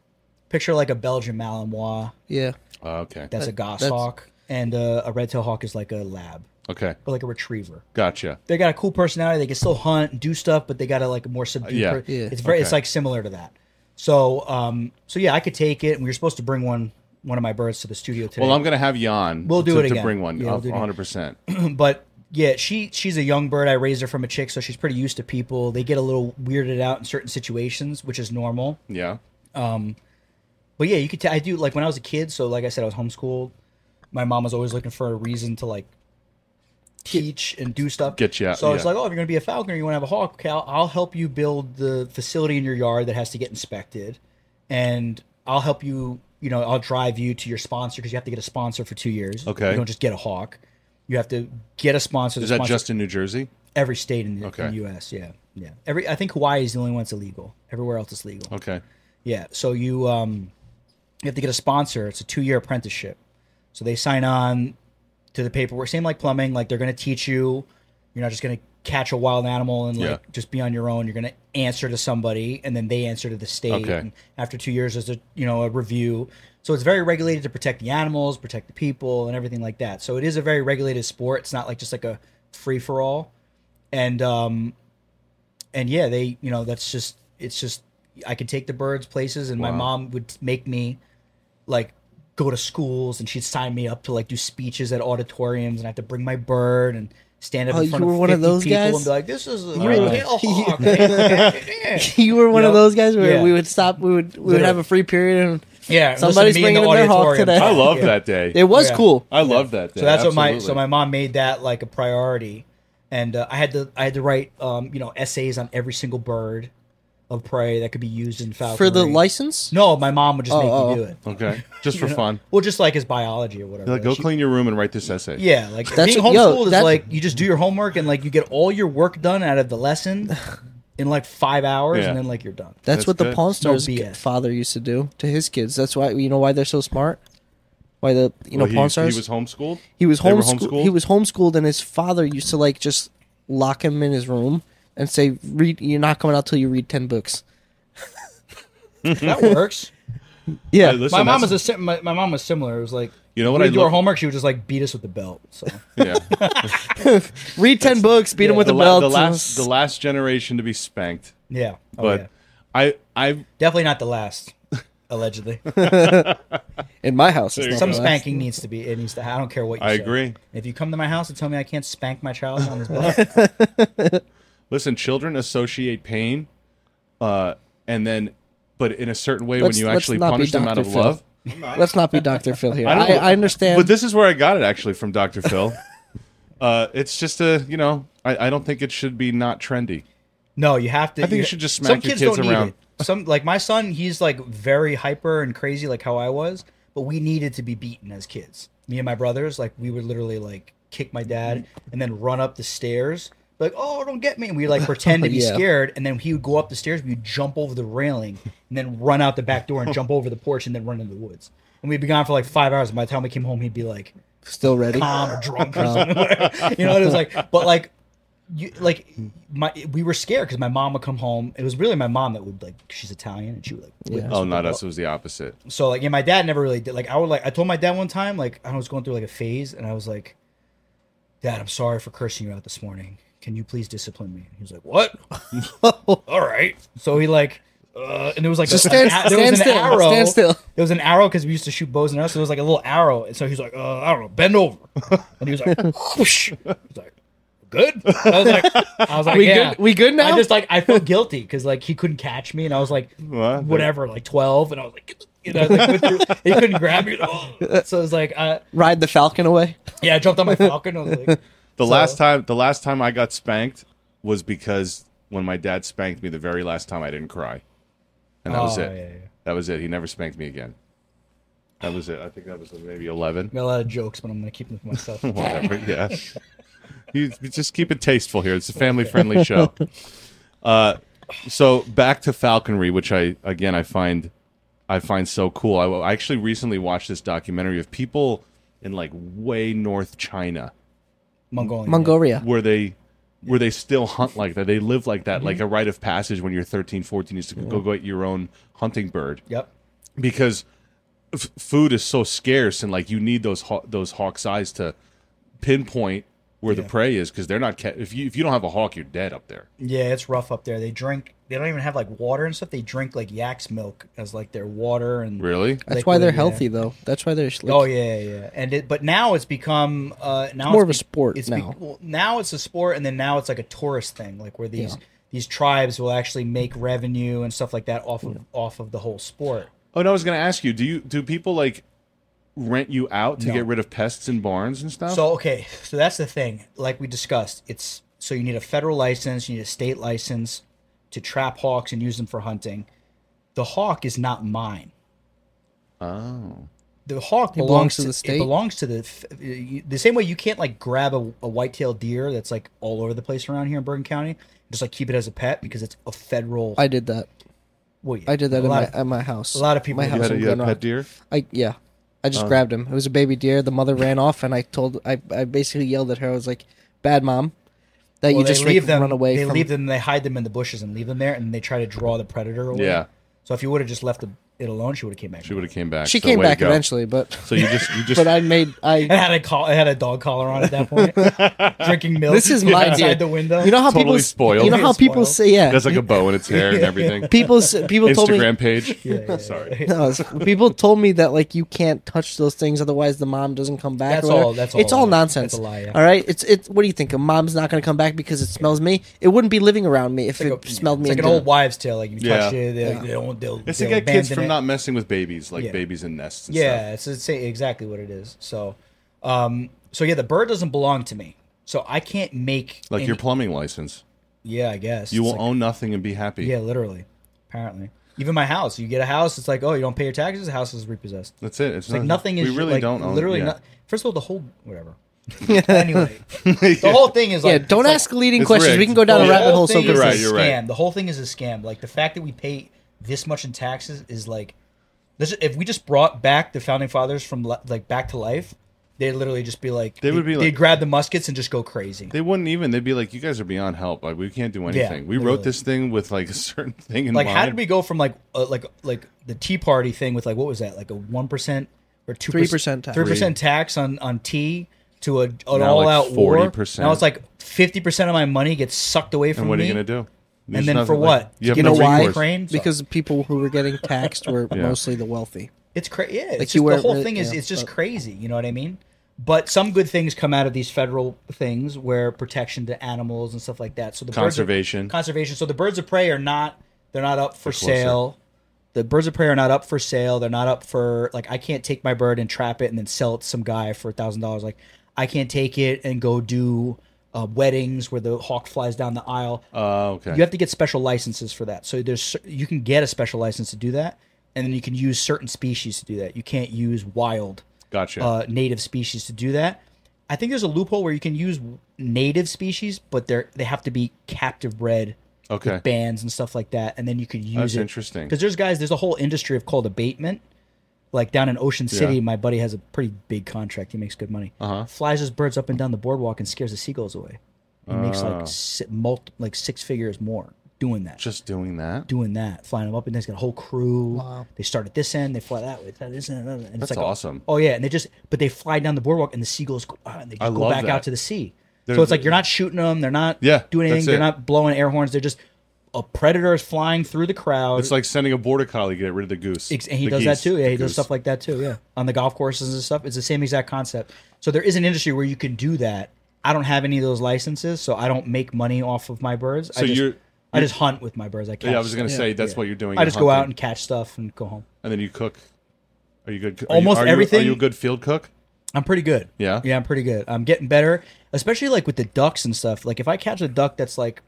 S6: picture like a Belgian Malinois.
S5: Yeah.
S4: Uh, Okay.
S6: That's a
S5: That- that's-
S6: goshawk, and uh, a red tail hawk is like a lab
S4: Okay.
S6: or like a retriever.
S4: Gotcha.
S6: They got a cool personality. They can still hunt and do stuff, but they got a like a more subdued.
S4: yeah.
S6: per-
S5: Yeah.
S6: It's very. It's
S4: Okay.
S6: like similar to that. So, um, so yeah, I could take it. And we were supposed to bring one one of my birds to the studio today.
S4: Well, I'm gonna have Jan.
S6: We'll do
S4: to,
S6: it
S4: to
S6: again.
S4: bring one.
S6: Yeah, we'll do it again.
S4: 100. percent
S6: but yeah, she she's a young bird. I raised her from a chick, so she's pretty used to people. They get a little weirded out in certain situations, which is normal.
S4: Yeah.
S6: But yeah, you could. T- I do like when I was a kid. So like I said, I was homeschooled. My mom was always looking for a reason to like teach and do stuff.
S4: Get you out,
S6: So it's
S4: yeah.
S6: like, oh, if you're gonna be a falconer, you want to have a hawk. Okay, I'll, I'll help you build the facility in your yard that has to get inspected, and I'll help you. You know, I'll drive you to your sponsor because you have to get a sponsor for two years.
S4: Okay.
S6: you don't just get a hawk. You have to get a sponsor. The
S4: Is that
S6: sponsor-
S4: just in New Jersey?
S6: every state in the, in
S4: Okay.
S6: the U.S. Yeah, yeah. Every I think Hawaii is the only one that's illegal. Everywhere else is legal.
S4: Okay.
S6: Yeah. So you um, you have to get a sponsor. It's a two year apprenticeship. So they sign on to the paperwork. Same like plumbing. Like they're going to teach you. You're not just going to catch a wild animal and like
S4: Yeah.
S6: just be on your own. You're going to answer to somebody, and then they answer to the state.
S4: Okay.
S6: And after two years, there's a you know a review. So it's very regulated to protect the animals, protect the people, and everything like that. So it is a very regulated sport. It's not like just like a free for all. And um, and yeah, they you know that's just it's just I could take the birds places, and my mom would make me like go to schools, and she'd sign me up to like do speeches at auditoriums, and I have to bring my bird and stand up
S5: Oh,
S6: in front
S5: you
S6: of
S5: were one of
S6: 50
S5: those
S6: people
S5: guys?
S6: and be like, "This is a
S5: were-
S6: Oh, great tail hawk." Yeah.
S5: you were one
S6: Yep.
S5: of those guys where
S6: Yeah.
S5: we would stop. We would we would have a free period, and
S6: Yeah, listen to
S5: somebody's
S6: me in
S5: bringing
S6: the
S5: in their hawk
S6: auditorium.
S5: today.
S4: I love
S6: Yeah.
S4: that day.
S5: It was
S6: Yeah.
S5: cool.
S4: I love that day.
S6: So that's what my
S4: absolutely.
S6: so my mom made that like a priority, and uh, I had to I had to write um, you know essays on every single bird of prey that could be used in falconry
S5: For the license,
S6: No, my mom would just
S5: Oh,
S6: make
S5: oh,
S6: me do it.
S4: Okay, just for fun.
S6: Well, just like his biology or whatever.
S4: You're like, go
S6: She-
S4: clean your room and write this essay.
S6: Yeah, like
S5: That's
S6: being
S5: what- yo,
S6: homeschooled is
S5: that's-
S6: like you just do your homework and like you get all your work done out of the lesson in like five hours,
S4: Yeah.
S6: and then like you're done.
S5: that's,
S4: That's
S5: what the
S4: good.
S5: Pawn Stars
S6: No
S5: g-
S6: BS.
S5: father used to do to his kids. That's why you know why they're so smart. Why the you know
S4: Well, he,
S5: Pawn Stars?
S4: he was homeschooled.
S5: He was
S4: They were
S5: homeschooled. He was homeschooled, and his father used to like just lock him in his room and say, "Read. You're not coming out till you read ten books."
S6: That works.
S5: Yeah,
S4: Hey, listen,
S6: my mom
S4: that's-
S6: was a sim- my, my mom was similar. It was like
S4: You know what
S6: we
S4: I
S6: do our
S4: love-
S6: homework. She would just like beat us with the belt. So
S4: yeah.
S5: read ten books, beat him with
S4: the,
S5: a
S4: la-
S5: belt.
S4: the last the last generation to be spanked.
S6: yeah, Oh,
S4: But
S6: yeah.
S4: I I
S6: Definitely not the last. Allegedly,
S5: in my house,
S4: There
S5: it's
S4: you
S5: not
S6: some
S5: the last.
S6: spanking needs to be. It needs to. I don't care what you
S4: I
S6: say.
S4: agree.
S6: If you come to my house and tell me I can't spank my child on this belt,
S4: listen. Children associate pain, uh, and then, but in a certain way
S5: Let's-
S4: when you
S5: let's
S4: actually
S5: not be
S4: punish them out
S5: Dr.
S4: of
S5: Phil.
S4: love.
S5: Let's not be Doctor Phil here.
S4: I
S5: I,
S4: don't-
S5: I, understand.
S4: But this is where I got it actually from Dr. Phil. uh, it's just a you know I, I don't think it should be not trendy.
S6: No, you have to.
S4: I think you should just smack your kids
S6: need
S4: around.
S6: it. Some like my son, he's like very hyper and crazy, like how I was. But we needed to be beaten as kids. Me and my brothers, like we would literally like kick my dad and then run up the stairs, like oh don't get me. And we like pretend to be
S5: Yeah.
S6: scared, and then he would go up the stairs. We'd jump over the railing and then run out the back door and jump over the porch and then run into the woods. And we'd be gone for like five hours. And by the time we came home, he'd be like
S5: Still ready?
S6: calm or drunk or something. you know, it was like, but like, you like my we were scared because my mom would come home. It was really my mom that would like she's Italian and she would like whip
S5: Yeah.
S6: us
S4: Oh,
S6: with
S4: not
S6: the
S4: us. It was the opposite.
S6: so like yeah, my dad never really did. Like I would like I told my dad one time like I was going through like a phase, and I was like, "Dad, I'm sorry for cursing you out this morning. Can you please discipline me?" And he was like, "What? All right." So he like. Uh, and there was like
S5: Just
S6: a,
S5: stand-
S6: a- there
S5: stand
S6: was an
S5: still,
S6: arrow.
S5: stand still.
S6: There was an arrow because we used to shoot bows and arrows. So there was like a little arrow, and so he was like, uh, "I don't know, bend over," and he was like, "Whoosh." He was like, "Good." I was like, "I was like,
S5: We
S6: yeah.
S5: good? We good now?
S6: I just like I felt guilty because like he couldn't catch me, and I was like,
S4: What?
S6: whatever, like twelve, and I was like, "Get the-" you know, like, with your- he couldn't grab me. Oh. So it was like, uh,
S5: Ride the Falcon away.
S6: yeah, I jumped on my falcon. I was like,
S4: The
S6: So-
S4: last time the last time I got spanked was because when my dad spanked me the very last time I didn't cry. And that was
S6: Oh,
S4: it.
S6: yeah, yeah.
S4: That was it. He never spanked me again. That was it. I think that was maybe 11.
S6: got a lot of jokes, but I'm gonna keep them to myself.
S4: Whatever. Yeah. You you just keep it tasteful here. It's a family-friendly show. Uh so back to falconry, which I again I find I find so cool. I, I actually recently watched this documentary of people in like way north China
S6: Mongolian.
S5: Mongolia.
S4: where they where they still hunt like that they live like that
S5: Mm-hmm.
S4: like a rite of passage when you're 13 14 is to go get your own hunting bird
S6: Yep.
S4: because f- food is so scarce and like you need those haw- those hawk's eyes to pinpoint where the prey is because they're not ca- if you if you don't have a hawk you're dead up there
S6: Yeah, it's rough up there. They drink. They don't even have like water and stuff. They drink like yak's milk as like their water and
S4: really
S5: That's why they're
S6: liquid, yeah.
S5: healthy, though. That's why they're. Like,
S6: oh yeah, yeah, and it, but now it's become uh, now
S5: more
S6: it's
S5: of a sport
S6: It's
S5: now.
S6: well, now it's a sport, and then now it's like a tourist thing, like where these these tribes will actually make revenue and stuff like that off of off of the whole sport.
S4: oh and i was going to ask you do you do people like rent you out to
S6: No.
S4: get rid of pests in barns and
S5: Oh.
S4: stuff
S6: So okay, so that's the thing. Like we discussed, it's so you need a federal license, you need a state license to trap hawks and use them for hunting. The hawk is not mine.
S4: oh
S6: the hawk belongs, to the state. It belongs to the f- you- the same way you can't like grab a, a white-tailed deer that's like all over the place around here in Bergen County. and Just like keep it as a pet because it's a federal.
S5: I did that.
S6: well, yeah,
S5: I did that
S6: a
S5: at
S6: lot
S5: my,
S6: of-
S5: at my house.
S6: a lot of people
S5: My
S6: do
S4: you had
S5: house
S4: a,
S5: in
S4: you had a
S5: Glen Rock.
S4: pet deer Oh.
S5: I yeah. I just grabbed him. It was a baby deer. The mother ran off, and I told I, I basically yelled at her. I was like, "Bad mom, that
S6: well,
S5: you just
S6: they leave
S5: make
S6: them.
S5: run away
S6: they
S5: from."
S6: leave them. They hide them in the bushes and leave them there, and they try to draw the predator away.
S4: Yeah.
S6: So if you would have just left the it alone, she would have came back.
S4: She would have came back.
S5: She
S4: so
S5: came
S4: way to
S5: back
S4: go.
S5: eventually, but
S4: So you just you just
S5: but I made
S6: It
S5: I.
S6: had a call. It had a dog collar on at that point. Drinking milk.
S5: This is my
S6: outside
S5: idea.
S6: the window.
S5: You know how
S4: Totally
S5: people
S4: spoiled.
S5: You know how people
S6: Spoiled.
S5: say yeah.
S4: that's like a bow in its hair and everything.
S5: people s- people told me
S4: Instagram page. Sorry.
S5: No, it's- people told me that like you can't touch those things, otherwise the mom doesn't come back.
S6: That's
S5: or whatever.
S6: all- that's
S5: It's
S6: all-
S5: all nonsense.
S6: that's a lie, yeah.
S5: All right. It's it's. What do you think? A mom's not going to come back because it smells me. It wouldn't be living around me if
S6: Like
S5: it smelled me.
S6: It's like
S5: and
S6: an old
S5: didn't.
S6: wives' tale. Like you
S4: Yeah.
S6: touch it, they, they don't. They'll,
S4: It's to
S6: they'll
S4: get kids
S6: abandon
S4: from
S6: it.
S4: not messing with babies, like
S6: Yeah.
S4: babies in nests. And
S6: Yeah, it's, it's exactly what it is. So, um, so yeah, the bird doesn't belong to me, so I can't make
S4: stuff. like
S6: any-
S4: your plumbing license.
S6: Yeah, I guess
S4: You will
S6: It's like-
S4: own nothing and be happy.
S6: Yeah, literally. Apparently, even my house. You get a house, it's like, oh, you don't pay your taxes. The house is repossessed.
S4: That's it. It's,
S6: It's like nothing is
S4: Uh, We really
S6: like,
S4: don't own.
S6: literally.
S4: yeah.
S6: not- first of all, the whole whatever. anyway, the whole thing is
S5: Yeah.
S6: like
S5: Don't
S6: it's like-
S5: ask leading
S4: It's
S5: questions.
S4: rigged.
S5: We can go
S6: the
S5: down a
S6: whole
S5: rabbit hole so
S6: thing
S5: quickly.
S6: is a
S4: Right, you're right.
S6: scam. The whole thing is a scam. Like the fact that we pay this much in taxes is like, this, if we just brought back the founding fathers from li- like back to life, they'd literally just be like,
S4: They would be
S6: they'd
S4: like-
S6: grab the muskets and just go crazy.
S4: They wouldn't even. They'd be like, "You guys are beyond help. Like we can't do anything. we wrote
S6: literally.
S4: this thing with like a certain thing in
S6: like,
S4: mind."
S6: how did we go from like uh, like like the Tea Party thing with like what was that like a one percent or two
S5: 3% tax.
S6: three percent tax on on tea to a, an
S4: Now,
S6: all
S4: like,
S6: out war?
S4: 40%.
S6: Now it's like fifty percent of my money gets sucked away from
S4: And what are
S6: me.
S4: you gonna do? There's
S6: then
S4: nothing-
S6: for
S4: like,
S6: what?
S4: You, have
S5: You
S4: no
S5: know why?
S4: recourse.
S6: Ukraine? So-
S5: Because the people who were getting taxed were mostly the wealthy.
S6: It's crazy. Yeah, it's
S5: Like, you
S6: just,
S5: wear-
S6: the whole
S5: uh,
S6: thing is
S5: yeah,
S6: it's just
S5: but-
S6: crazy. You know what I mean? But some good things come out of these federal things, where protection to animals and stuff like that. So the birds of-
S4: Conservation.
S6: conservation. So the birds of prey are not they're not up for
S4: closer.
S6: sale. The birds of prey are not up for sale. They're not up for like I can't take my bird and trap it and then sell it to some guy for a thousand dollars. Like I can't take it and go do uh, weddings where the hawk flies down the aisle.
S4: Uh, okay.
S6: You have to get special licenses for that. So there's cer- you can get a special license to do that, and then you can use certain species to do that. You can't use wild
S4: gotcha.
S6: uh, native species to do that. I think there's a loophole where you can use native species, but they're they have to be captive bred
S4: okay.
S6: bands and stuff like that, and then you could use
S4: That's
S6: it.
S4: interesting.
S6: Because there's guys, there's a whole industry of called abatement. Like down in Ocean City,
S4: Yeah.
S6: my buddy has a pretty big contract. He makes good money. Uh-huh. Flies his birds up and down the boardwalk and scares the seagulls away. He makes
S4: Ah.
S6: like si- multi, like six figures more doing that.
S4: Just doing that.
S6: doing that, flying them up, and he's got a whole crew. They start at this end, they fly that way, that this end, that end, and
S4: That's
S6: it's like,
S4: awesome.
S6: Oh yeah, and they just but they fly down the boardwalk, and the seagulls go, ah, and they
S4: I
S6: go
S4: love
S6: back
S4: that.
S6: out to the sea.
S4: They're-
S6: so it's like you're not shooting them, they're not
S4: Yeah,
S6: doing anything,
S4: that's
S6: they're
S4: it.
S6: not blowing air horns, they're just a predator is flying through the crowd.
S4: It's like sending a border collie to get rid of the goose.
S6: Ex- and he
S4: The
S6: does
S4: geese,
S6: that too. Yeah,
S4: the
S6: he does
S4: goose.
S6: stuff like that too. Yeah, on the golf courses and stuff. It's the same exact concept. So there is an industry where you can do that. I don't have any of those licenses, so I don't make money off of my birds. I
S4: So
S6: just,
S4: you're-
S6: I just hunt with my birds. I catch.
S4: Yeah, I was gonna say that's what you're doing.
S6: I
S4: You're
S6: just go out
S4: hunting,
S6: and catch stuff and go home.
S4: and then you cook. Are you good? are you-
S6: Almost
S4: are you- Are
S6: everything-
S4: you a good field cook?
S6: I'm pretty good.
S4: Yeah?
S6: Yeah, I'm pretty good. I'm getting better, especially like with the ducks and stuff. Like if I catch a duck that's like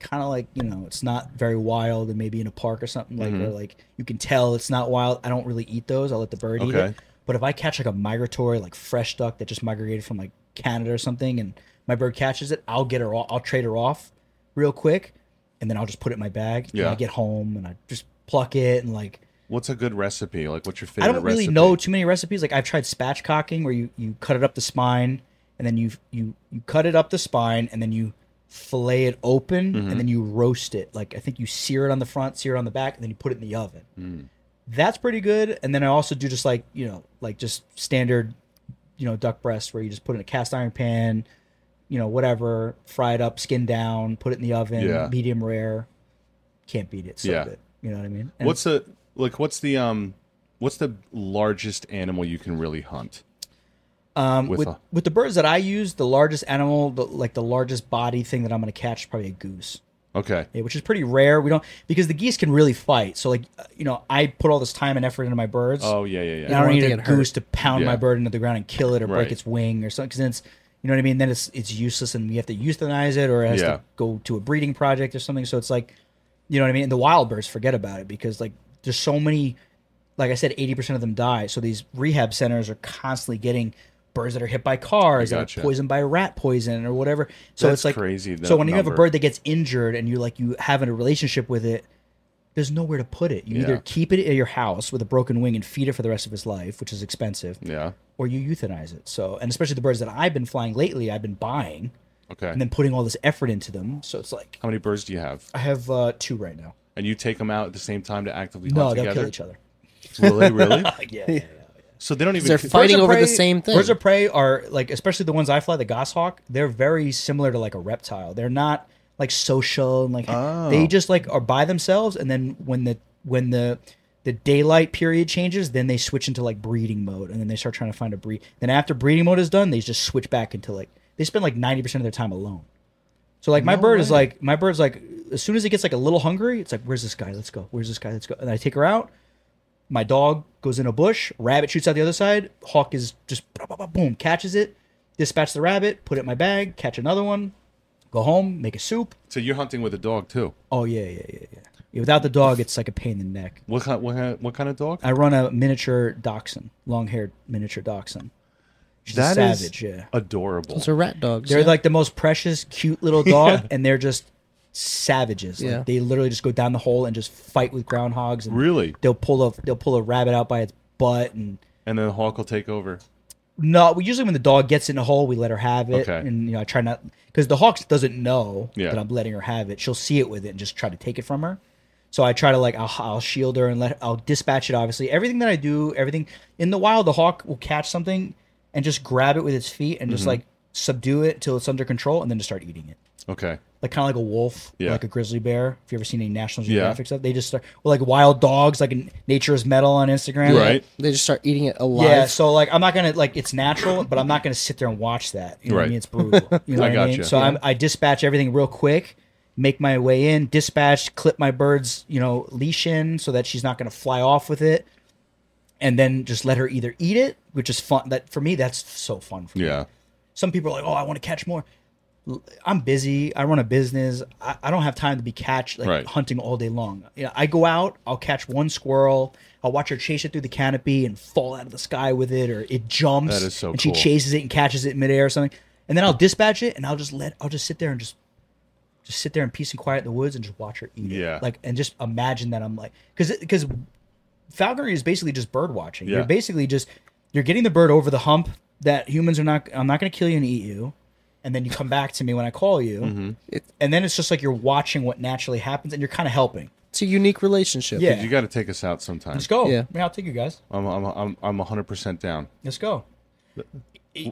S6: kind of like, you know, it's not very wild and maybe in a park or something like
S4: Mm-hmm.
S6: or like you can tell it's not wild. I don't really eat those. I let the bird eat
S4: Okay.
S6: it. But if I catch like a migratory like fresh duck that just migrated from like Canada or something and my bird catches it, I'll get her off, I'll trade her off real quick and then I'll just put it in my bag and
S4: Yeah.
S6: I get home and I just pluck it and like
S4: What's a good recipe? Like, what's your favorite?
S6: I don't really
S4: recipe?
S6: know too many recipes. Like I've tried spatchcocking, where you you cut it up the spine, and then you you you cut it up the spine, and then you fillet it open,
S4: Mm-hmm.
S6: and then you roast it. Like I think you sear it on the front, sear it on the back, and then you put it in the oven.
S4: Mm.
S6: That's pretty good. And then I also do just like you know like just standard, you know duck breast, where you just put it in a cast iron pan, you know whatever, fry it up, skin down, put it in the oven,
S4: Yeah.
S6: medium rare. Can't beat it. So
S4: Yeah.
S6: good. You know what I mean? And
S4: What's the like? What's the um? What's the largest animal you can really hunt?
S6: Um,
S4: with
S6: with, with,
S4: a-
S6: the birds that I use, the largest animal, the, like the largest body thing that I'm going to catch is probably a goose,
S4: Okay.
S6: yeah, which is pretty rare. We don't because the geese can really fight. So like uh, you know, I put all this time and effort into my birds.
S4: Oh yeah, yeah,
S6: and
S4: yeah.
S6: I don't
S5: want
S6: need
S5: to
S6: a
S5: get hurt.
S6: goose to pound
S4: Yeah.
S6: my bird into the ground and kill it or
S4: Right.
S6: break its wing or something. Because then it's you know what I mean. Then it's it's useless and we have to euthanize it or it has
S4: Yeah.
S6: to go to a breeding project or something. So it's like you know what I mean. And the wild birds forget about it because like there's so many like I said, eighty percent of them die. So these rehab centers are constantly getting birds that are hit by cars,
S4: Gotcha.
S6: that are poisoned by rat poison or whatever. So
S4: That's
S6: it's like
S4: crazy, that
S6: So when you have a
S4: number.
S6: bird that gets injured and you like you have a relationship with it, there's nowhere to put it. You
S4: Yeah.
S6: either keep it at your house with a broken wing and feed it for the rest of its life, which is expensive,
S4: Yeah.
S6: or you euthanize it. So and especially the birds that I've been flying lately, I've been buying
S4: Okay.
S6: and then putting all this effort into them. So it's like
S4: How many birds do you have?
S6: I have uh, two right now.
S4: And you take them out at the same time to actively
S6: No,
S4: hunt
S6: they'll
S4: together?
S6: kill each other.
S4: Will they really?
S6: yeah, yeah, yeah.
S4: So they don't even.
S5: They're
S4: ca-
S5: fighting
S6: Birds of
S5: over the
S6: prey-
S5: same thing.
S6: Birds of prey are like, especially the ones I fly, the goshawk. They're very similar to like a reptile. They're not like social and like they just like are by themselves. And then when the when the the daylight period changes, then they switch into like breeding mode, and then they start trying to find a breed. Then after breeding mode is done, they just switch back into like they spend like ninety percent of their time alone. So like my bird is like my bird's like as soon as it gets like a little hungry, it's like where's this guy? Let's go. Where's this guy? Let's go. And I take her out. My dog goes in a bush. Rabbit shoots out the other side. Hawk is just blah, blah, blah, boom catches it. Dispatch the rabbit. Put it in my bag. Catch another one. Go home. Make a soup.
S4: So you're hunting with a dog too.
S6: Oh yeah yeah yeah yeah. yeah without the dog, it's like a pain in the neck.
S4: What kind? What kind? What kind of dog?
S6: I run a miniature dachshund, long-haired miniature dachshund. She's a
S4: That is
S6: savage. Yeah.
S4: adorable.
S5: Those are rat dogs.
S6: They're
S5: yeah.
S6: like the most precious, cute little dog, and they're just savages.
S5: Yeah.
S6: Like they literally just go down the hole and just fight with groundhogs. And
S4: Really?
S6: They'll pull a they'll pull a rabbit out by its butt and
S4: And then the hawk will take over.
S6: no. we- Usually when the dog gets in the hole, we let her have it.
S4: Okay.
S6: And you know I try not because the hawk doesn't know
S4: Yeah.
S6: that I'm letting her have it. She'll see it with it and just try to take it from her. So I try to like I'll, I'll shield her and let I'll dispatch it. Obviously, everything that I do, everything in the wild, the hawk will catch something and just grab it with its feet and just
S4: Mm-hmm.
S6: like subdue it till it's under control and then just start eating it
S4: Okay.
S6: like kind of like a wolf, or
S4: Yeah.
S6: like a grizzly bear. If you ever seen any National
S4: Yeah.
S6: Geographic stuff, they just start well, like wild dogs, like in Nature is Metal on Instagram,
S4: Right.
S5: They just start eating it alive.
S6: Yeah, so like I'm not gonna like it's natural, but I'm not gonna sit there and watch that. You know what
S4: Right.
S6: I mean? It's brutal. You know
S4: I
S6: what I mean?
S4: gotcha.
S6: So I'm, I dispatch everything real quick, make my way in, dispatch, clip my bird's you know leash in so that she's not gonna fly off with it, and then just let her either eat it, which is fun. That for me, that's so fun. For me
S4: Yeah.
S6: some people are like, "Oh, I want to catch more." L- I'm busy. I run a business. I, I don't have time to be catch like
S4: Right.
S6: hunting all day long. You know, I go out. I'll catch one squirrel. I'll watch her chase it through the canopy and fall out of the sky with it, or it jumps.
S4: That is so
S6: And
S4: cool.
S6: she chases it and catches it midair or something. And then I'll dispatch it, and I'll just let. I'll just sit there and just. Just sit there in peace and quiet in the woods and just watch her eat it.
S4: Yeah.
S6: Like and just imagine that I'm like because because falconry is basically just bird watching.
S4: Yeah.
S6: You're basically just you're getting the bird over the hump that humans are not. I'm not going to kill you and eat you, and then you come back to me when I call you, and then it's just like you're watching what naturally happens, and you're kind of helping.
S5: It's a unique relationship.
S6: Yeah,
S4: You got to take us out sometime.
S6: let's go.
S5: Yeah.
S6: Yeah, I'll take you guys.
S4: I'm I'm I'm I'm 100% down.
S6: Let's go. It-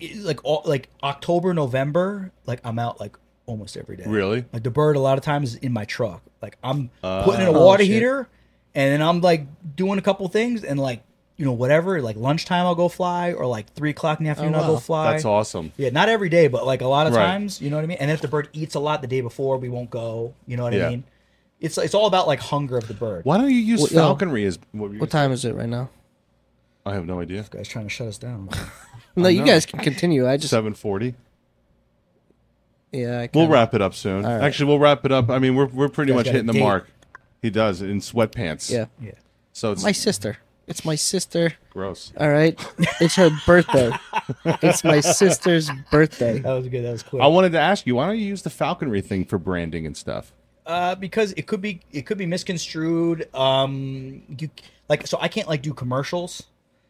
S6: it- like all, like October, November, like I'm out like almost every day.
S4: Really? Uh,
S6: Like the bird, a lot of times is in my truck. Like I'm putting in a water
S4: oh,
S5: shit.
S6: heater, and then I'm like doing a couple things, and like you know whatever. Like lunchtime, I'll go fly, or like three o'clock in the afternoon, I'll
S5: wow.
S6: go fly.
S4: Oh, That's awesome.
S6: Yeah, not every day, but like a lot of
S4: Right.
S6: times, you know what I mean. And if the bird eats a lot the day before, we won't go. You know what
S4: Yeah.
S6: I mean? It's it's all about like hunger of the bird.
S4: Why don't you use
S5: Well, yeah.
S4: falconry as what, were you
S5: What
S4: gonna
S5: time is it right now?
S4: say? I have no idea.
S6: Guys trying to shut us down.
S5: No, you
S4: know.
S5: guys can continue. I just
S4: 7:40.
S5: yeah. I kinda-
S4: We'll wrap it up soon.
S5: All right.
S4: Actually, we'll wrap it up. I mean, we're we're pretty
S6: Guys
S4: much
S6: got a
S4: hitting the
S6: date.
S4: mark. He does in sweatpants.
S5: Yeah,
S6: yeah.
S4: So it's
S5: my sister. It's my sister.
S4: gross.
S5: All right, it's her birthday. it's my sister's birthday.
S6: That was good. That was quick.
S4: I wanted to ask you, why don't you use the falconry thing for branding and stuff?
S6: Uh, because it could be it could be misconstrued. Um, you like so I can't like do commercials.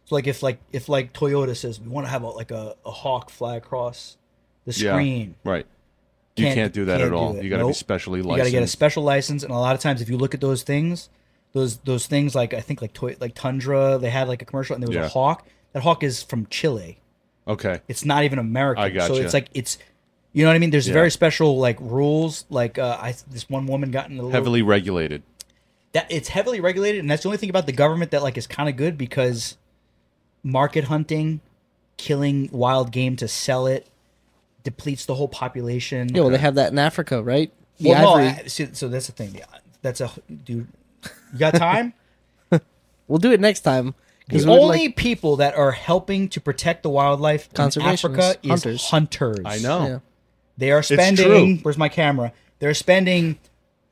S6: So like if like if like Toyota says we want to have a, like a, a hawk fly across the screen,
S4: Yeah. Right. You can't, do that
S6: can't
S4: at
S6: do
S4: all.
S6: it.
S4: You got to be
S6: Nope.
S4: specially
S6: you got to
S4: licensed.
S6: get a special license. And a lot of times, if you look at those things, those those things like I think like toy like Tundra, they had like a commercial and there was
S4: Yeah.
S6: a hawk. That hawk is from Chile.
S4: okay.
S6: It's not even American.
S4: I gotcha.
S6: So it's like it's, you know what I mean. There's
S4: Yeah.
S6: very special like rules. Like uh, I this one woman got in a little
S4: Heavily regulated.
S6: that it's heavily regulated and that's the only thing about the government that like is kind of good because market hunting killing wild game to sell it depletes the whole population
S5: Yeah, well, they have that in Africa, right? The
S6: Well, no,
S5: ivory.
S6: I- see, so that's the thing yeah, that's a dude you got time
S5: We'll do it next time.
S6: the
S5: we would
S6: only
S5: like-
S6: people that are helping to protect the wildlife in africa
S5: Conservationists,
S6: is
S5: hunters.
S6: hunters,
S4: I know.
S5: Yeah.
S6: They are
S4: true.
S6: spending. Where's my camera? They're spending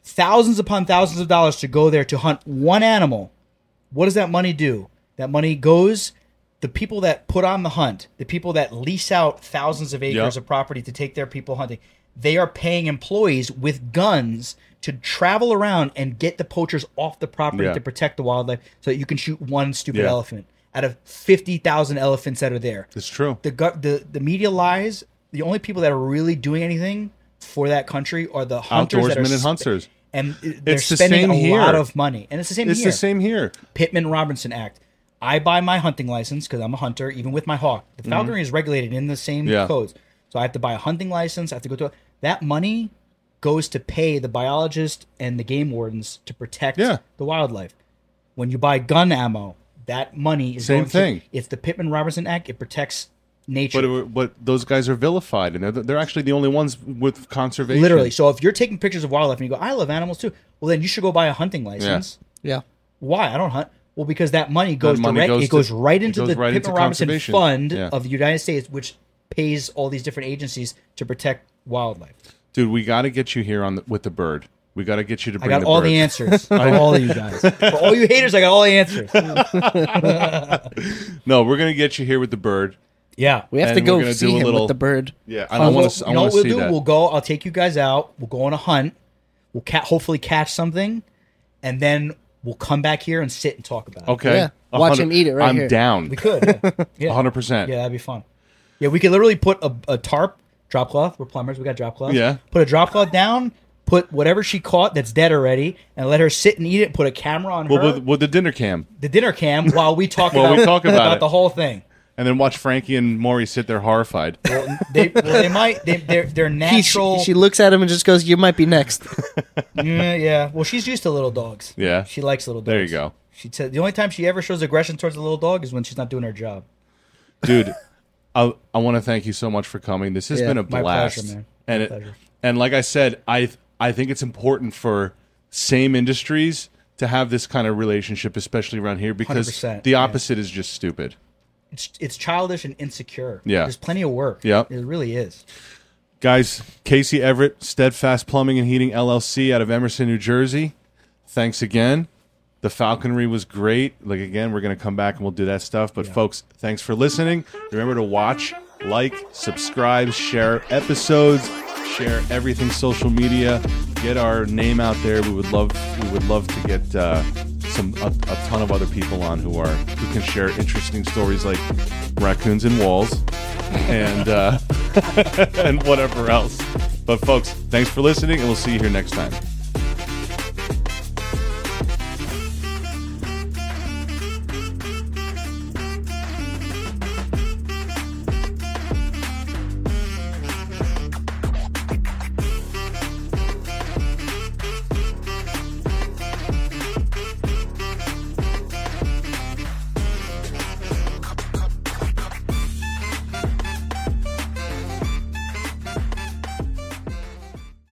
S6: thousands upon thousands of dollars to go there to hunt one animal. What does that money do? That money goes the people that put on the hunt, the people that lease out thousands of acres
S4: Yep.
S6: of property to take their people hunting. They are paying employees with guns to travel around and get the poachers off the property
S4: Yeah.
S6: to protect the wildlife so that you can shoot one stupid
S4: Yeah.
S6: elephant out of 50,000 elephants that are there
S4: It's true.
S6: the gov- the the media lies. The only people that are really doing anything for that country are the hunters that are
S4: Outdoorsmen and
S6: sp-
S4: hunters.
S6: and uh, they're
S4: It's the
S6: spending
S4: same
S6: a
S4: here.
S6: lot of money. And it's the same
S4: It's
S6: here.
S4: the same here.
S6: Pittman Robinson Act. I buy my hunting license because I'm a hunter, even with my hawk. The falconry is regulated in the same
S4: Mm-hmm. Yeah.
S6: codes. So I have to buy a hunting license. I have to go to a, that money goes to pay the biologist and the game wardens to protect
S4: Yeah.
S6: the wildlife. When you buy gun ammo, that money is
S4: Same
S6: going to-
S4: thing.
S6: it's the Pittman Robertson Act. It protects nature.
S4: But it, but those guys are vilified, and they're they're actually the only ones with conservation.
S6: Literally. So if you're taking pictures of wildlife and you go, I love animals too, well then you should go buy a hunting license.
S5: Yeah.
S6: Why? I don't hunt. Well, because that money goes
S4: money
S6: direct.
S4: goes
S6: it goes
S4: to-
S6: right
S4: it
S6: into
S4: goes
S6: the
S4: right
S6: Pittman
S4: into
S6: Robinson
S4: conservation.
S6: Fund
S4: Yeah.
S6: of the United States, which pays all these different agencies to protect wildlife.
S4: dude, we got to get you here on the, with the bird. We got to get you to
S6: I
S4: bring.
S6: got
S4: the
S6: all
S4: bird.
S6: the answers for all of you guys. For all you haters, I got all the answers.
S4: No, we're gonna get you here with the bird.
S6: Yeah.
S5: We have
S4: And
S5: to
S4: we're
S5: go
S4: gonna
S5: see
S4: do a
S5: him
S4: little-
S5: with the bird.
S4: Yeah, I don't
S6: Uh, Well,
S4: want to. I
S6: you know
S4: want to
S6: what we'll
S4: see
S6: do?
S4: that.
S6: We'll go. I'll take you guys out. We'll go on a hunt. We'll ca- hopefully catch something, and then we'll come back here and sit and talk about it.
S4: okay,
S5: Yeah.
S4: A
S5: Watch
S4: hundred-
S5: him eat it right
S4: I'm
S5: here.
S4: down.
S6: We could. Yeah. Yeah.
S4: One hundred percent.
S6: Yeah, that'd be fun. Yeah, we could literally put a, a tarp, drop cloth. We're plumbers. We got drop cloth.
S4: Yeah.
S6: Put a drop cloth down. Put whatever she caught that's dead already, and let her sit and eat it. Put a camera on her,
S4: With, with the dinner cam,
S6: the dinner cam, while we talk
S4: While
S6: about
S4: we talk about it.
S6: the whole thing.
S4: and then watch Frankie and Maury sit there horrified.
S6: Well, they, well, they might. They, they're, they're
S5: He,
S6: natural.
S5: she, she looks at him and just goes, "You might be next."
S6: Mm, yeah. Well, she's used to little dogs.
S4: Yeah.
S6: She likes little dogs.
S4: There you go.
S6: She said the only time she ever shows aggression towards a little dog is when she's not doing her job.
S4: dude i, I want to thank you so much for coming this has
S5: Yeah,
S4: been a
S6: my
S4: blast
S6: pleasure, man.
S4: and
S6: My
S4: it,
S6: pleasure.
S4: and like i said i i think it's important for same industries to have this kind of relationship especially around here because
S6: 100%,
S4: the
S6: yeah.
S4: opposite is just stupid
S6: It's it's childish and insecure.
S4: Yeah.
S6: There's plenty of work.
S4: Yep.
S6: It really is.
S4: guys casey everett steadfast plumbing and heating llc out of emerson new jersey thanks again the falconry was great like again we're gonna come back and we'll do that stuff but folks thanks for listening remember to watch like subscribe share episodes share everything social media get our name out there we would love we would love to get uh, some a, a ton of other people on who are who can share interesting stories like raccoons and walls and uh and whatever else. But folks, thanks for listening, and we'll see you here next time.